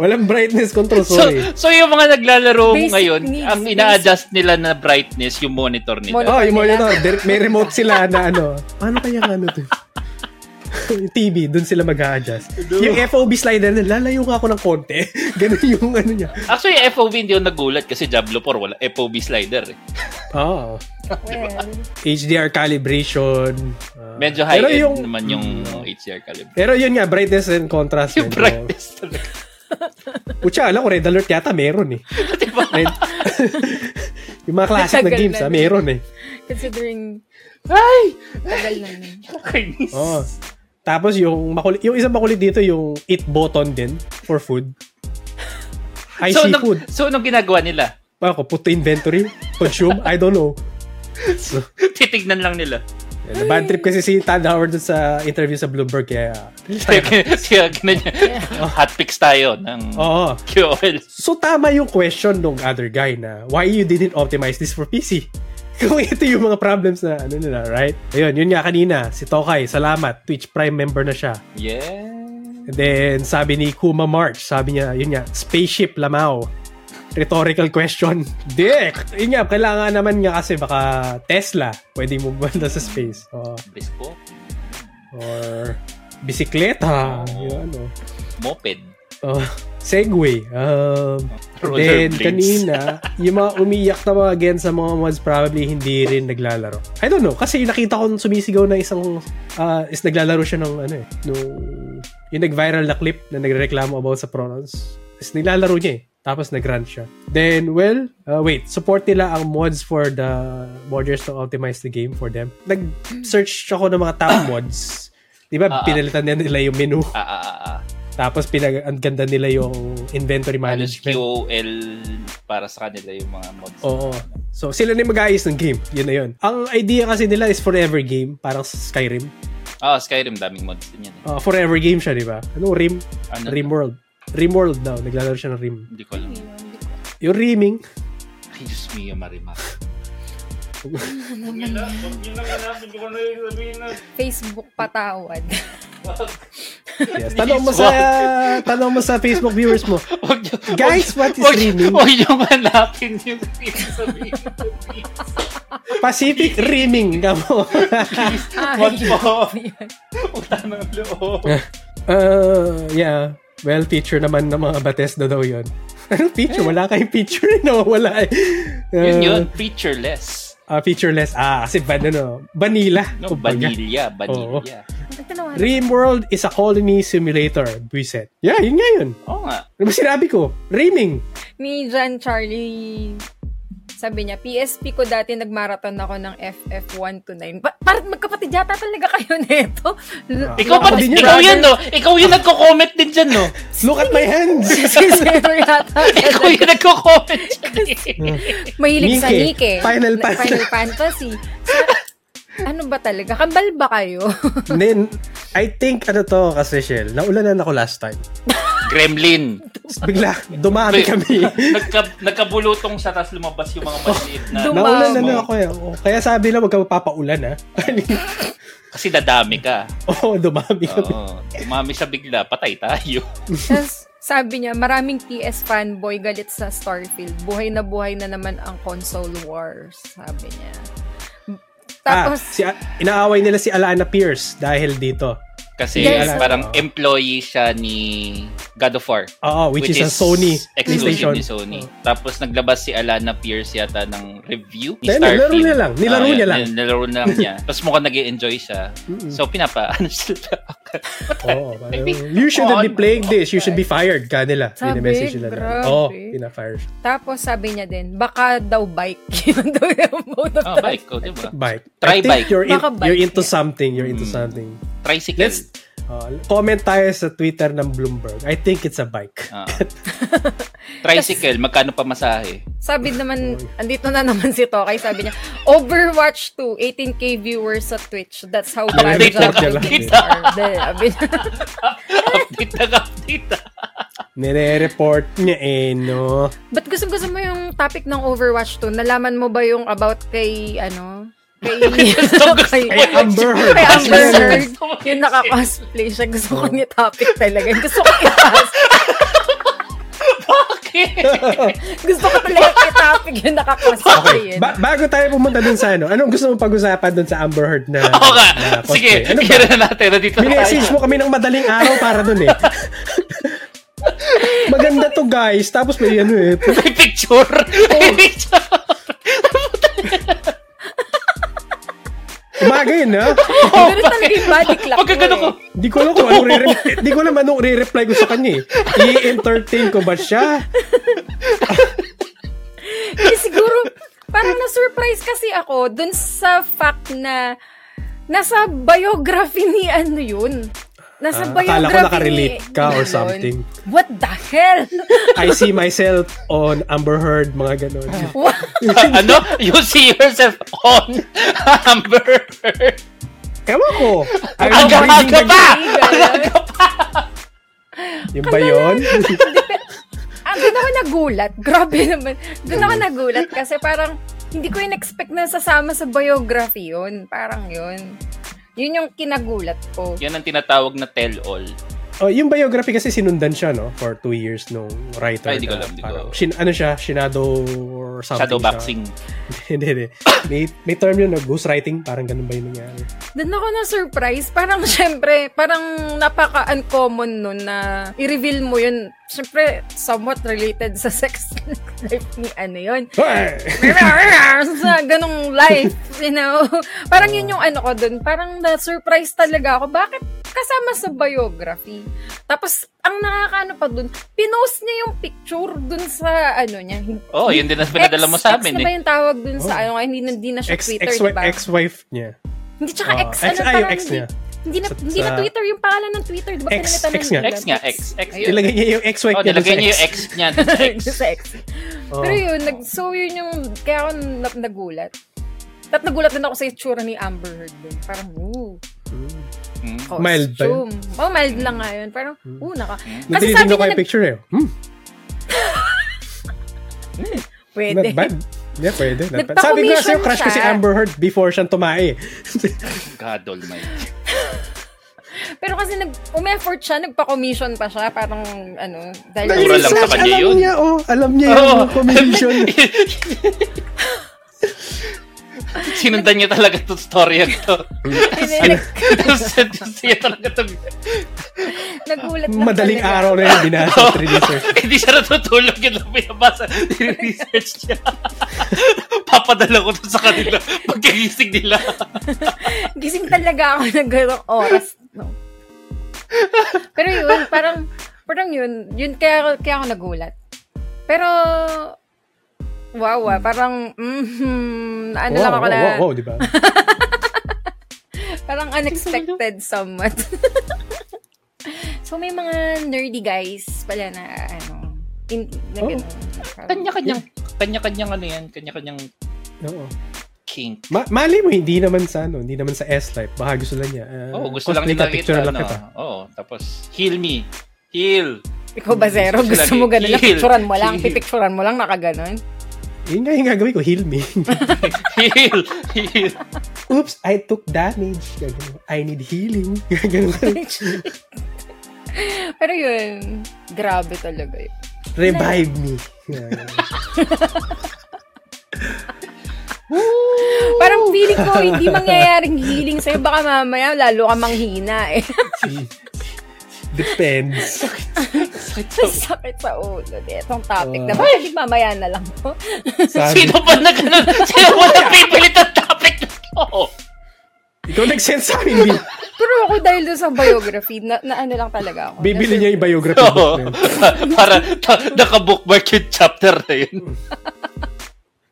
Speaker 1: Walang brightness control,
Speaker 2: So,
Speaker 1: sorry.
Speaker 2: so yung mga naglalaro
Speaker 3: Basic
Speaker 2: ngayon,
Speaker 3: needs,
Speaker 2: ang
Speaker 3: basic.
Speaker 2: ina-adjust nila na brightness, yung monitor nila.
Speaker 3: Monitor.
Speaker 1: Oh, yung monitor. There- May remote sila na ano. Paano kaya ang ano to? yung TV, dun sila mag adjust Yung FOB slider na, lalayo nga ako ng konti. Ganun yung ano niya.
Speaker 2: Actually, FOV hindi ako nagulat kasi Diablo 4 wala FOV slider. Eh.
Speaker 1: Oh.
Speaker 3: Well,
Speaker 1: HDR calibration. ah.
Speaker 2: Medyo
Speaker 1: Pero
Speaker 2: high-end
Speaker 1: yung-
Speaker 2: naman yung HDR caliber.
Speaker 1: Pero yun nga, brightness and contrast.
Speaker 2: Yung
Speaker 1: medyo-
Speaker 2: brightness talaga.
Speaker 1: Pucha, alam ko, Red Alert yata meron eh.
Speaker 2: Diba?
Speaker 1: Red... yung mga classic na
Speaker 3: Matagal
Speaker 1: games,
Speaker 3: na
Speaker 1: ah,
Speaker 3: din.
Speaker 1: meron eh.
Speaker 3: considering
Speaker 2: Ay!
Speaker 3: tagal na nun.
Speaker 2: Nakakainis.
Speaker 1: Oo. Oh. Tapos yung makulit, yung isang makulit dito, yung eat button din for food. I see
Speaker 2: so, nung,
Speaker 1: food.
Speaker 2: so, nung ginagawa nila,
Speaker 1: Ako, put to inventory, consume, I don't know.
Speaker 2: titignan lang nila.
Speaker 1: And bad trip kasi si Tan Howard dun sa interview sa Bloomberg, kaya...
Speaker 2: Kaya, kaya ganyan. Hotpicks tayo ng
Speaker 1: Oo.
Speaker 2: QOL.
Speaker 1: So tama yung question nung other guy na why you didn't optimize this for PC? Kung ito yung mga problems na ano nila, right? Ayun, yun nga kanina, si Tokay, salamat, Twitch Prime member na siya.
Speaker 2: Yeah.
Speaker 1: And then, sabi ni Kuma March, sabi niya, yun nga, spaceship lamaw. Rhetorical question. Dick! Yun nga, kailangan naman nga kasi baka Tesla, pwede mo bumanda sa space. O,
Speaker 2: Bisko.
Speaker 1: or bisikleta, yun ano.
Speaker 2: Moped.
Speaker 1: O, Segway. Oh, Um,
Speaker 2: Rollerblades.
Speaker 1: then, kanina, yung mga umiyak na mga again sa mga mods probably hindi rin naglalaro. I don't know, kasi yung nakita ko nung sumisigaw na isang, ah, is naglalaro siya ng ano eh, nung, yung nag-viral na clip na nagreklamo about sa pronouns, is naglalaro niya eh. Tapos nag-rant siya. Then, well, ah, wait, support nila ang mods for the modders to optimize the game for them. Nag-search ako ng mga top mods. Di ba,
Speaker 2: Ah, ah.
Speaker 1: pinalitan na nila yung menu.
Speaker 2: Ah, ah, ah, ah. Ano,
Speaker 1: Tapos pinag ang ganda nila yung inventory
Speaker 2: Halos
Speaker 1: management.
Speaker 2: QOL para sa kanila yung mga mods.
Speaker 1: Oo. So sila na yung mag-aayos ng game. Yun na yun. Ang idea kasi nila is forever game, parang Skyrim.
Speaker 2: Ah, Skyrim, daming mods din yan. eh.
Speaker 1: Ah, forever game siya, di ba? Ano Rim?
Speaker 2: Ano?
Speaker 1: Rim World. Rim World daw, naglalaro siya ng Rim.
Speaker 2: Hindi ko alam.
Speaker 1: Yung rimming,
Speaker 2: Ay, Diyos mio, Marimak.
Speaker 3: Facebook patawad.
Speaker 1: yes. Tanong mo sa tanong mo sa Facebook viewers mo.
Speaker 2: Wag niyo-
Speaker 1: Guys, what is
Speaker 2: wag,
Speaker 1: rimming?
Speaker 2: Huwag niyong hanapin yung sabihin.
Speaker 1: Pacific rimming kamo.
Speaker 2: Wag po. Wala ng loob.
Speaker 1: uh, yeah. Well, feature naman ng mga Bethesda daw yun. Anong feature? Wala kayong feature. No, wala eh. Uh,
Speaker 2: Yun yun, featureless.
Speaker 1: ah, featureless. Ah, kasi ban, ano, vanilla.
Speaker 2: No,
Speaker 1: kumbaga.
Speaker 2: vanilla, vanilla.
Speaker 3: Nagtanawa na.
Speaker 1: Rimworld is a colony simulator, Buiset. Yeah, yun nga yun.
Speaker 2: Oo nga.
Speaker 1: Ano ba sinabi ko? Riming.
Speaker 3: Ni John Charlie, sabi niya, PSP ko dati nagmarathon ako ng FF1 to 9. Pa- parang magkapatid yata talaga kayo nito. L-
Speaker 2: Ikaw, pa,
Speaker 1: Ako din yun,
Speaker 2: ikaw
Speaker 1: brother.
Speaker 2: yun, no? Ikaw yung nagko-comment din dyan, no?
Speaker 1: Look at my hands!
Speaker 3: Scissor yata.
Speaker 2: Ikaw yung nagko-comment dyan. eh.
Speaker 3: Mahilig sa
Speaker 1: Nike.
Speaker 3: Nike.
Speaker 1: Final
Speaker 3: Na-
Speaker 1: Fantasy.
Speaker 3: Final Fantasy. Sa- ano ba talaga? Kambal ba kayo?
Speaker 1: Then, I think ano to kasi Shell, naulanan ako last time.
Speaker 2: Gremlin.
Speaker 1: Bigla, dumami kami.
Speaker 2: Nagka, nagkabulutong sa tas lumabas yung mga maliit na...
Speaker 3: Dum-
Speaker 1: Naulanan
Speaker 2: Wow.
Speaker 1: na ako eh. Oo, Kaya sabi lang, huwag ka papaulan ha.
Speaker 2: Kasi dadami ka.
Speaker 1: Oo, dumami kami.
Speaker 2: Oo. Umami sa bigla, patay tayo.
Speaker 3: Tapos sabi niya, maraming PS fanboy galit sa Starfield. Buhay na buhay na naman ang console wars, sabi niya.
Speaker 1: Ah,
Speaker 3: Tapos,
Speaker 1: si, inaaway nila si Alana Pierce dahil dito.
Speaker 2: Kasi
Speaker 3: Yes.
Speaker 2: parang employee siya ni God of War.
Speaker 1: Oo, which, is, a Sony
Speaker 2: exclusive
Speaker 1: PlayStation.
Speaker 2: ni Sony. Tapos naglabas si Alana Pierce yata ng review ni
Speaker 1: Dahil
Speaker 2: Starfield.
Speaker 1: nilaro niya lang, nilaro
Speaker 2: Ah,
Speaker 1: niya
Speaker 2: yun,
Speaker 1: lang.
Speaker 2: nil- Nilaro na lang niya. Tapos mukhang nag enjoy siya.
Speaker 1: Mm-mm.
Speaker 2: So pinapa, ano sila?
Speaker 1: Oo, parang,
Speaker 2: Maybe.
Speaker 1: you shouldn't be
Speaker 2: Come on.
Speaker 1: playing this. You should be fired. Ka nila.
Speaker 3: Sabi,
Speaker 1: Yun-message nila.
Speaker 3: grabe.
Speaker 1: Oo, pina-fire siya.
Speaker 3: Tapos sabi niya din, baka daw bike. Yun daw yung mode of
Speaker 2: Oh,
Speaker 3: transport.
Speaker 2: bike ko, diba?
Speaker 1: Bike. I
Speaker 2: Try
Speaker 1: think
Speaker 2: bike. Hmm.
Speaker 1: You're, in-
Speaker 3: Baka bike.
Speaker 1: you're into something. You're into something.
Speaker 2: Tricycle.
Speaker 1: Let's uh, comment tayo sa Twitter ng Bloomberg. I think it's a bike.
Speaker 2: Ah. Tricycle, magkano pa masahe?
Speaker 3: Sabi naman, andito na naman si Tokay, sabi niya, Overwatch 2, 18k viewers sa Twitch. That's how bad
Speaker 2: Update
Speaker 3: job the
Speaker 2: lang, update
Speaker 3: games are. Then, Sabi niya,
Speaker 2: update na update na.
Speaker 1: Nire-report niya eh, no?
Speaker 3: Ba't gusto, gusto mo yung topic ng Overwatch 2? Nalaman mo ba yung about kay, ano, kay, kay,
Speaker 1: Kay Amber Heard.
Speaker 3: kay Amber
Speaker 1: Yes.
Speaker 3: Heard. Yung naka-cosplay siya. Gusto
Speaker 1: Oh.
Speaker 3: ko niya topic talaga. Yung Gusto ko itas.
Speaker 2: Bakit?
Speaker 3: Gusto ko talaga i-topic yung naka-cosplay.
Speaker 1: Okay.
Speaker 3: yun.
Speaker 1: Ba- bago tayo pumunta dun sa ano, anong gusto mong pag-usapan dun sa Amber Heard na,
Speaker 2: Okay.
Speaker 1: na cosplay?
Speaker 2: Sige,
Speaker 1: Ano ba?
Speaker 2: kira na natin. Nandito na tayo.
Speaker 1: Minessage mo kami ng madaling araw para dun eh. Maganda to guys. Tapos may ano eh.
Speaker 2: May picture.
Speaker 1: Oh.
Speaker 2: May picture.
Speaker 1: Umaga yun ha.
Speaker 3: Pero talaga yung body clock.
Speaker 2: Pagka
Speaker 3: mo
Speaker 2: ganun ko,
Speaker 3: eh.
Speaker 1: Di ko alam kung anong re-reply. Di ko alam anong re-reply ko sa kanya eh. I-entertain ko ba siya?
Speaker 3: Eh, siguro, parang na-surprise kasi ako dun sa fact na nasa biography ni ano yun. Nasa
Speaker 1: Ah, akala ko
Speaker 3: biography
Speaker 1: nakarelate
Speaker 3: ni-
Speaker 1: ka or
Speaker 3: Ganun.
Speaker 1: something.
Speaker 3: What the hell?
Speaker 1: I see myself on Amber Heard, mga ganon.
Speaker 3: What?
Speaker 2: ano? You see yourself on Amber. Heard.
Speaker 1: Ewan ko. Ay,
Speaker 2: Aga,
Speaker 1: ano ba yung-
Speaker 2: aga pa!
Speaker 3: Aga
Speaker 1: Yung ba yun?
Speaker 3: Ah, doon ako nagulat. Grabe naman. Doon ako nagulat kasi parang hindi ko in-expect na sasama sa biography yun. Parang yun. Yun yung kinagulat ko.
Speaker 2: Yan ang tinatawag na tell-all.
Speaker 1: oh, yung biography kasi sinundan siya, no? For two years nung writer.
Speaker 2: Ay, di ko
Speaker 1: na
Speaker 2: alam, di ko
Speaker 1: parang-
Speaker 2: alam.
Speaker 1: shin, ano siya? Shadow or something
Speaker 2: Shadowboxing.
Speaker 1: siya. Hindi, hindi. May, may term yun, no? Ghostwriting. Parang ganun ba yung nangyari?
Speaker 3: Doon ako na-surprise. Parang syempre, parang napaka-uncommon nun na i-reveal mo yun. Syempre, somewhat related sa sex life ni ano yun.
Speaker 1: Ay!
Speaker 3: sa ganong life, you know? Parang yun yung ano ko dun. Parang na-surprise talaga ako. Bakit kasama sa biography? Tapos, ang nakakaano pa dun, pinost niya yung picture dun sa ano niya.
Speaker 2: Oh, yun din ang pinadala mo sa amin
Speaker 3: X, X na ba
Speaker 2: eh.
Speaker 3: yung tawag dun sa
Speaker 1: Oh.
Speaker 3: ano? Hindi, hindi na siya
Speaker 1: Ex,
Speaker 3: Twitter,
Speaker 1: ex,
Speaker 3: di ba?
Speaker 1: ex-wife niya.
Speaker 3: Hindi, tsaka
Speaker 1: Oh,
Speaker 3: X,
Speaker 1: ex- ay,
Speaker 3: ano
Speaker 1: yung
Speaker 3: parang
Speaker 1: ex
Speaker 3: hindi,
Speaker 1: niya.
Speaker 3: hindi na,
Speaker 1: Sa-
Speaker 3: hindi na
Speaker 1: sa-
Speaker 3: Twitter yung pangalan ng Twitter. Di ba
Speaker 1: X,
Speaker 3: pinalitan
Speaker 1: X nga.
Speaker 3: nila?
Speaker 2: X nga, X, X.
Speaker 3: Ayun.
Speaker 1: Ilagay niya yung ex-wife
Speaker 2: Oh,
Speaker 1: niya. dun
Speaker 2: nilagay
Speaker 1: sa
Speaker 2: niya yung
Speaker 1: ex.
Speaker 2: ex niya. dun sa X.
Speaker 3: Sa X.
Speaker 1: Oh.
Speaker 3: Pero yun, nag, so yun yung, kaya ako nap- nagulat. At nagulat din ako sa itsura ni Amber Heard din. Parang, ooh,
Speaker 2: Hmm.
Speaker 3: costume.
Speaker 1: Mm. Mild ba yun? Mm.
Speaker 3: Oh, mild lang nga yun. Parang, ooh, naka.
Speaker 2: Mm.
Speaker 3: Kasi
Speaker 1: Natitignan
Speaker 3: sabi
Speaker 1: ko
Speaker 3: niya,
Speaker 1: yung picture eh. Hmm,
Speaker 3: pwede.
Speaker 1: not bad. Yeah, pwede. not bad.
Speaker 3: Nagpa-commission
Speaker 1: Sabi ko kasi yung crush ko si
Speaker 3: siya.
Speaker 1: Amber Heard before siyang tumae.
Speaker 2: God almighty.
Speaker 3: Pero kasi nag, umeffort siya, nagpa-commission pa siya. Parang, ano, dahil
Speaker 2: Mura lang sa
Speaker 1: Research,
Speaker 2: kanya
Speaker 1: alam
Speaker 2: yun.
Speaker 1: Niya, oh, alam niya yung
Speaker 2: Oo.
Speaker 1: commission.
Speaker 2: Sinundan niya talaga itong story to.
Speaker 1: Ano?
Speaker 3: Nag-
Speaker 2: Sinundan niya talaga itong...
Speaker 3: nagulat lang
Speaker 1: Madaling
Speaker 3: talaga.
Speaker 1: araw na yun, binasa sa research.
Speaker 2: Hindi siya natutulog yun lang binabasa. Nire-research niya. Papadala ko to sa kanila. Pagkagising nila.
Speaker 3: Gising talaga ako ng ganong oras. No. Pero yun, parang, parang yun, yun kaya, ako- kaya ako nagulat. Pero, wow, ah, parang, mhm, ano lang ako na,
Speaker 1: Wow, wow, di ba?
Speaker 3: parang unexpected somewhat. so, may mga nerdy guys pala na, ano, in, na
Speaker 1: Oh.
Speaker 3: ganun. Parang-
Speaker 2: Kanya-kanyang, kanya-kanyang ano yan, kanya-kanyang
Speaker 1: Oo.
Speaker 2: kink.
Speaker 1: Ma- mali mo, hindi naman sa ano, hindi naman sa S-Life. Baka gusto lang niya. ah,
Speaker 2: Oo, oh, gusto lang
Speaker 1: cosplay
Speaker 2: nila
Speaker 1: ka, picture
Speaker 2: kita.
Speaker 1: lang
Speaker 2: Ano.
Speaker 1: kita.
Speaker 2: Oo, tapos, heal me. Heal.
Speaker 3: Ikaw ba, Zero?
Speaker 2: Gusto
Speaker 3: Gusto
Speaker 2: lagi,
Speaker 3: mo ganun lang?
Speaker 2: heal,
Speaker 3: Picturan mo lang?
Speaker 2: heal.
Speaker 3: Pipicturan mo lang? Nakaganon?
Speaker 1: Yun nga yung gagawin ko, heal me.
Speaker 2: heal. Heal.
Speaker 1: Oops, I took damage. Gagano. I need healing. Gagano.
Speaker 3: Pero yun, grabe talaga yun.
Speaker 1: Revive me. Gagano.
Speaker 3: Parang feeling ko hindi mangyayaring healing namin sa'yo, baka mamaya lalo ka manghina eh.
Speaker 1: Depends.
Speaker 3: Sakit sa ulo. Eh, Itong topic na
Speaker 1: Oh.
Speaker 3: baka di mamaya na lang po.
Speaker 1: Sabi,
Speaker 2: Sino ba na ganun? Sino ba na pipilit ang topic na to?
Speaker 1: ikaw nag-send sa akin, Bill.
Speaker 3: Pero ako dahil doon sa biography, na, na ano lang talaga ako.
Speaker 1: Bibili niya yung biography book na
Speaker 2: Oo.
Speaker 1: yun.
Speaker 2: Para ta- nakabookmark yung chapter na yun.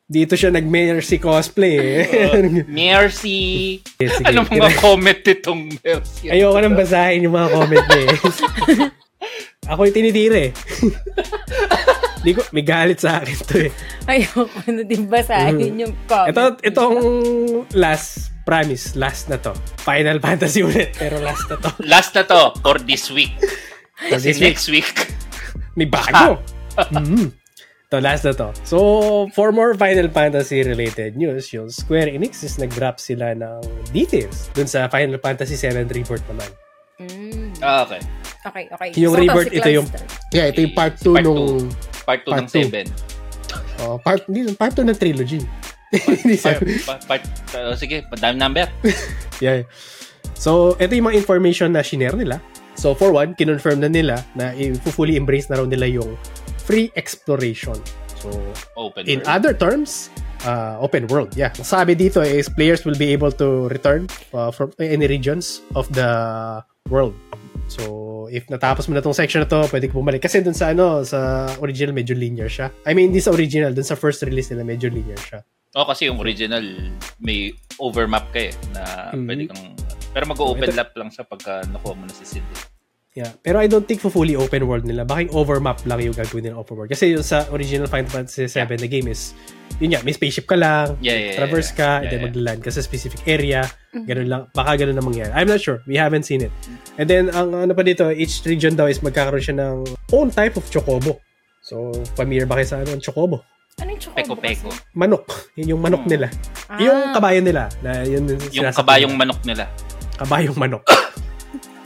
Speaker 1: Dito siya nag-mercy cosplay eh.
Speaker 2: Mercy.
Speaker 1: Sige, sige.
Speaker 2: Ano mga comment itong Mercy?
Speaker 1: Ayoko nang basahin yung mga comment niya eh. Ako yung tinitira eh. Hindi ko, may galit sa akin to eh.
Speaker 3: Ayoko na din basahin yung comment.
Speaker 1: Mm. Ito, itong last, promise, last na to. Final Fantasy ulit, pero last na to.
Speaker 2: Last na to for this week. Kasi
Speaker 1: this week.
Speaker 2: next week.
Speaker 1: May bago. mm. To last na to. So, for more Final Fantasy related news, yung Square Enix is nag-drop sila ng details dun sa Final Fantasy 7 Rebirth naman.
Speaker 3: Mm,
Speaker 2: Ah, okay.
Speaker 3: okay, okay.
Speaker 1: Yung
Speaker 3: Gusto ko
Speaker 1: rebirth,
Speaker 3: si
Speaker 1: ito yung-
Speaker 3: Clyster.
Speaker 2: Yeah, ito yung part two Part nung- two. Part 2
Speaker 1: Part
Speaker 2: ng
Speaker 1: two.
Speaker 2: 7.
Speaker 1: Oh, part, hindi, part 2 ng trilogy. Hindi
Speaker 2: Part,
Speaker 1: seven.
Speaker 2: part, part, oh, sige, padami number.
Speaker 1: Yeah. So, ito yung mga information na shinare nila. So, for one, kinonfirm na nila na i- fully embrace na raw nila yung free exploration. So,
Speaker 2: Open
Speaker 1: in
Speaker 2: world.
Speaker 1: other terms, uh, open world. Yeah. Ang Sabi dito is players will be able to return uh, from any regions of the world. So, if natapos mo na tong section na to, pwede ka bumalik. Kasi dun sa ano, sa original, medyo linear siya. I mean, hindi sa original, dun sa first release nila, medyo linear siya.
Speaker 2: Oh, kasi yung original, may overmap ka eh. Na
Speaker 1: Mhm.
Speaker 2: pwede kang... Pero mag-open
Speaker 1: Ito-
Speaker 2: lap lang siya pagka nakuha mo na si Sid.
Speaker 1: Yeah. Pero I don't think for fully open world nila. Baka yung overmap lang yung gagawin nila open world. Kasi yung sa original Final Fantasy 7 na game is, yun nga, may spaceship ka lang,
Speaker 2: Yeah, yeah, yeah,
Speaker 1: traverse
Speaker 2: yeah.
Speaker 1: ka,
Speaker 2: Yeah,
Speaker 1: and then
Speaker 2: yeah.
Speaker 1: maglaland ka sa specific area. Ganun lang. Baka ganun na mangyari. I'm not sure. We haven't seen it. And then, ang ano pa dito, each region daw is magkakaroon siya ng own type of chocobo. So, familiar ba kayo sa ano ang chocobo?
Speaker 3: Ano yung chocobo?
Speaker 2: Peko-peko.
Speaker 3: kasi?
Speaker 1: Manok. Yun yung manok
Speaker 2: Hmm.
Speaker 1: nila.
Speaker 3: Ah.
Speaker 1: Yung kabayo nila. Na yun
Speaker 2: Yung
Speaker 1: sinasabi
Speaker 2: kabayong
Speaker 1: nila.
Speaker 2: manok nila.
Speaker 1: Kabayong manok.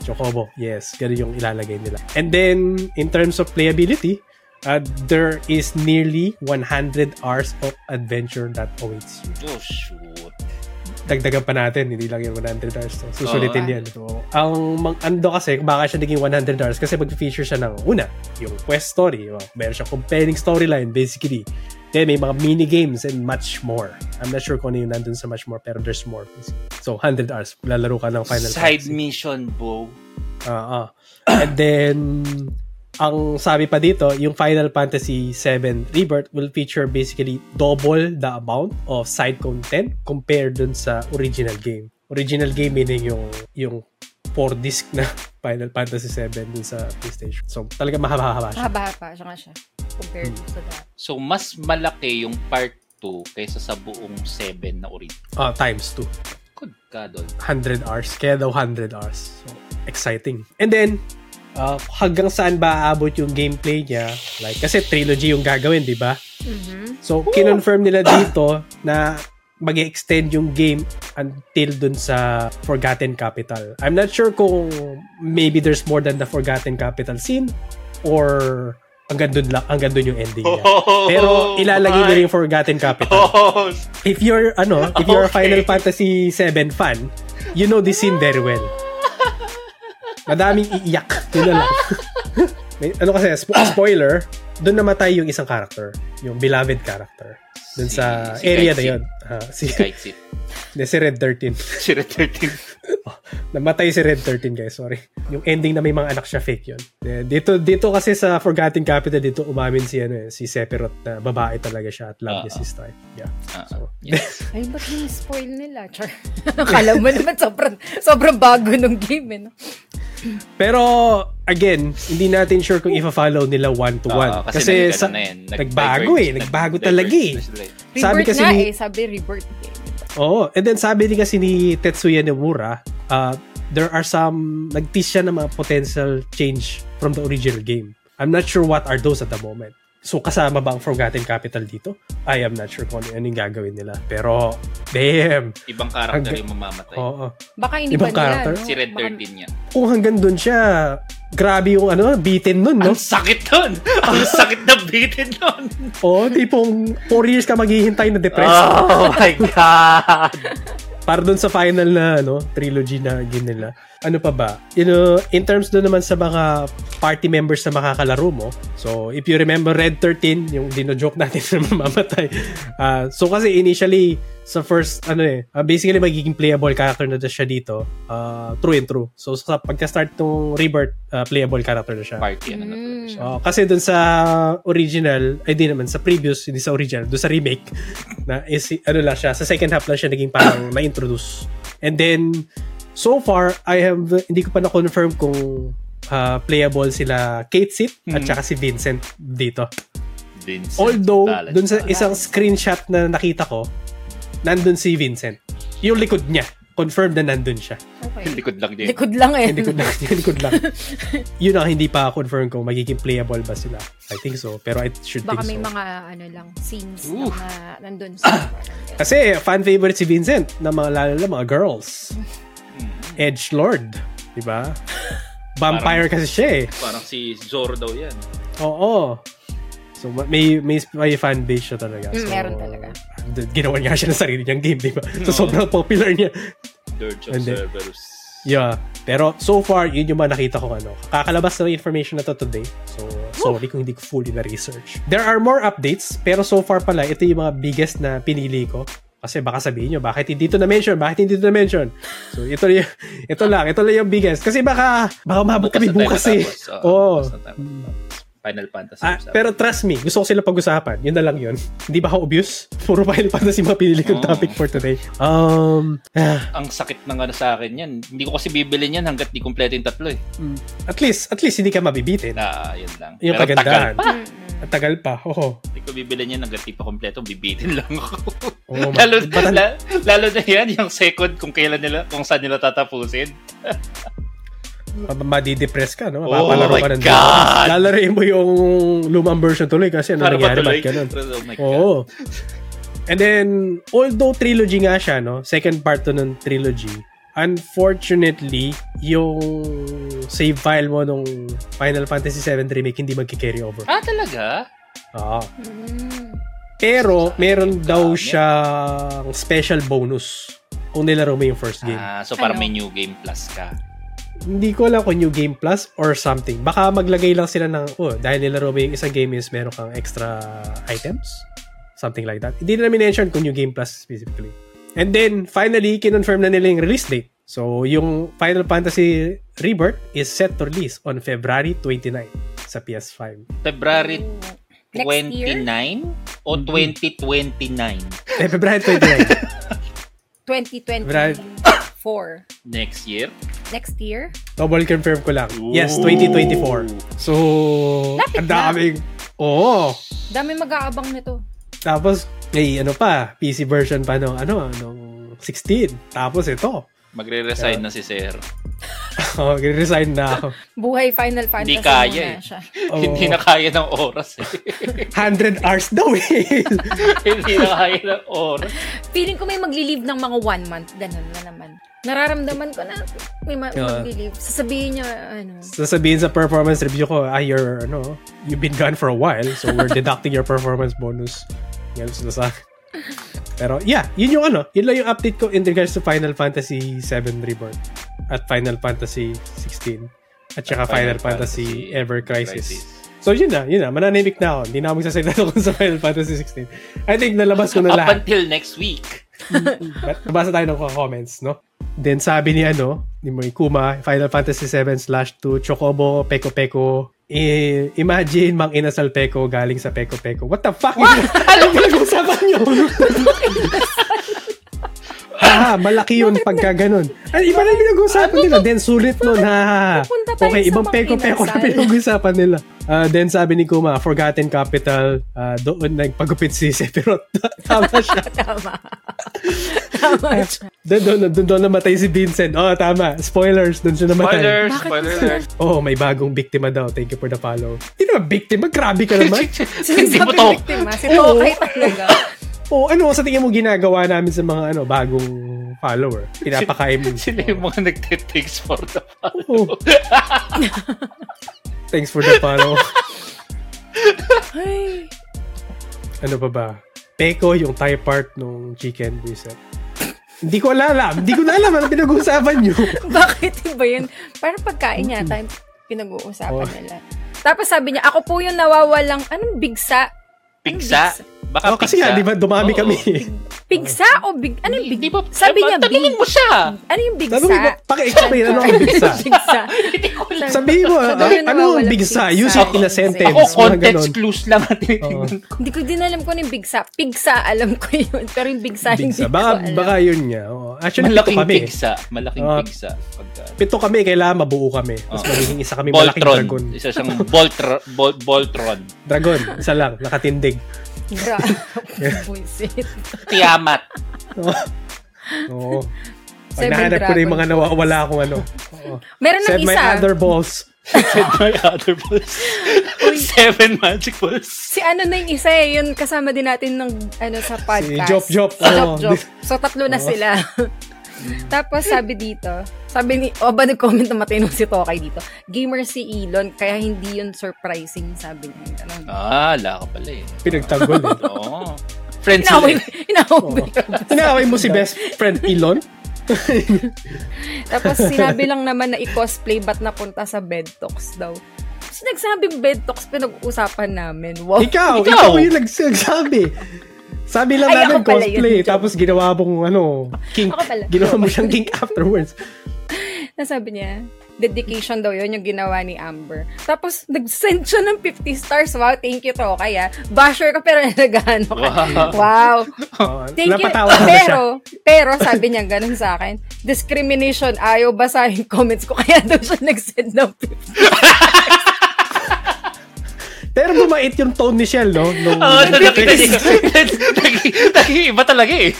Speaker 1: Chocobo. Yes, ganun yung ilalagay nila. And then, in terms of playability, uh, there is nearly 100 hours of adventure that awaits you.
Speaker 2: Oh, shoot.
Speaker 1: Dagdagan pa natin, hindi lang yung 100 hours. So, susulitin
Speaker 2: Oo.
Speaker 1: yan. So, ang mang ando kasi, baka siya naging 100 hours kasi mag-feature siya ng, una, yung quest story. Yung, meron siya compelling storyline, basically. Then, may mga mini games and much more. I'm not sure kung ano yung nandun sa much more, pero there's more. So, 100 hours. Lalaro ka ng Final
Speaker 2: Side
Speaker 1: Fantasy.
Speaker 2: mission, bro.
Speaker 1: Ah, ah. And then, ang sabi pa dito, yung Final Fantasy VII Rebirth will feature basically double the amount of side content compared dun sa original game. Original game meaning yung, yung 4 disc na Final Fantasy VII dun sa PlayStation. So, talaga mahaba-haba siya.
Speaker 3: Mahaba pa siya nga siya. Compared
Speaker 1: Mm.
Speaker 3: sa dati.
Speaker 2: So, mas malaki yung part 2 kaysa sa buong 7 na original.
Speaker 1: Ah, times 2.
Speaker 2: Good God, oh. all.
Speaker 1: 100 hours. Kaya daw 100 hours. So, exciting. And then, uh, hanggang saan ba aabot yung gameplay niya? Like, kasi trilogy yung gagawin, di ba? So, kinonfirm nila dito na mag extend yung game until dun sa Forgotten Capital. I'm not sure kung maybe there's more than the Forgotten Capital scene or hanggang dun, lang, hanggang dun yung ending niya. Pero ilalagay nila yung Forgotten Capital.
Speaker 2: Oh,
Speaker 1: If you're ano, if you're a
Speaker 2: Okay.
Speaker 1: Final Fantasy 7 fan, you know this scene very well. Madaming iiyak. Yun na lang. May- ano kasi, spo- spoiler, doon namatay yung isang character. Yung beloved character. Doon
Speaker 2: Si-
Speaker 1: sa
Speaker 2: si
Speaker 1: area na
Speaker 2: Kaitsin.
Speaker 1: yun. Ah, si,
Speaker 2: Kahit si,
Speaker 1: de, si Red 13.
Speaker 2: si Red 13.
Speaker 1: Namatay si Red 13 guys, sorry. Yung ending na may mga anak siya fake yun. Eh, Dito dito kasi sa Forgotten Capital dito umamin si ano eh, si Sephiroth na babae talaga siya at love niya
Speaker 2: Ah,
Speaker 1: si Star. Yeah.
Speaker 2: Ah,
Speaker 1: So,
Speaker 2: yes.
Speaker 3: Ay, ba't yung spoil nila? Char. Akala mo naman sobrang, sobrang bago nung game, eh, no?
Speaker 1: Pero again, hindi natin sure kung ifa-follow nila one to one.
Speaker 2: Oo,
Speaker 1: kasi
Speaker 2: nag-
Speaker 1: sa,
Speaker 2: ano na yun, nag-
Speaker 1: nagbago eh,
Speaker 2: diverge-
Speaker 1: nagbago
Speaker 2: nag-
Speaker 1: talaga eh.
Speaker 2: diverge na sila
Speaker 3: Rebirth
Speaker 1: Sabi kasi
Speaker 3: na
Speaker 1: ni,
Speaker 3: eh. Sabi rebirth game.
Speaker 1: Oo. And then sabi din kasi ni Tetsuya Nomura, uh, there are some, nag-tease siya ng mga potential change from the original game. I'm not sure what are those at the moment. So kasama ba ang Forgotten Capital dito? I am not sure kung ano yung gagawin nila. Pero, damn!
Speaker 2: Ibang karakter
Speaker 1: Hangga-
Speaker 2: yung mamamatay.
Speaker 1: Oo.
Speaker 3: Baka hindi
Speaker 1: Ibang
Speaker 3: pa nila,
Speaker 1: character?
Speaker 3: no?
Speaker 2: Si Red
Speaker 3: Baka-
Speaker 2: 13 niya.
Speaker 1: Kung hanggang dun siya, grabe yung ano, beaten nun, no?
Speaker 2: Ang sakit nun! Ang sakit na bitin nun!
Speaker 1: Oh, Oo, tipong 4 years ka maghihintay na depressed.
Speaker 2: my God!
Speaker 1: para dun sa final na ano, trilogy na game nila, ano pa ba? You know, in terms doon naman sa mga party members na makakalaro mo, so if you remember Red 13, yung dino-joke natin na mamamatay. Ah, so kasi initially, sa first, ano eh, ah, basically magiging playable character na siya dito, ah, true and true. So sa pagka-start ng Rebirth, ah, playable character na siya.
Speaker 2: Party, ano na talaga siya.
Speaker 1: Oh, kasi dun sa original, ay di naman, sa previous, hindi sa original, dun sa remake, na is, ano lang siya, sa second half lang siya naging parang na-introduce. And then, so far, I have, hindi ko pa na-confirm kung ah, playable sila Kate Sit at
Speaker 2: Mhm.
Speaker 1: saka si Vincent dito.
Speaker 2: Vincent Ah,
Speaker 1: Although,
Speaker 2: Talent.
Speaker 1: dun sa isang screenshot na nakita ko, nandun si Vincent. Yung likod niya, confirmed na nandun siya.
Speaker 3: Okay.
Speaker 2: Likod lang din.
Speaker 3: Likod lang eh.
Speaker 1: Hindi ko lang, hindi ko lang. Yun ang hindi pa confirm kung magiging playable ba sila. I think so, pero I should
Speaker 3: Baka
Speaker 1: think
Speaker 3: may
Speaker 1: so.
Speaker 3: mga ano lang, scenes
Speaker 2: Oof.
Speaker 3: na nandun
Speaker 1: Ah.
Speaker 3: sa
Speaker 1: Kasi fan favorite si Vincent ng mga lalo na mga girls.
Speaker 3: Mm-hmm.
Speaker 1: Edge Lord, 'di ba? Vampire kasi siya eh.
Speaker 2: Parang si Zoro daw yan.
Speaker 1: Oo. So ma- may may, may fan base siya talaga.
Speaker 3: Mm,
Speaker 1: So,
Speaker 3: meron talaga.
Speaker 1: d- Ginawa niya siya ng sarili niyang game, 'di ba? So sobrang popular niya.
Speaker 2: Dirge of
Speaker 1: Hindi.
Speaker 2: Cerberus.
Speaker 1: Yeah. Pero so far, yun yung mga nakita ko ano. Kakalabas ng information na to today. So, sorry kung hindi ko fully na-research. There are more updates, pero so far pala, ito yung mga biggest na pinili ko. Kasi baka sabihin nyo, bakit hindi ito na-mention? Bakit hindi ito na-mention? So, ito, yung, ito lang. Ito lang yung biggest. Kasi baka, baka mabot kami
Speaker 2: na tayo
Speaker 1: bukas eh.
Speaker 2: matapos. Oo,
Speaker 1: Oo.
Speaker 2: bukas na tayo matapos. Final Fantasy.
Speaker 1: Ah,
Speaker 2: usapan.
Speaker 1: pero trust me, gusto ko sila pag-usapan. Yun na lang yun. Hindi ba ako obvious? Puro Final Fantasy mga pinili kong
Speaker 2: Oo.
Speaker 1: topic for today. Um, ah,
Speaker 2: ang sakit ng ano sa akin yan. Hindi ko kasi bibilin yan hanggat di kumpleto yung tatlo eh.
Speaker 1: at least, at least hindi ka mabibitin.
Speaker 2: Na, yun lang.
Speaker 1: Yung
Speaker 2: Pero
Speaker 1: kagandahan.
Speaker 2: tagal pa.
Speaker 1: At tagal pa. Oo.
Speaker 2: Hindi ko bibilin yan hanggat di pa kumpleto. Bibitin lang ako.
Speaker 1: Oo, ma-
Speaker 2: lalo,
Speaker 1: batal-
Speaker 2: la- lalo na yan, yung second kung kailan nila, kung saan nila tatapusin.
Speaker 1: Ano Ma- madidepress ka, no?
Speaker 2: Oh
Speaker 1: Mapapalaro
Speaker 2: my
Speaker 1: ka ng
Speaker 2: God!
Speaker 1: Lalaroin mo yung lumang version tuloy kasi ano
Speaker 2: Para
Speaker 1: nangyari,
Speaker 2: patuloy.
Speaker 1: ba't ganun?
Speaker 2: Oh my God.
Speaker 1: Oo. And then, although trilogy nga siya, no? Second part to ng trilogy. Unfortunately, yung save file mo nung Final Fantasy VII Remake hindi magki-carry over.
Speaker 2: Ah, talaga?
Speaker 1: Ah.
Speaker 3: Mm.
Speaker 1: Pero, meron daw siyang special bonus kung nilaro mo yung first game.
Speaker 2: Ah, so parang
Speaker 3: Ano?
Speaker 2: may new game plus ka.
Speaker 1: hindi ko alam kung New Game Plus or something. Baka maglagay lang sila ng, oh, dahil nilaro mo yung isang game is meron kang extra items. Something like that. Hindi nila minention kung New Game Plus specifically. And then, finally, kinonfirm na nila yung release date. So, yung Final Fantasy Rebirth is set to release on February 29 sa PS5.
Speaker 2: February
Speaker 3: Next
Speaker 2: 29
Speaker 3: year?
Speaker 2: o
Speaker 1: Mhm.
Speaker 2: 2029
Speaker 1: Eh, February 29.
Speaker 3: 2024.
Speaker 2: next year?
Speaker 3: Next year?
Speaker 1: Double confirm ko lang. Yes,
Speaker 2: Ooh.
Speaker 1: 2024. So,
Speaker 3: Lapit
Speaker 1: ang
Speaker 3: na.
Speaker 1: daming... Oo.
Speaker 3: Dami mag-aabang nito.
Speaker 1: Tapos, may ano pa, PC version pa nung, ano, nung 16. Tapos ito.
Speaker 2: Magre-resign na si Sir.
Speaker 1: Oh, resign na ako.
Speaker 3: Buhay Final Fantasy
Speaker 2: Hindi kaya
Speaker 3: muna
Speaker 2: eh.
Speaker 3: siya.
Speaker 1: Oo.
Speaker 2: Hindi na kaya ng oras eh.
Speaker 1: 100 hours daw eh.
Speaker 2: Hindi na kaya ng oras.
Speaker 3: Feeling ko may magli-leave ng mga one month. Ganun na naman. Nararamdaman ko na may ma-
Speaker 1: Yeah.
Speaker 3: magli-leave. Sasabihin niya, ano,
Speaker 1: Sasabihin sa performance review ko, ah, you're, ano, you've been gone for a while, so we're deducting your performance bonus. Yan ang sila sa akin. Pero yeah, yun yung ano, yun lang yung update ko in regards to Final Fantasy 7 Reborn at Final Fantasy 16 at saka Final, Fantasy, Ever Crisis. So yun na, yun na. Mananimik na ako. Hindi na ako magsasalita tungkol sa Final Fantasy 16. I think nalabas ko na
Speaker 2: Up
Speaker 1: lahat.
Speaker 2: until next week.
Speaker 1: But nabasa tayo ng mga comments, no? Then sabi ni ano, ni Moikuma, Final Fantasy 7 slash 2, Chocobo, Peko Peko, eh, imagine mang inasal Peko galing sa Peko Peko. What the fuck? What? Ano ba usapan nyo? ah, malaki yun pagka ganun. Ay, iba na yung pinag-uusapan
Speaker 3: Ano
Speaker 1: nila. Then sulit nun, ha?
Speaker 3: Napunta tayo
Speaker 1: Okay,
Speaker 3: sa
Speaker 1: ibang
Speaker 3: mga
Speaker 1: peko-peko na
Speaker 3: inasal.
Speaker 1: pinag-uusapan nila. Ah, then sabi ni Kuma, Forgotten Capital, ah, doon nagpagupit si Sephiroth. Tama siya.
Speaker 3: tama. tama siya.
Speaker 1: Doon, doon, doon, doon namatay si Vincent. Oh, tama. Spoilers. Doon siya namatay.
Speaker 2: Spoiler!
Speaker 3: Bakit?
Speaker 2: Spoiler alert.
Speaker 1: Oh, may bagong biktima daw. Thank you for the follow. Hindi naman biktima. Grabe ka naman.
Speaker 2: Hindi mo to.
Speaker 3: Biktima, si Tokay talaga.
Speaker 1: oh, ano sa tingin mo ginagawa namin sa mga ano bagong follower? Pinapakain mo.
Speaker 2: Sila yung mga nagtitigs for the
Speaker 1: Oh. Thanks for the follow.
Speaker 3: Ay.
Speaker 1: ano pa ba? Peko yung Thai part nung chicken reset. Hindi ko alam. Hindi ko na alam ano pinag-uusapan nyo.
Speaker 3: Bakit iba yun? Parang pagkain yata yung pinag-uusapan nila. Tapos sabi niya, ako po yung nawawalang, anong bigsa?
Speaker 2: Pigsa? Baka
Speaker 1: Oh, kasi nga,
Speaker 2: pigsa.
Speaker 1: di ba, dumami
Speaker 2: Oo.
Speaker 1: kami.
Speaker 3: Pigsa o big, ano yung big?
Speaker 2: Di ba,
Speaker 1: eh,
Speaker 3: sabi niya, big.
Speaker 2: Tanungin mo siya.
Speaker 3: Ano yung
Speaker 1: Sabi mo,
Speaker 3: bigsa?
Speaker 1: paki-explain ano ang bigsa.
Speaker 3: bigsa.
Speaker 2: Hindi ko alam.
Speaker 1: Sabihin mo,
Speaker 3: Sabi
Speaker 1: ah,
Speaker 3: mo na
Speaker 1: ano ang
Speaker 3: walang
Speaker 1: bigsa?
Speaker 3: bigsa.
Speaker 1: Use it in a sentence.
Speaker 2: Ako,
Speaker 1: Mga
Speaker 2: context
Speaker 1: ganon.
Speaker 2: clues lang ang
Speaker 1: Oo.
Speaker 2: tinitingnan ko.
Speaker 3: Hindi ko din alam kung ano yung bigsa. Pigsa, alam ko yun. Pero yung bigsa,
Speaker 1: Bigsa.
Speaker 3: hindi
Speaker 1: Baka,
Speaker 3: ko alam.
Speaker 1: baka yun niya. Oo. Actually,
Speaker 2: Malaking
Speaker 1: pito kami.
Speaker 2: pigsa. Malaking
Speaker 1: Ah.
Speaker 2: pigsa. Pagka,
Speaker 1: Pito kami, kailangan mabuo kami. Tapos
Speaker 2: Oo.
Speaker 1: magiging isa kami malaking
Speaker 2: Boltron.
Speaker 1: dragon.
Speaker 2: Isa siyang Boltr- Bol- Boltron.
Speaker 1: Dragon, isa lang, nakatindig.
Speaker 3: Bra. Buisit.
Speaker 2: Tiamat.
Speaker 1: Oo. Oo. Pag
Speaker 3: Seven
Speaker 1: nahanap ko na yung mga
Speaker 3: dragons.
Speaker 1: nawawala akong ano. Oo.
Speaker 3: Meron ng
Speaker 1: Said my
Speaker 3: isa.
Speaker 1: other balls.
Speaker 2: Said my other balls. Seven magic balls.
Speaker 3: Si ano na yung isa eh, yun kasama din natin ng ano sa podcast.
Speaker 1: Jop Jop.
Speaker 3: Si Jop
Speaker 1: Oo.
Speaker 3: Jop. So tatlo na
Speaker 1: Oo.
Speaker 3: sila. Tapos sabi dito, sabi ni, o ba nag-comment na matinong si Tokay dito, gamer si Elon, kaya hindi yun surprising, sabi niya. Ano,
Speaker 2: Ah, ala ka pala eh.
Speaker 1: Pinagtanggol. eh.
Speaker 2: Oo. Friends
Speaker 3: inaway,
Speaker 2: sila.
Speaker 3: inaway.
Speaker 1: Tinaway mo si best friend Elon?
Speaker 3: Tapos sinabi lang naman na i-cosplay ba't napunta sa bed talks daw. Tapos nagsabing bed talks, pinag-usapan namin. Wow.
Speaker 1: Ikaw,
Speaker 2: Ikaw.
Speaker 1: ikaw, yung nagsasabi. Sabi lang
Speaker 3: Ay,
Speaker 1: namin
Speaker 3: ako pala yun,
Speaker 1: cosplay,
Speaker 3: joke.
Speaker 1: tapos ginawa mong ano, kink.
Speaker 3: Ako pala.
Speaker 1: Ginawa mo siyang kink afterwards.
Speaker 3: Nasabi niya, dedication daw yun yung ginawa ni Amber. Tapos, nag-send siya ng 50 stars. Wow, thank you to. Kaya, basher ka pero nalagano ka.
Speaker 2: Wow.
Speaker 3: Wow.
Speaker 1: Oo,
Speaker 3: Thank you.
Speaker 1: Oh, napatawa na siya.
Speaker 3: Pero, pero sabi niya ganun sa akin, discrimination, ayaw basahin comments ko. Kaya daw siya nag-send ng 50.
Speaker 1: Pero bumait yung tone ni Shell, no? Nung,
Speaker 2: Oo, oh, nakita niyo. Nag- Nag-iiba talaga eh.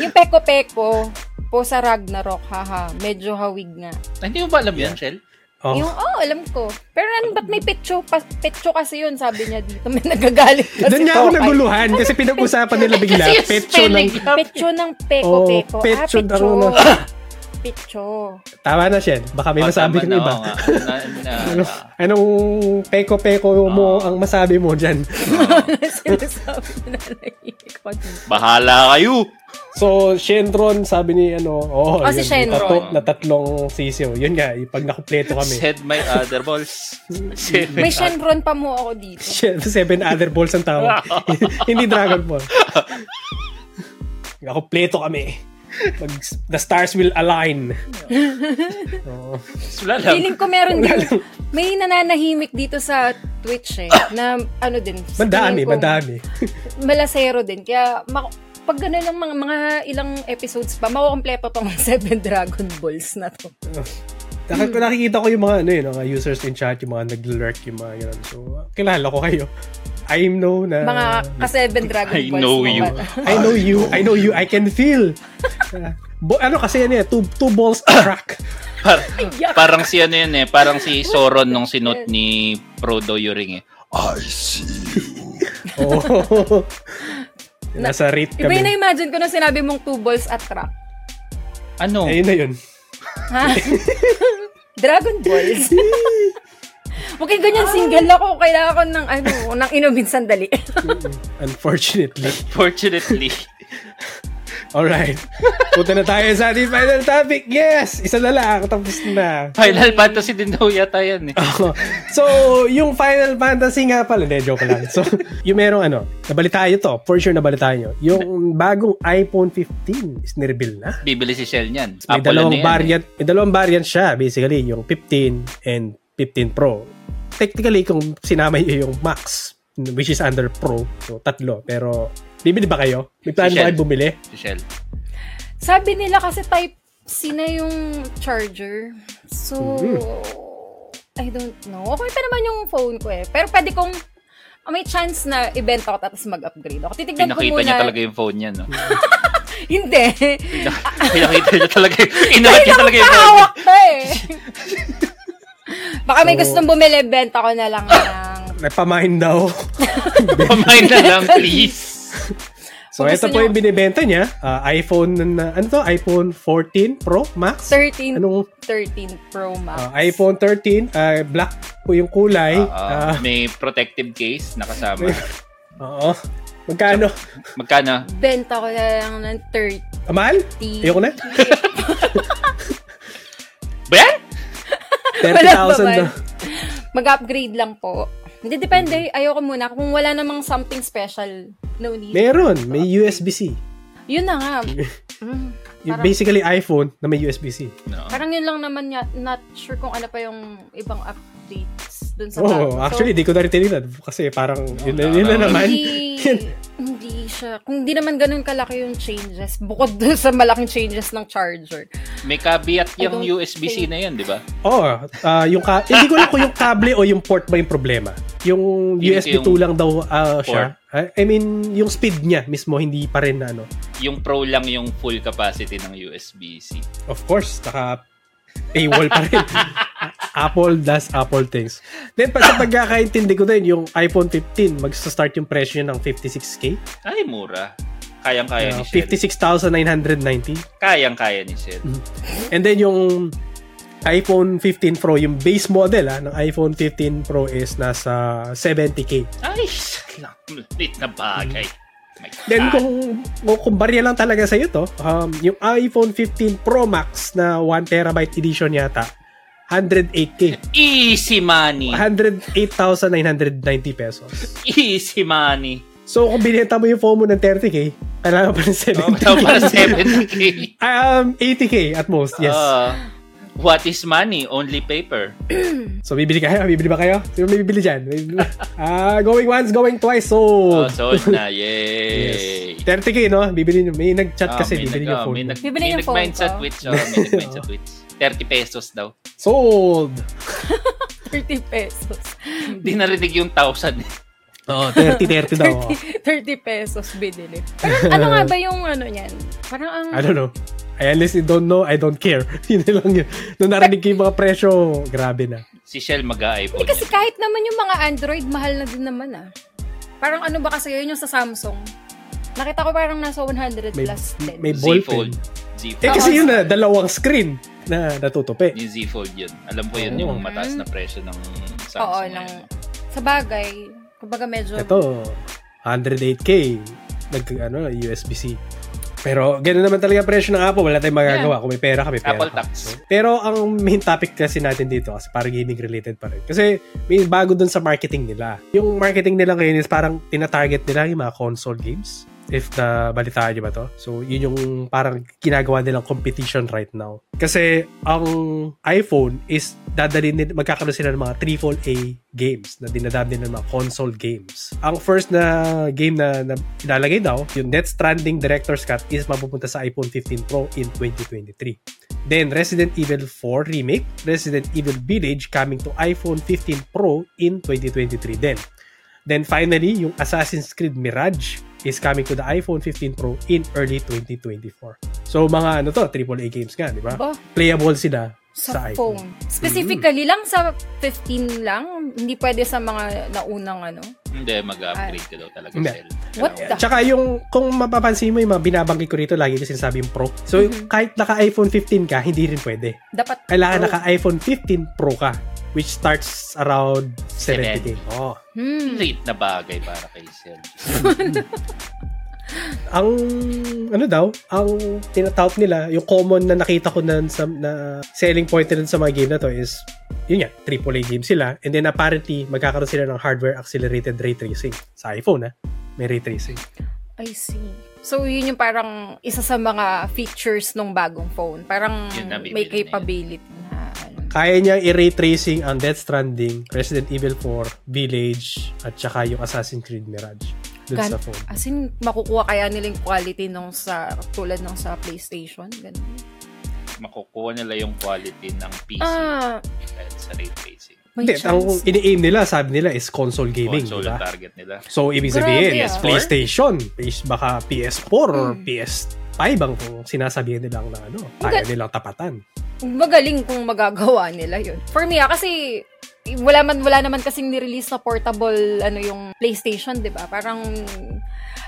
Speaker 3: Yung peko-peko po sa Ragnarok, haha, medyo hawig nga.
Speaker 2: Hindi mo ba alam yun, Shell?
Speaker 1: Oh.
Speaker 3: Yung, oh, alam ko. Pero ano, ba't may petso? Pa, petso kasi yun, sabi niya dito. May nagagalit kasi
Speaker 1: Doon nga ako
Speaker 3: Tokay.
Speaker 1: naguluhan kasi pinag-usapan nila bigla.
Speaker 2: Kasi yung
Speaker 1: Petso ng...
Speaker 2: spelling lang.
Speaker 3: Petso ng peko-peko.
Speaker 1: Oh, petso
Speaker 3: ah,
Speaker 1: daw
Speaker 3: petso.
Speaker 1: na-
Speaker 3: petso.
Speaker 1: Tama na, Shell. Baka may
Speaker 2: Oh,
Speaker 1: masabi
Speaker 2: tama
Speaker 1: ng
Speaker 2: na,
Speaker 1: iba.
Speaker 2: oo nga. Na- na-
Speaker 1: Ano, anong peko-peko mo ang masabi mo dyan?
Speaker 3: Sinasabi na naiikot.
Speaker 2: Bahala kayo.
Speaker 1: So, Shenron, sabi ni ano, oh,
Speaker 3: Oh, si Shenron.
Speaker 1: tatot na tatlong sisiyo. Yun nga, eh, pag nakumpleto kami.
Speaker 2: Said my other balls. Seven
Speaker 3: May Shenron pa mo ako dito.
Speaker 1: Shen- Seven other balls ang tawag. Hindi Dragon Ball. nakumpleto kami. Pag the stars will align. Oo.
Speaker 2: balls. Wala lang.
Speaker 3: Feeling ko meron din. May nananahimik dito sa Twitch eh. Na ano din.
Speaker 1: Ah. Madami,
Speaker 3: feeling ko
Speaker 1: madami.
Speaker 3: Malasero din. Kaya mak- pag gano'n lang mga, mga ilang episodes pa, makukompleto tong Seven Dragon Balls na to.
Speaker 1: Nak-
Speaker 3: Hmm.
Speaker 1: nakikita ko yung mga ano yun, mga users in chat, yung mga nag-lurk, yung mga ganun. So, kilala ko kayo. I know na...
Speaker 3: Mga ka-Seven Dragon
Speaker 2: I
Speaker 3: Balls.
Speaker 2: know
Speaker 3: mo
Speaker 2: you.
Speaker 3: ba?
Speaker 1: I know you, I know you, I can feel. Ah, bo- ano kasi yan eh, two, two balls a crack.
Speaker 2: Par-
Speaker 3: Yuck.
Speaker 2: parang si ano yun eh. Parang si Sauron nung sinot ni Frodo Yoring eh.
Speaker 1: Oo. Nasa rate
Speaker 3: Iba
Speaker 1: kami.
Speaker 3: yung na-imagine ko na sinabi mong two balls at trap.
Speaker 2: Ano?
Speaker 1: Ayun na yun.
Speaker 3: Ha? Dragon balls. Huwag kayo ganyan, single ako. Kailangan ko ng, ano, ng inumin sandali.
Speaker 1: Unfortunately.
Speaker 2: Fortunately.
Speaker 1: Alright. Punta na tayo sa ating final topic. Yes! Isa na lang. Tapos na.
Speaker 2: Final Fantasy din daw yata yan eh.
Speaker 1: Oo. so, yung Final Fantasy nga pala. Hindi, joke lang. So, yung merong ano, nabalita nyo to. For sure nabalita nyo. Yung bagong iPhone 15 is nireveal na.
Speaker 2: Bibili si Shell niyan.
Speaker 1: May
Speaker 2: Apple
Speaker 1: dalawang
Speaker 2: ano yan
Speaker 1: variant, may dalawang variant siya basically, yung 15 and 15 Pro. Technically kung sinama niyo yung Max which is under Pro, so tatlo. Pero bibili ba kayo? May plano
Speaker 2: Michelle.
Speaker 1: ba kayo bumili?
Speaker 2: Eh, si Shell.
Speaker 3: Sabi nila kasi type C na yung charger. So, I don't know. Okay pa naman yung phone ko eh. Pero pwede kong, ah, may chance na ibenta ko tapos mag-upgrade ako. Titignan ko
Speaker 2: Pinakita
Speaker 3: muna.
Speaker 2: niya talaga yung phone niya, no?
Speaker 1: Mm.
Speaker 3: Hindi.
Speaker 2: Pinakita niya talaga. Inulat niya talaga yung phone.
Speaker 3: Nakahawak pa eh. Baka may
Speaker 1: So-
Speaker 3: gustong bumili, benta ko na lang ng
Speaker 1: Napamain daw.
Speaker 2: Pamain na lang, please.
Speaker 1: So
Speaker 3: Kung
Speaker 1: ito
Speaker 3: gusto
Speaker 1: po
Speaker 3: niyo-
Speaker 1: yung binibenta niya, ah, iPhone na- ano to? iPhone 14 Pro Max.
Speaker 3: 13,
Speaker 1: Anong
Speaker 3: 13 Pro Max.
Speaker 1: ah, iPhone 13 ah, black po yung kulay. Ah,
Speaker 2: Ah, may protective case nakasama.
Speaker 1: Oo. Magkano?
Speaker 2: Magkano?
Speaker 3: Benta ko na lang ng 30,
Speaker 1: Ah, mahal?
Speaker 3: T-
Speaker 1: Ayoko na.
Speaker 2: Ba yan?
Speaker 1: 30,000 daw.
Speaker 3: Mag-upgrade lang po. Hindi, depende. Ayoko muna. Kung wala namang something special, no need.
Speaker 1: Meron. May USB-C.
Speaker 3: Yun na nga. Mm,
Speaker 1: Yung
Speaker 3: Parang-
Speaker 1: Basically, iPhone na may USB-C.
Speaker 2: No.
Speaker 3: parang yun lang naman ya. Not sure kung ano pa yung ibang updates dun sa
Speaker 1: Oh,
Speaker 3: bago. So,
Speaker 1: actually, di ko na rin tinignan. Kasi parang, yun, na-
Speaker 2: no,
Speaker 1: yun na
Speaker 2: no.
Speaker 1: naman.
Speaker 3: Hindi, hindi siya. Kung di naman ganun kalaki yung changes, bukod dun sa malaking changes ng charger.
Speaker 2: May caveat
Speaker 3: I
Speaker 2: yung
Speaker 3: don't
Speaker 2: USB-C
Speaker 3: think-
Speaker 2: na yun, di ba?
Speaker 1: Oo. ah, yung ka- hindi ko alam kung yung kable o yung port ba yung problema. Yung
Speaker 2: Hindi
Speaker 1: USB
Speaker 2: ko
Speaker 1: 2
Speaker 2: yung
Speaker 1: lang daw ah, siya. Ah, I mean, yung speed niya mismo, hindi pa rin na ano.
Speaker 2: Yung Pro lang yung full capacity ng USB-C.
Speaker 1: Of course, naka paywall pa rin. Apple does Apple things. Then, pa, sa pagkakaintindi ko din, yung iPhone 15, magsa-start yung presyo niya ng 56K.
Speaker 2: Ay, mura.
Speaker 1: Ah,
Speaker 2: Kayang-kaya ni
Speaker 1: 56,990.
Speaker 2: Shell. Kayang-kaya ni Shell.
Speaker 1: Mm. And then yung iPhone 15 Pro, yung base model ah, ng iPhone 15 Pro is nasa 70k.
Speaker 2: Ay, sakit na bagay. Ah, My
Speaker 1: Mm. Then
Speaker 2: God.
Speaker 1: kung kung, kung barya lang talaga sa to, um, yung iPhone 15 Pro Max na 1 terabyte edition yata, 108k.
Speaker 2: Easy money.
Speaker 1: 108,990 pesos.
Speaker 2: Easy money.
Speaker 1: So kung binenta mo yung phone mo ng 30k, kailangan pa ng 70k.
Speaker 2: Ito para 70k.
Speaker 1: Um, 80k at most, yes.
Speaker 2: Ah, what is money? Only paper.
Speaker 1: so bibili kayo? Bibili ba kayo? Sino may bibili dyan? May bibili- Ah, going once, going twice, sold.
Speaker 2: Oh, sold na.
Speaker 1: Yes.
Speaker 2: Yay.
Speaker 1: 30k, no? Bibili nyo. May nag-chat
Speaker 2: Ah,
Speaker 1: kasi,
Speaker 2: may
Speaker 1: bibili
Speaker 2: nag-
Speaker 1: nyo
Speaker 2: ah, May
Speaker 1: phone.
Speaker 2: nag-
Speaker 3: Bibili
Speaker 2: may
Speaker 3: yung phone
Speaker 2: nag-mind sa
Speaker 3: ko.
Speaker 2: Twitch. Oh, may nag-mind sa Twitch. 30 pesos daw.
Speaker 1: Sold!
Speaker 3: 30 pesos.
Speaker 2: Hindi narinig yung 1,000.
Speaker 1: Oh, 30-30 daw.
Speaker 3: 30, 30 pesos binili. Parang ano nga ba yung ano niyan? Parang ang...
Speaker 1: I don't know. I honestly don't know. I don't care. yun na lang yun. Nung narinig ko yung mga presyo, grabe na.
Speaker 2: Si Shell mag-iPhone.
Speaker 3: Hindi kasi kahit naman yung mga Android, mahal na din naman ah. Parang ano ba kasi yun yung sa Samsung? Nakita ko parang nasa
Speaker 1: May,
Speaker 3: 100 plus 10.
Speaker 1: may
Speaker 2: Z
Speaker 1: ball pen.
Speaker 2: Fold. Z
Speaker 1: Eh,
Speaker 2: Fold.
Speaker 1: kasi yun na, dalawang screen na natutupi.
Speaker 2: Yung Z Fold yun. Alam ko yun
Speaker 1: Oo.
Speaker 2: yung mataas na presyo ng
Speaker 3: Hmm.
Speaker 2: Samsung.
Speaker 3: Oo,
Speaker 2: ngayon.
Speaker 3: ng, sa bagay. Kumbaga medyo...
Speaker 1: Ito, 108k. Nag, ano, USB-C. Pero, ganun naman talaga ang presyo ng Apple. Wala tayong magagawa. Kung may pera ka, may pera
Speaker 2: Apple
Speaker 1: ka.
Speaker 2: tax.
Speaker 1: Pero ang main topic kasi natin dito, kasi parang gaming related pa rin. Kasi may bago dun sa marketing nila. Yung marketing nila ngayon is parang tinatarget nila yung mga console games. If na balitaan nyo ba to? So, yun yung parang ginagawa nilang competition right now. Kasi ang iPhone is dadalhin nila, magkakaroon sila ng mga AAA games na dinadab nila ng mga console games. Ang first na game na, na ilalagay daw, yung Death Stranding Director's Cut is mapupunta sa iPhone 15 Pro in 2023. Then Resident Evil 4 Remake, Resident Evil Village coming to iPhone 15 Pro in 2023 din. Then finally, yung Assassin's Creed Mirage is coming to the iPhone 15 Pro in early 2024. So mga ano to, AAA games nga, di ba?
Speaker 3: Ba?
Speaker 1: Playable sila sa,
Speaker 3: sa,
Speaker 1: iPhone.
Speaker 3: phone. Specifically lang sa 15 lang, hindi pwede sa mga naunang ano.
Speaker 2: Hindi, mag-upgrade ka daw talaga,
Speaker 1: Hindi.
Speaker 2: Shell.
Speaker 3: What
Speaker 2: Kailangan.
Speaker 3: the-
Speaker 1: Tsaka yung, kung mapapansin mo yung mga binabanggit ko rito, lagi ko sinasabi yung Pro. So kahit naka-iPhone 15 ka, hindi rin pwede.
Speaker 3: Dapat
Speaker 1: Kailangan
Speaker 3: pro.
Speaker 1: naka-iPhone 15 Pro ka, which starts around 70K. Oh.
Speaker 3: Hmm.
Speaker 2: Late na bagay para kay Shell.
Speaker 1: ang ano daw, ang tinatawag nila, yung common na nakita ko na, sa, na selling point nila sa mga game na to is yun nga, AAA game sila. And then apparently, magkakaroon sila ng hardware accelerated ray tracing. Sa iPhone, ha? May ray tracing.
Speaker 3: I see. So, yun yung parang isa sa mga features ng bagong phone. Parang
Speaker 2: Yun, nabibili
Speaker 3: may
Speaker 2: na yun.
Speaker 3: capability na, ano.
Speaker 1: Kaya niya i-ray tracing ang Death Stranding, Resident Evil 4, Village, at saka yung Assassin's Creed Mirage. Dun
Speaker 3: Gan-
Speaker 1: sa phone.
Speaker 3: As in, makukuha kaya nila yung quality nung sa, tulad nung sa PlayStation? Ganun.
Speaker 2: Makukuha nila yung quality ng PC
Speaker 3: Ah,
Speaker 2: dahil sa ray tracing.
Speaker 3: may
Speaker 1: Hindi, ang
Speaker 3: chance.
Speaker 1: ini-aim nila, sabi nila, is console gaming.
Speaker 2: Console
Speaker 1: diba?
Speaker 2: ang target nila.
Speaker 1: So, ibig
Speaker 3: Grabe,
Speaker 1: sabihin,
Speaker 3: ah. Hmm.
Speaker 1: PS4? PlayStation, PS, baka PS4 or PS5 ang kung sinasabihan nilang na ano, kaya
Speaker 3: Hindi.
Speaker 1: nilang tapatan.
Speaker 3: Magaling kung magagawa nila yun. For me, ah, kasi wala man wala naman kasing nirelease na portable ano yung PlayStation, 'di ba? Parang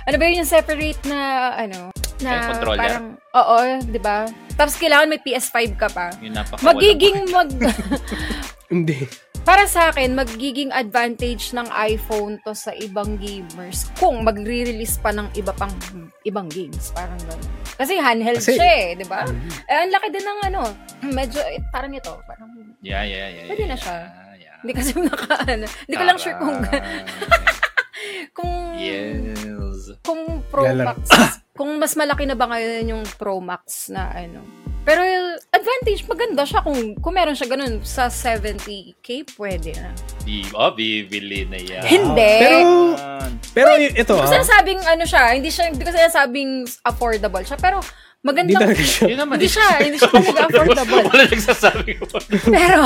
Speaker 3: ano ba yun yung separate na ano
Speaker 2: Yung
Speaker 3: na
Speaker 2: controller?
Speaker 3: parang oo, 'di ba? Tapos kailangan may PS5 ka pa.
Speaker 2: Yung napaka
Speaker 3: Magiging mag
Speaker 1: Hindi.
Speaker 3: para sa akin, magiging advantage ng iPhone to sa ibang gamers kung magre-release pa ng iba pang ibang games. Parang gano'n. Kasi handheld
Speaker 1: Kasi- Hmm.
Speaker 3: siya eh, di ba? Eh, ang laki din ng ano, medyo, eh, parang ito, parang,
Speaker 2: Yeah, yeah, yeah.
Speaker 3: Pwede
Speaker 2: yeah,
Speaker 3: na siya.
Speaker 2: yeah.
Speaker 3: hindi kasi naka, ano, hindi ko lang sure kung, kung,
Speaker 2: yes.
Speaker 3: kung Pro
Speaker 1: Yan lang.
Speaker 3: Max, kung mas malaki na ba ngayon yung Pro Max na ano. Pero advantage, maganda siya kung, kung meron siya ganun sa 70k, pwede na.
Speaker 2: Di, oh, bibili na yan.
Speaker 3: Hindi.
Speaker 1: Pero,
Speaker 2: Yan.
Speaker 1: pero y- ito
Speaker 3: Hindi ko
Speaker 1: ah.
Speaker 3: sinasabing ano siya, hindi siya, hindi ko sinasabing affordable siya, pero
Speaker 1: Hindi
Speaker 3: magandang,
Speaker 1: talaga siya.
Speaker 2: Yun naman. eh.
Speaker 3: hindi siya, hindi siya talaga affordable.
Speaker 2: Wala nagsasabi ko.
Speaker 3: Pero,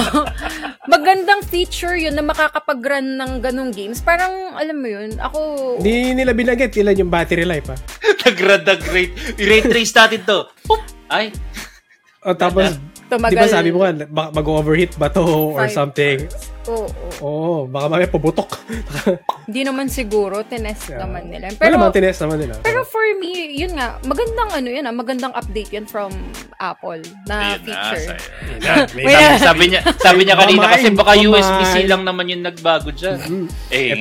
Speaker 3: magandang feature yun na makakapag-run ng ganong games. Parang, alam mo yun, ako,
Speaker 1: Hindi nila binanggit ilan yung battery life ah.
Speaker 2: Nagradagrate. I-rate trace natin to. Pop! Ay,
Speaker 1: O tapos, di
Speaker 3: tumagal.
Speaker 1: ba sabi mo nga, baka mag-overheat ba to or
Speaker 3: Five
Speaker 1: something?
Speaker 3: Oo, oo.
Speaker 1: Oo, baka mamaya pabutok.
Speaker 3: Hindi naman siguro, tinest naman nila.
Speaker 1: Pero,
Speaker 3: Pero,
Speaker 1: Wala tines naman nila.
Speaker 3: pero for me, yun nga, magandang ano yun ah, magandang update yun from Apple na
Speaker 2: ayun na.
Speaker 3: feature.
Speaker 2: sayang.
Speaker 1: May-
Speaker 3: Wait,
Speaker 2: Sabi, sabi niya, sabi niya kanina
Speaker 1: Kumain,
Speaker 2: kasi baka
Speaker 1: kumain.
Speaker 2: USB-C lang naman yung nagbago dyan. Eh,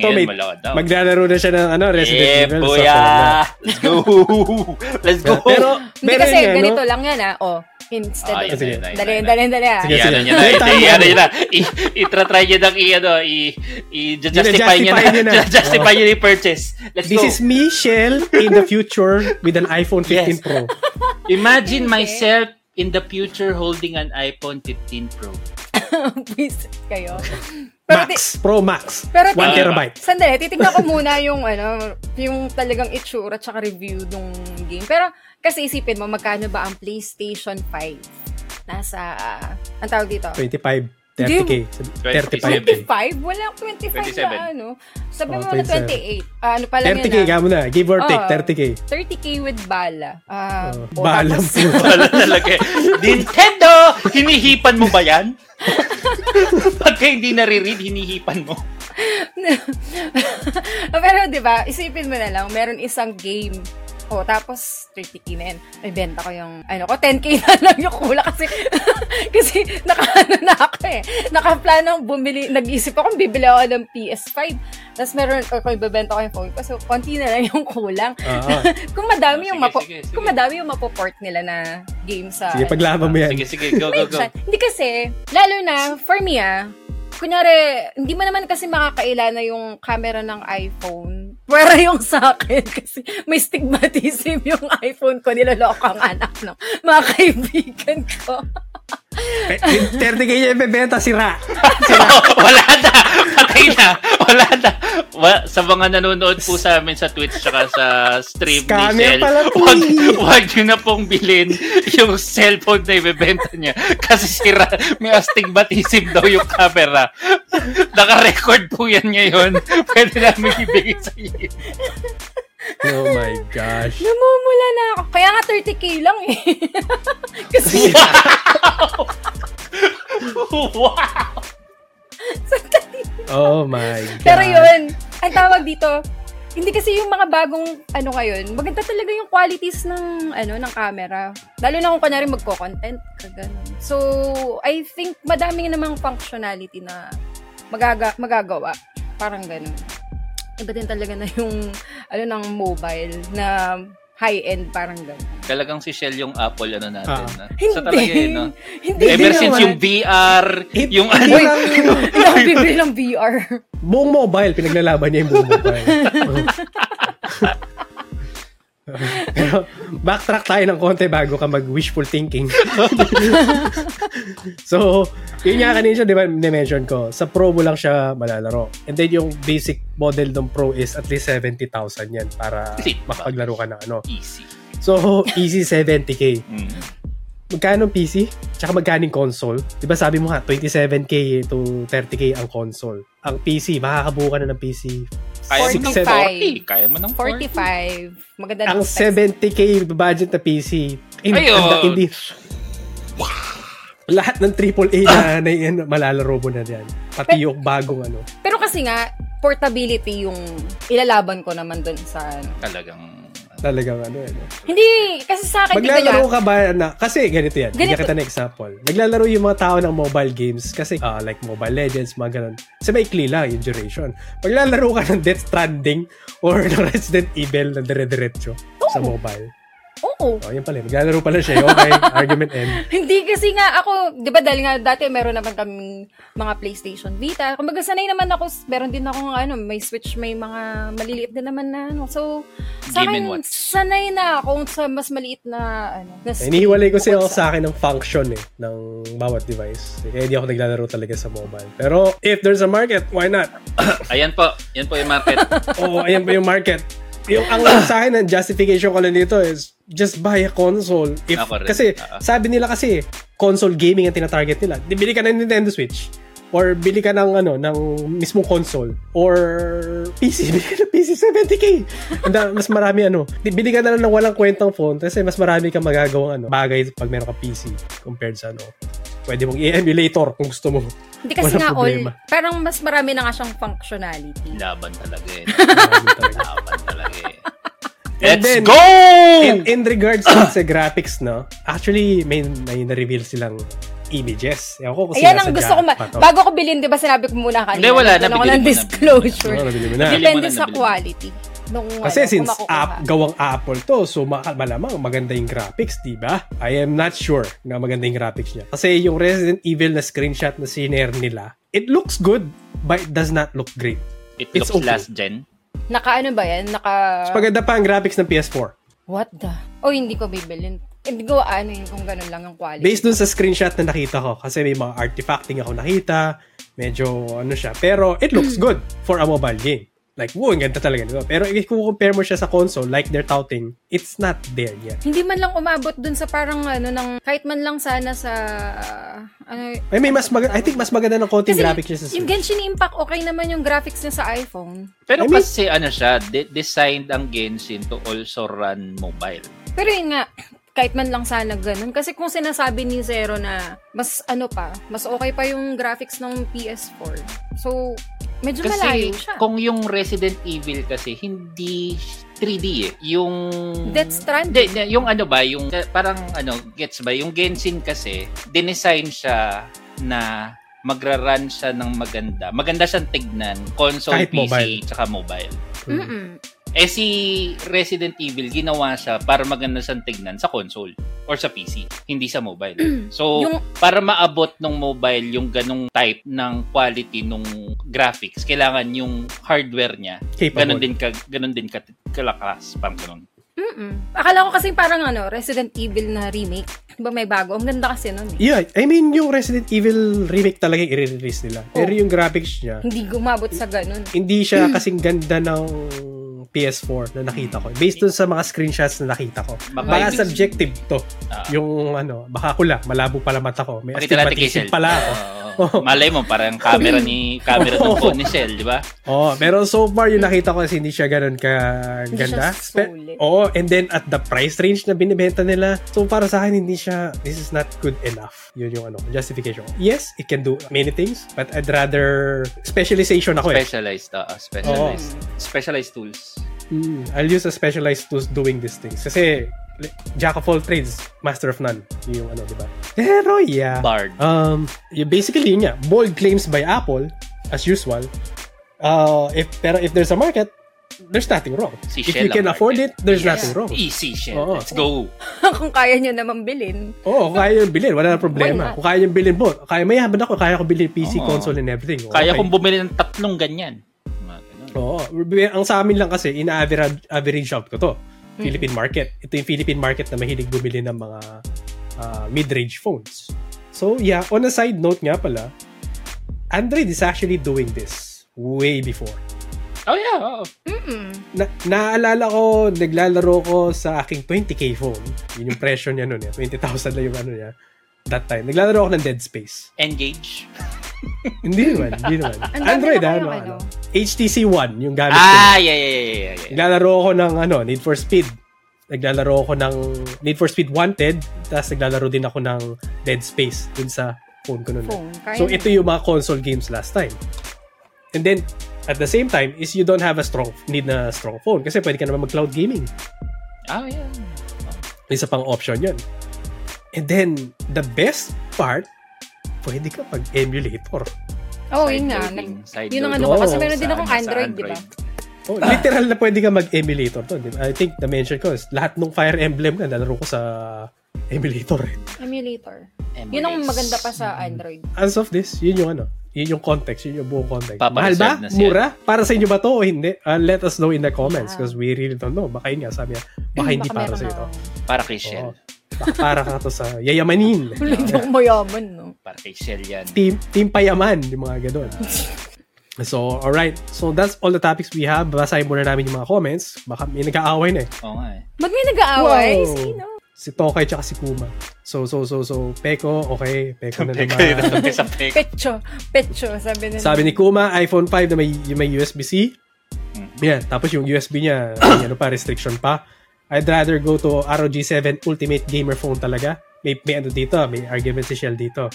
Speaker 1: Ito,
Speaker 2: ngayon
Speaker 1: Mm-hmm. may,
Speaker 2: malakad daw.
Speaker 1: maglalaro na siya ng ano, Resident
Speaker 2: Eh,
Speaker 1: Evil. sa
Speaker 2: boya!
Speaker 1: phone niya.
Speaker 2: Let's go! Let's go!
Speaker 1: Pero,
Speaker 3: Hindi
Speaker 1: pero
Speaker 3: kasi,
Speaker 1: yun nga, no?
Speaker 3: ganito lang yan ah, oh, instead of,
Speaker 2: Ah, yun,
Speaker 1: Sige.
Speaker 2: yun, yun,
Speaker 3: dali,
Speaker 2: yun,
Speaker 3: dali,
Speaker 2: yun.
Speaker 3: dali ah.
Speaker 1: Sige.
Speaker 2: I-ano niya na,
Speaker 1: Sige, tama.
Speaker 2: i-ano niya na, i- i-try niya ng i-ano, i- i-justify niya
Speaker 1: Ina-justify niya
Speaker 2: na,
Speaker 1: na.
Speaker 2: justify niya yung purchase. Let's
Speaker 1: This
Speaker 2: go.
Speaker 1: is me, Shell, in the future with an iPhone 15
Speaker 2: Yes.
Speaker 1: Pro.
Speaker 2: Imagine
Speaker 3: Okay.
Speaker 2: myself in the future holding an iPhone 15 Pro.
Speaker 3: Please, kayo. Pero, ti-
Speaker 1: Max, Pro Max. 1
Speaker 3: Pero ti-
Speaker 1: terabyte.
Speaker 3: Sandali, titignan ko muna yung ano, yung talagang itsura tsaka review nung game. Pero kasi isipin mo magkano ba ang PlayStation 5? Nasa ah, ang tawag dito.
Speaker 1: 25.
Speaker 3: Hindi
Speaker 1: 30K. 35.
Speaker 3: 25? Wala 25 na
Speaker 2: 27.
Speaker 3: ano. Sabi
Speaker 1: Oh,
Speaker 3: mo na
Speaker 1: 27.
Speaker 3: 28. Ah, ano pa lang
Speaker 1: 30K,
Speaker 3: yun? ah?
Speaker 1: kamo na. Give or take,
Speaker 3: Oo.
Speaker 1: 30K.
Speaker 3: 30k with bala. Ah,
Speaker 1: Oh,
Speaker 3: o,
Speaker 1: bahala
Speaker 3: tapos-
Speaker 1: po.
Speaker 2: Wala talaga eh. Nintendo! Hinihipan mo ba yan? Pagka hindi nare-read, hinihipan mo.
Speaker 3: Pero 'di ba, isipin mo na lang, meron isang game. O, tapos 30k na yan. May benta ko yung, ano ko, 10k na lang yung kulang kasi, kasi naka, ano na ako eh. Nakaplano akong bumili, nag-isip ako, bibili ako ng PS5. Tapos meron, or kung ibebenta ko yung phone ko, so konti na lang yung kulang.
Speaker 1: Oo.
Speaker 3: kung madami
Speaker 2: Ah, Sige,
Speaker 3: yung mapo,
Speaker 2: sige, sige.
Speaker 3: kung madami yung mapoport nila na game sa,
Speaker 1: Sige, paglaban mo yan.
Speaker 2: Sige, sige, go, go, go.
Speaker 3: Minsan, Hindi kasi, lalo na, for me ah, kunyari, hindi mo naman kasi makakaila na yung camera ng iPhone. Pwera yung sa akin kasi may stigmatism yung iPhone ko. Niloloko ang anak ng mga kaibigan ko.
Speaker 1: Eh, 30K niya ibebenta, sira.
Speaker 2: wala na. Patay na. Wala na. Wa- sa mga nanonood po sa amin sa Twitch tsaka sa stream
Speaker 1: Scammer
Speaker 2: ni Shell,
Speaker 1: pala to
Speaker 2: wag,
Speaker 1: eh.
Speaker 2: wag nyo na pong bilhin yung cellphone na ibebenta niya. Kasi sira, may astigmatism daw yung camera. Naka-record po yan ngayon. Pwede namin ibigay sa inyo.
Speaker 1: Oh my gosh.
Speaker 3: Namumula na ako. Kaya nga 30k lang eh. kasi,
Speaker 2: wow!
Speaker 1: Oh my God.
Speaker 3: pero yun, ang tawag dito, hindi kasi yung mga bagong ano ngayon, maganda talaga yung qualities ng ano ng camera. Lalo na kung kunwari magko-content ka ganun. So, I think madami namang functionality na magaga magagawa. Parang ganun. Iba din talaga na yung ano ng mobile na high-end parang ganun.
Speaker 2: Talagang si Shell yung Apple ano natin.
Speaker 1: Ah.
Speaker 2: na. Sa talaga yun, no?
Speaker 3: Hindi.
Speaker 2: Ever
Speaker 1: naman.
Speaker 2: since yung VR,
Speaker 1: Hindi-
Speaker 2: yung
Speaker 1: hindi
Speaker 2: ano,
Speaker 1: lang-
Speaker 3: Nabibili ng VR.
Speaker 1: buong mobile, pinaglalaban niya yung buong mobile. Pero, backtrack tayo ng konti bago ka mag-wishful thinking. so, yun nga kanina siya, di ba, na-mention ko, sa Pro mo lang siya malalaro. And then yung basic model ng Pro is at least 70,000 yan para
Speaker 2: Kasi, baka-
Speaker 1: makapaglaro ka ng ano.
Speaker 2: easy.
Speaker 1: So, easy 70k.
Speaker 2: Mm.
Speaker 1: Magkano ang PC? Tsaka magkano yung console? Di ba sabi mo nga, 27k to 30k ang console. Ang PC, makakabuo ka na ng PC
Speaker 2: Kaya mo ng
Speaker 3: 45.
Speaker 2: 40. Kaya mo ng 40.
Speaker 3: 45. Maganda
Speaker 1: ang
Speaker 3: ng specs.
Speaker 1: 70k budget na PC. In,
Speaker 2: Ayun.
Speaker 1: ang- hindi. Lahat ng AAA na, na yan, malalaro mo na yan. Pati yung bagong ano.
Speaker 3: Pero kasi nga, portability yung ilalaban ko naman dun sa ano.
Speaker 2: Talagang ano,
Speaker 1: talagang ano. ano.
Speaker 3: Hindi, kasi sa akin, di ba
Speaker 1: Maglalaro
Speaker 3: lahat-
Speaker 1: ka ba na, kasi ganito yan, ganito.
Speaker 3: Ganito.
Speaker 1: kita na example. Naglalaro yung mga tao ng mobile games kasi ah, like Mobile Legends, mga ganun. Kasi maikli lang yung duration. Maglalaro ka ng Death Stranding or ng Resident Evil na dire-diretso sa mobile.
Speaker 3: Oo.
Speaker 1: Oh, yun pala. Maglalaro pala siya. Okay, argument end.
Speaker 3: Hindi kasi nga ako, di ba dahil nga dati meron naman kaming mga PlayStation Vita. Kumbaga sanay naman ako, s- meron din ako ng ano, may Switch, may mga maliliit din naman na ano. So, sa
Speaker 2: Game and
Speaker 3: akin,
Speaker 2: watch.
Speaker 3: sanay na ako sa mas maliit na ano. Na
Speaker 1: Eh,
Speaker 3: screen
Speaker 1: Inihiwalay ko siya
Speaker 3: bukod
Speaker 1: ako sa akin ng function eh, ng bawat device. Kaya hindi ako naglalaro talaga sa mobile. Pero if there's a market, why not?
Speaker 2: Ayan po. Yan po yung market.
Speaker 1: Oo, ayan pa yung market. Yung ang lang sa akin, ang justification ko lang dito is just buy a console. If,
Speaker 2: Ako rin. Ah,
Speaker 1: kasi
Speaker 2: Oo.
Speaker 1: sabi nila kasi console gaming ang tinatarget nila. Di, Bili ka ng Nintendo Switch or bili ka ng ano ng mismong console or PC bili ka ng PC 70k Ang da- mas marami ano Di, bili ka na lang ng walang kwentang phone kasi mas marami kang magagawang ano bagay pag meron ka PC compared sa ano pwede mong i-emulator kung gusto mo
Speaker 3: Hindi kasi
Speaker 1: Walang
Speaker 3: nga
Speaker 1: problema.
Speaker 3: all, parang mas marami na nga siyang functionality.
Speaker 2: Laban talaga eh.
Speaker 1: Marami talaga.
Speaker 2: Laban talaga eh.
Speaker 1: And then-
Speaker 2: Let's go!
Speaker 1: in, in regards dun sa graphics, no? Actually, may, may na-reveal silang images. Ewan ko kung
Speaker 3: Ayan ang
Speaker 1: sinasadya
Speaker 3: gusto ko. Ma-
Speaker 1: pa to.
Speaker 3: bago ko bilhin, di ba sinabi ko muna kanina?
Speaker 2: Hindi, wala.
Speaker 3: nagkaroon ako ng
Speaker 2: Nabili mo, nabili mo.
Speaker 3: disclosure.
Speaker 1: Oo, Ano, nabili mo na.
Speaker 2: Nabili
Speaker 3: Depende
Speaker 2: mo na,
Speaker 3: sa
Speaker 2: nabili mo.
Speaker 3: quality. Nung,
Speaker 1: Kasi
Speaker 3: ano,
Speaker 1: since
Speaker 3: kung makukuha.
Speaker 1: app, gawang Apple to, so maka- malamang maganda yung graphics, di ba? I am not sure na maganda yung graphics niya. Kasi yung Resident Evil na screenshot na siner nila, it looks good, but it does not look great.
Speaker 2: It
Speaker 1: It's
Speaker 2: looks
Speaker 1: okay.
Speaker 2: last gen.
Speaker 3: Naka ano ba yan? Naka...
Speaker 1: Mas maganda pa ang graphics ng PS4.
Speaker 3: What the? Oh, hindi ko bibilin. Hindi ko ano yun kung ganun lang ang quality.
Speaker 1: Based dun sa screenshot na nakita ko, kasi may mga artifacting ako nakita, medyo ano siya. Pero it looks good for a mobile game. Like, wow, ang ganda talaga nito. Pero if kung compare mo siya sa console, like they're touting, it's not there yet.
Speaker 3: hindi man lang umabot dun sa parang ano ng kahit man lang sana sa ano
Speaker 1: Ay, may mas maganda, I think mas maganda ng konting
Speaker 3: Kasi
Speaker 1: graphics niya sa
Speaker 3: yung
Speaker 1: Switch.
Speaker 3: Genshin Impact okay naman yung graphics niya sa iPhone.
Speaker 1: I
Speaker 2: Pero
Speaker 1: mean-
Speaker 2: kasi ano siya, de- designed ang Genshin to also run mobile.
Speaker 3: Pero yun nga kahit man lang sana ganun kasi kung sinasabi ni Zero na mas ano pa, mas okay pa yung graphics ng PS4. So medyo malayo
Speaker 2: Kasi
Speaker 3: siya.
Speaker 2: kung yung Resident Evil kasi hindi 3D eh. Yung
Speaker 3: Death Stranding.
Speaker 2: Hindi, hindi, yung ano ba, yung eh, parang ano, gets ba? Yung Genshin kasi dinesign siya na magra-run siya ng maganda. Maganda siyang tignan, console,
Speaker 1: Kahit
Speaker 2: PC,
Speaker 1: mobile.
Speaker 2: tsaka mobile.
Speaker 3: Mm-mm.
Speaker 2: Eh si Resident Evil ginawa siya para maganda siyang tignan sa console or sa PC, hindi sa mobile. So,
Speaker 3: Yung-
Speaker 2: para maabot ng mobile yung ganong type ng quality nung graphics, kailangan yung hardware niya
Speaker 1: Capable.
Speaker 2: ganun din ka ganun din ka kalakas pang ganun.
Speaker 3: Mm-mm. Akala ko kasi parang ano, Resident Evil na remake. Diba may bago? Ang ganda kasi nun eh.
Speaker 1: Yeah, I mean, yung Resident Evil remake talaga yung i-release nila. Pero
Speaker 3: Oh.
Speaker 1: yung graphics niya,
Speaker 3: Hindi gumabot sa ganun.
Speaker 1: hindi siya kasing ganda ng PS4 na nakita ko. Based dun sa mga screenshots na nakita ko.
Speaker 2: Baka
Speaker 1: Baka
Speaker 2: ibig-
Speaker 1: subjective to.
Speaker 2: Ah.
Speaker 1: yung ano, baka ako lang, malabo pala mata ko. May
Speaker 2: Pakita natin kay
Speaker 1: astigmatism
Speaker 2: Shell. Ah.
Speaker 1: pala ako.
Speaker 2: Oo. Malay mo parang camera ni camera ng
Speaker 1: Oo.
Speaker 2: phone ni Shell, di ba?
Speaker 1: Oh, pero so far yung nakita ko kasi hindi siya ganun ka
Speaker 3: Hindi
Speaker 1: ganda.
Speaker 3: siya
Speaker 1: Spe-
Speaker 3: solid.
Speaker 1: Oo, and then at the price range na binibenta nila. So para sa akin hindi siya this is not good enough. Yun yung ano, justification. ko. Yes, it can do many things, but I'd rather specialization ako eh.
Speaker 2: Specialized, ah, specialized. Specialized tools.
Speaker 1: Mm, I'll use a specialized tools doing these things. Kasi li- jack of all trades, master of none. Yun yung ano, di ba? Pero yeah.
Speaker 2: Bard.
Speaker 1: Um, y- basically yun nga, bold claims by Apple as usual. Uh, if pero if there's a market, there's nothing wrong.
Speaker 2: Si
Speaker 1: if you
Speaker 2: Shell
Speaker 1: can
Speaker 2: ang
Speaker 1: afford it,
Speaker 2: market.
Speaker 1: there's
Speaker 3: Yes.
Speaker 1: nothing wrong.
Speaker 2: Easy, Shell.
Speaker 1: Oo.
Speaker 2: Let's go.
Speaker 3: kung kaya nyo naman bilhin.
Speaker 1: Oo, kung kaya yung bilhin, wala na
Speaker 3: Why
Speaker 1: problema.
Speaker 3: not?
Speaker 1: Kung kaya yung bilhin mo, kaya mayaman ako, kaya ko bilhin PC,
Speaker 2: Oo.
Speaker 1: console, and everything. Oo,
Speaker 2: Kaya
Speaker 1: okay.
Speaker 2: kong bumili ng tatlong ganyan. Mga ganun.
Speaker 1: Oo. Ang sa amin lang kasi, ina-average average shop ko to.
Speaker 3: Hmm.
Speaker 1: Philippine market. Ito yung Philippine market na mahilig bumili ng mga ah, mid-range phones. So yeah, on a side note nga pala, Android is actually doing this way before.
Speaker 2: Oh yeah, oo.
Speaker 3: Mm-mm.
Speaker 1: Na naalala ko, naglalaro ko sa aking 20k phone. Yun yung presyo niya noon eh. 20,000 lang yung ano niya. That time. Naglalaro ako ng Dead Space.
Speaker 2: Engage.
Speaker 1: Hindi naman, hindi naman.
Speaker 3: Ang dami
Speaker 1: Android
Speaker 3: na
Speaker 1: ah,
Speaker 3: kayong
Speaker 1: ano,
Speaker 3: ano.
Speaker 1: ano. HTC One yung gamit ko.
Speaker 2: Ah, yeah, yeah, yeah, yeah, yeah.
Speaker 1: Naglalaro ako ng ano, Need for Speed. Naglalaro ako ng Need for Speed Wanted, tapos naglalaro din ako ng Dead Space dun sa phone ko noon.
Speaker 3: Phone, kaya
Speaker 1: So
Speaker 3: na.
Speaker 1: ito yung mga console games last time. And then at the same time is you don't have a strong need na strong phone kasi pwede ka naman mag cloud gaming.
Speaker 2: Ah, yeah.
Speaker 1: Isa pang option yun. And then, the best part, pwede ka pag-emulator.
Speaker 3: Oh, yun nga.
Speaker 2: loading,
Speaker 3: Nag-
Speaker 2: side
Speaker 3: yun ang
Speaker 2: loading
Speaker 1: ano ko, kasi
Speaker 2: sa-
Speaker 3: meron din akong
Speaker 2: sa
Speaker 3: Android, di ba?
Speaker 1: Oh, literal na pwede ka mag-emulator to. di ba? I think na-mention ko, is lahat ng Fire Emblem na nalaro ko sa emulator. eh.
Speaker 3: emulator.
Speaker 2: Emirates.
Speaker 3: Yun ang maganda pa sa Android.
Speaker 1: As of this, yun yung ano, yun yung context, yun yung buong context. Mahal ba?
Speaker 2: Papareserve na siya.
Speaker 1: Mura? Para sa inyo ba to o hindi? Uh, let us know in the comments
Speaker 3: Yeah.
Speaker 1: because we really don't know. Baka yun nga, sabi niya, baka hindi para
Speaker 3: Ah. meron
Speaker 1: sa ito.
Speaker 3: na-
Speaker 2: Para kay Shell.
Speaker 1: Oo. Baka para ka to sa yayamanin.
Speaker 3: Wala, Hindi ako mayaman, no?
Speaker 2: Para kay Shell yan.
Speaker 1: team team payaman, yung mga ganun. So, alright. So, that's all the topics we have. Basahin muna namin yung mga comments. Baka may nag-aaway na eh.
Speaker 2: Oo nga eh.
Speaker 3: Ba't may nag-aaway?
Speaker 1: Wow.
Speaker 3: Sino?
Speaker 1: Si Tokay tsaka si Kuma. So, so, so, so, Peko, okay. Peko na
Speaker 2: Kayo na
Speaker 1: naman.
Speaker 2: lang sa pek.
Speaker 3: Pecho. Pecho, sabi nila.
Speaker 1: Sabi ni Kuma, iPhone 5 na may, yung may USB-C.
Speaker 2: Hmm.
Speaker 1: Yan. Tapos yung USB niya, may ano pa, restriction pa. I'd rather go to ROG 7 Ultimate Gamer Phone talaga. May, may ano dito, may argument si Shell dito.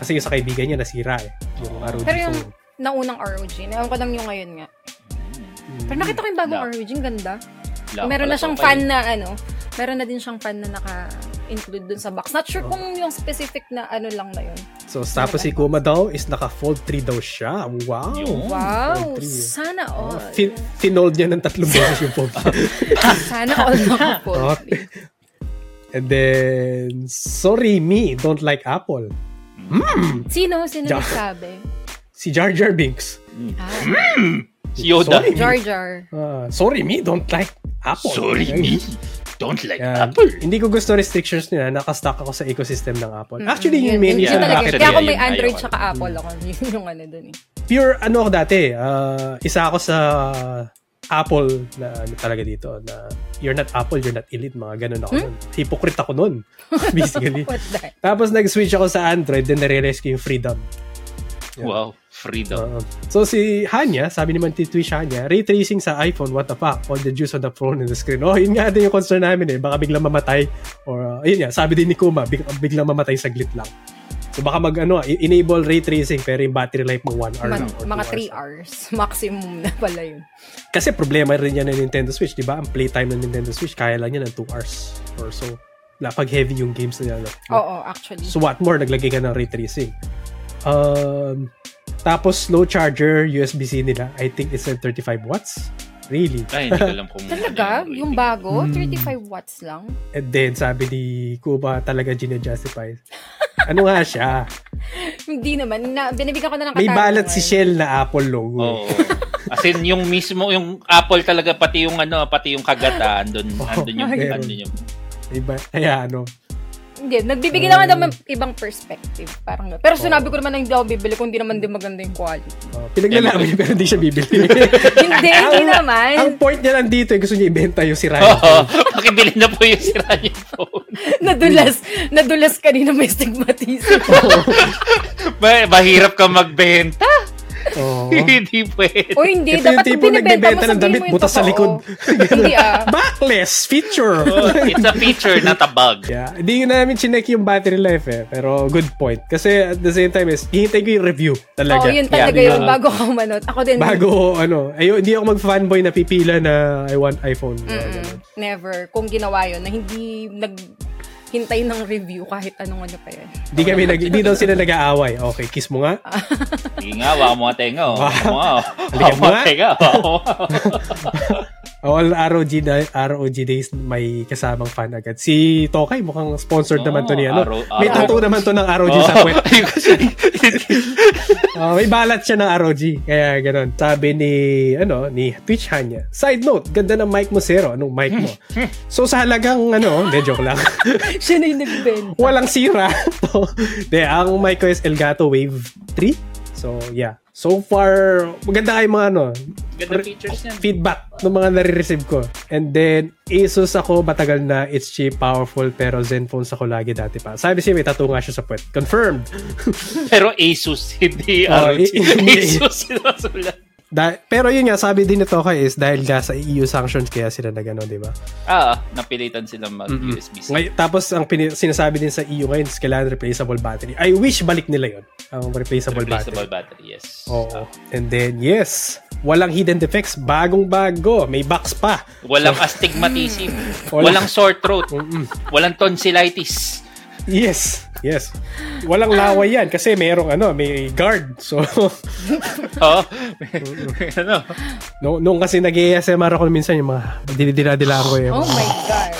Speaker 1: Kasi yung sa kaibigan niya, nasira eh. Yung ROG
Speaker 3: Pero yung
Speaker 1: phone.
Speaker 3: naunang ROG, naon ko lang yung ngayon nga. Pero nakita ko yung bagong
Speaker 2: Yeah.
Speaker 3: ROG, ang ganda.
Speaker 2: Wala ko
Speaker 3: meron na
Speaker 2: pala
Speaker 3: siyang
Speaker 2: to pa
Speaker 3: fan
Speaker 2: eh.
Speaker 3: na ano, meron na din siyang fan na naka-include dun sa box. Not sure
Speaker 1: Oh.
Speaker 3: kung yung specific na ano lang na yun.
Speaker 1: So, tapos si Kuma daw is naka-fold 3 daw siya. Wow!
Speaker 2: Yun.
Speaker 3: Wow,
Speaker 1: fold Oh, three, eh.
Speaker 3: sana all.
Speaker 1: Fin- finold niya ng tatlong beses yung fold.
Speaker 3: sana all naka-fold.
Speaker 1: Oh. And then, sorry me, don't like Apple.
Speaker 3: Sino? Sino
Speaker 1: Yeah.
Speaker 3: nagsabi?
Speaker 1: Si Jar Jar Binks.
Speaker 3: Ah,
Speaker 2: Si Yoda.
Speaker 1: Sorry.
Speaker 3: Jar Jar.
Speaker 1: Ah, sorry me, don't like Apple. Ay,
Speaker 2: Don't like
Speaker 1: yan. Hindi ko gusto restrictions nila. Nakastock ako sa ecosystem ng Apple. Actually, yun yung main
Speaker 3: Mm-hmm. Yun
Speaker 1: reason
Speaker 2: yun
Speaker 1: na
Speaker 3: talaga.
Speaker 1: bakit.
Speaker 3: Kaya ako may
Speaker 2: Yun, ayaw
Speaker 3: Android
Speaker 2: ko.
Speaker 3: tsaka
Speaker 1: Mm.
Speaker 3: Apple ako. Yun yung ano dun eh.
Speaker 1: Pure, ano ako dati, ah, isa ako sa Apple na ano talaga dito na you're not Apple, you're not elite, mga ganun ako nun. Hypocrite ako nun, basically.
Speaker 3: What the?
Speaker 1: Tapos nag-switch ako sa Android, then nare-realize ko yung freedom.
Speaker 2: Wow, freedom.
Speaker 1: Oo. Uh, so si Hanya, sabi naman ni Twitch Hanya, ray tracing sa iPhone, what the fuck? All the juice on the phone and the screen. Oh, yun nga din yung concern namin eh. Baka biglang mamatay. Or, uh, yun nga, sabi din ni Kuma, big, uh, biglang mamatay saglit lang. So baka mag, ano, i- enable ray tracing pero yung battery life mo 1 hour lang.
Speaker 3: Man,
Speaker 1: or
Speaker 3: mga
Speaker 1: two hours.
Speaker 3: 3 hours. Maximum na pala yun.
Speaker 1: Kasi problema rin yan ng Nintendo Switch, di ba? Ang playtime ng Nintendo Switch, kaya lang yan ng 2 hours or so. Wala, Pag heavy yung games nila. ano.
Speaker 3: Oo, actually.
Speaker 1: So what more, naglagay ka ng ray tracing. Um, tapos slow charger USB-C nila, I think it's at 35 watts. Really?
Speaker 2: Ay, hindi ko alam kung... ano
Speaker 3: Talaga? Yung bago?
Speaker 1: Hmm.
Speaker 3: 35 watts lang?
Speaker 1: And then sabi ni Kuba talaga gina-justify. Ano nga siya?
Speaker 3: Hindi naman. Na, binibigyan ko na lang
Speaker 1: May balat si Shell na Apple logo. eh.
Speaker 2: Oo. As in, yung mismo, yung Apple talaga, pati yung ano, pati yung kagata, andun, andun yung,
Speaker 1: Oh, meron.
Speaker 2: andun yung,
Speaker 1: May ba- Kaya ano?
Speaker 3: Hindi, nagbibigay lang
Speaker 1: Hmm.
Speaker 3: ako ng ibang perspective. Parang, ganun. pero sinabi ko naman na hindi ako bibili kung hindi naman din maganda yung quality.
Speaker 1: Uh, pinaglalaban niya pero hindi siya bibili.
Speaker 3: hindi, hindi
Speaker 1: Ang- Ang
Speaker 3: naman.
Speaker 1: point niya lang dito, eh, gusto niya ibenta yung si Ryan.
Speaker 2: Oo, pakibili na po yung sira yung phone.
Speaker 3: nadulas, nadulas kanina may stigmatism.
Speaker 1: Oh.
Speaker 2: Ba- Mahirap ka magbenta. Oh.
Speaker 1: Oo.
Speaker 2: Hindi pwede.
Speaker 3: o
Speaker 1: Ito
Speaker 3: hindi,
Speaker 1: yung
Speaker 3: dapat kung
Speaker 1: tipong
Speaker 3: binibenta
Speaker 1: nagbebenta ng
Speaker 3: mo, sabihin
Speaker 1: damit,
Speaker 3: mo yung
Speaker 1: butas sa
Speaker 3: totoo.
Speaker 1: likod.
Speaker 3: hindi ah.
Speaker 1: Backless feature!
Speaker 2: Oh, It's a feature, not a bug.
Speaker 1: Yeah, hindi yun namin chinek yung battery life eh. Pero good point. Kasi at the same time is, hihintay ko yung review talaga.
Speaker 3: Oo, Oh, yun talaga
Speaker 2: Yeah.
Speaker 3: yun. Bago ka umanot. Ako din.
Speaker 1: Bago ano, ayo hindi ako mag-fanboy na pipila na I want iPhone. Mga
Speaker 3: Mm-mm.
Speaker 1: ganun.
Speaker 3: Never. Kung ginawa yun, na hindi naghintay ng review kahit anong ano pa yun.
Speaker 1: Hindi kami nag hindi daw sila nag-aaway. Okay, kiss mo nga.
Speaker 2: Sige nga, wala mo tenga. oh. Wala mo. oh. Wala
Speaker 1: Halika
Speaker 2: mo
Speaker 1: mo nga.
Speaker 2: tenga. oh.
Speaker 1: All ROG da- ROG days may kasamang fan agad. Si Tokay mukhang sponsored
Speaker 2: Oh,
Speaker 1: naman to ni ano.
Speaker 2: RO-
Speaker 1: may tattoo naman to ng ROG sa kwet. Oh, may balat siya ng ROG. Kaya ganun. Sabi ni, ano, ni Twitch Hanya. Side note, ganda ng mic mo, Zero. Anong mic mo? so, sa halagang, ano, hindi, joke lang.
Speaker 3: Siya na yung nagbenta.
Speaker 1: Walang sira. De, ang mic ko is Elgato Wave 3. So, yeah. So far, maganda kayo mga, ano,
Speaker 2: Ganda features niyan.
Speaker 1: feedback ng mga nare-receive ko. And then, Asus ako, matagal na. It's cheap, powerful, pero Zenfone ako lagi dati pa. Sabi siya, may tattoo nga siya sa puwet. Confirmed.
Speaker 2: Pero Asus, hindi
Speaker 1: Oh, i-
Speaker 2: ROG.
Speaker 1: hindi.
Speaker 2: Asus, sinasulat.
Speaker 1: Da- pero yun nga, sabi din nito kay is dahil nga sa EU sanctions kaya sila na gano'n, di ba?
Speaker 2: Ah, napilitan sila mag-USB-C.
Speaker 1: Ngay- tapos ang pini- sinasabi din sa EU ngayon is kailangan replaceable battery. I wish balik nila yon ang replaceable,
Speaker 2: Replaceable
Speaker 1: battery.
Speaker 2: battery, yes.
Speaker 1: Oo. And then, yes, Walang hidden defects. Bagong-bago. May box pa.
Speaker 2: Walang astigmatism. walang sore throat. walang tonsillitis.
Speaker 1: Yes. Yes. Walang laway yan kasi merong ano, may guard. So,
Speaker 2: Oo. Oh. ano?
Speaker 1: no, noong kasi nag-ASMR ako minsan, yung mga dinidila-dila ko yung...
Speaker 3: Oh my God.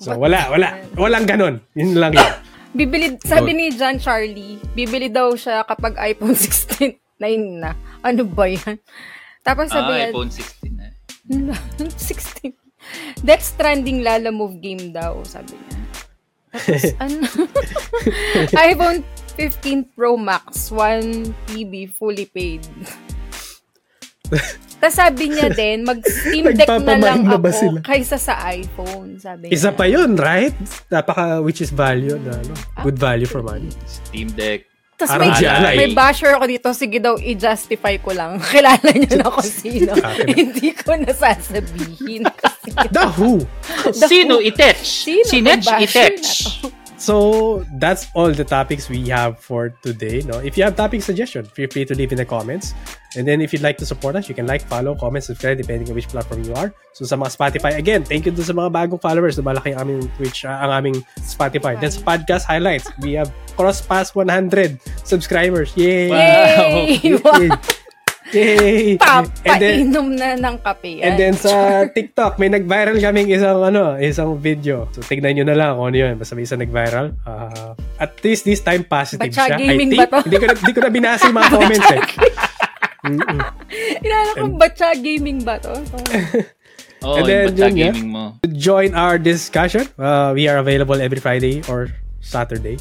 Speaker 1: So, wala, wala. Walang ganun. Yun lang yun.
Speaker 3: Bibili, sabi ni John Charlie, bibili daw siya kapag iPhone 16. Nine na. Ano ba yan? Tapos sabi niya,
Speaker 2: Ah, iPhone 16 na.
Speaker 3: 16. Death Stranding Lala Move game daw, sabi niya. Tapos, ano? iPhone 15 Pro Max, 1 TB, fully paid. Tapos sabi niya din, mag-Steam Deck na
Speaker 1: Nagpapamain
Speaker 3: lang
Speaker 1: na ba
Speaker 3: ako
Speaker 1: sila?
Speaker 3: kaysa sa iPhone, sabi niya.
Speaker 1: Isa pa yun, right? Napaka, which is value, na, ano, good value for money.
Speaker 2: Steam Deck.
Speaker 3: Tapos
Speaker 1: Parang
Speaker 3: may,
Speaker 1: Jana eh.
Speaker 3: may basher ako dito, sige daw, i-justify ko lang. Kilala niyo na kung sino. Hindi ko nasasabihin. Kasi,
Speaker 1: The Who!
Speaker 2: Sino itetch?
Speaker 3: Sino
Speaker 2: Sinetch
Speaker 3: ang basher
Speaker 2: itetch.
Speaker 3: na
Speaker 1: So that's all the topics we have for today. No, if you have topic suggestion, feel free to leave in the comments. And then if you'd like to support us, you can like, follow, comment, subscribe, depending on which platform you are. So sa mga Spotify, again, thank you to sa mga bagong followers. Lumalaki ang aming Twitch, ah, ang aming Spotify. Then sa podcast highlights, we have cross past 100 subscribers. Yay!
Speaker 3: Yay!
Speaker 1: Yay! Yay! And then,
Speaker 3: Papainom na ng kape yan.
Speaker 1: And then sa TikTok, may nag-viral kaming isang ano, isang video. So tignan nyo na lang kung ano yun. Basta may isang nag-viral. Ah, at least this time positive
Speaker 3: Batya
Speaker 1: siya.
Speaker 3: gaming
Speaker 1: I
Speaker 3: ba
Speaker 1: think.
Speaker 3: to?
Speaker 1: Hindi ko na, hindi ko na binasa yung mga comments eh. Mm-mm.
Speaker 3: Inala ko, Batya Gaming ba to? So,
Speaker 2: Oh,
Speaker 1: And
Speaker 2: yung
Speaker 1: then, yun
Speaker 2: Batya
Speaker 1: nga.
Speaker 2: gaming mo.
Speaker 1: To join our discussion, uh, we are available every Friday or Saturday.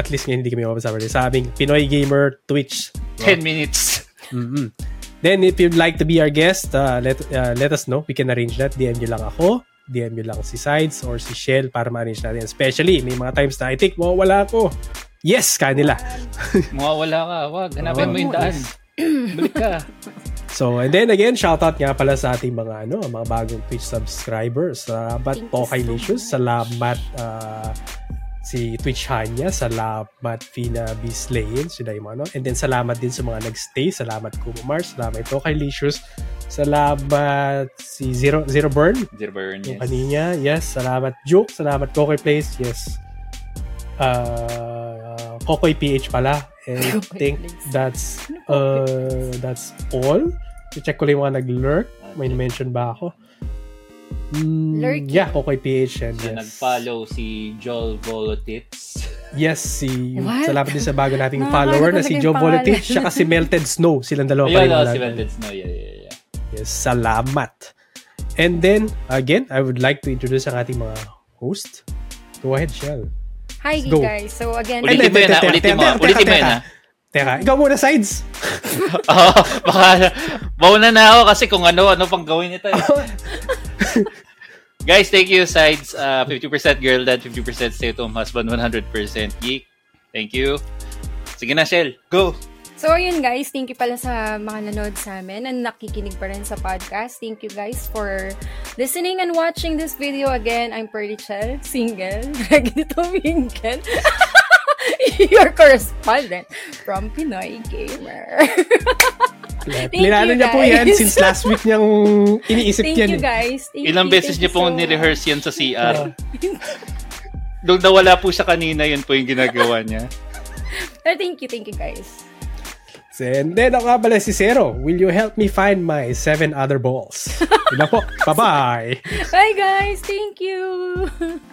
Speaker 1: At least ngayon hindi kami open Saturday. Sa aming Pinoy Gamer Twitch
Speaker 2: 10 minutes.
Speaker 1: mm Then if you'd like to be our guest, uh, let uh, let us know. We can arrange that. DM nyo lang ako. DM nyo lang si Sides or si Shell para manage natin. Especially, may mga times na I think, mawawala ako. Yes, kanila.
Speaker 2: Mawawala ka. Wag, hanapin mo yung daan. Balik ka.
Speaker 1: So, and then again, shoutout nga pala sa ating mga ano, mga bagong Twitch subscribers. Salamat
Speaker 3: Thank you
Speaker 1: Tokay
Speaker 3: so
Speaker 1: Licious. Salamat ah, si Twitch Hanya. Salamat Fina B. Slayin. Sila yung ano. And then salamat din sa mga nagstay. Salamat Kumar. Salamat Tokay Licious. Salamat si Zero, Zero Burn.
Speaker 2: Zero burn,
Speaker 1: Yung
Speaker 2: yes.
Speaker 1: kanina, yes. Salamat Joke. Salamat Kokoy Place. Yes. Uh, Kokoy PH pala. And I
Speaker 3: Kokoy
Speaker 1: think
Speaker 3: Place. Ano,
Speaker 1: that's uh, that's all. I-check ko lang yung mga nag-lurk. May mention ba ako? Mm,
Speaker 3: Lurking.
Speaker 1: Yeah, Kokoy PH. And
Speaker 2: So,
Speaker 1: yes.
Speaker 2: nag-follow si Joel Volotits.
Speaker 1: Yes, si...
Speaker 3: What?
Speaker 1: Salamat din sa bago nating
Speaker 3: Nakakala
Speaker 1: follower
Speaker 3: ko
Speaker 1: na si
Speaker 3: talaga
Speaker 1: Joe
Speaker 3: yung pangalan.
Speaker 1: Volatil. Siya kasi Melted Snow. Silang dalawa pa
Speaker 2: Ayun,
Speaker 1: rin
Speaker 2: oh,
Speaker 1: wala.
Speaker 2: si Vendel Snow. Yeah, yeah, yeah.
Speaker 1: Yes, salamat. And then, again, I would like to introduce ang ating mga host. Go ahead, Shell.
Speaker 3: Hi
Speaker 1: go.
Speaker 3: guys. So again,
Speaker 2: Ulitin mo yun, ha? Ulitin mo.
Speaker 1: Teka,
Speaker 2: Ulitin mo
Speaker 1: teka,
Speaker 2: yun, ah. ha?
Speaker 1: Teka, ikaw muna, sides.
Speaker 2: Oo, Oh, baka mauna na ako kasi kung ano, ano pang gawin nito. eh. Guys, thank you, sides. Uh, 50% girl dad, 50% stay-at-home husband, 100% geek. Thank you. Sige na, Shell. Go!
Speaker 3: So, ayun guys, thank you pala sa mga nanood sa amin and nakikinig pa rin sa podcast. Thank you guys for listening and watching this video again. I'm Pearly Chell, single, regnito mingle, your correspondent from Pinoy Gamer. Thank
Speaker 1: Linano
Speaker 3: you,
Speaker 1: niya po yan
Speaker 3: guys.
Speaker 1: since last week niyang iniisip
Speaker 3: thank
Speaker 1: yan.
Speaker 3: you
Speaker 1: eh.
Speaker 3: guys. Thank you,
Speaker 2: Ilang beses
Speaker 3: thank
Speaker 2: niyo
Speaker 3: you
Speaker 2: pong
Speaker 3: so
Speaker 2: nirehearse yan sa
Speaker 1: Oo.
Speaker 2: CR. Nung nawala po siya kanina, yun po yung ginagawa niya.
Speaker 3: much. Pero thank you, thank you guys.
Speaker 1: And then ako nga pala si Zero. Will you help me find my seven other balls? Yun lang po. Bye-bye.
Speaker 3: Bye guys, thank you.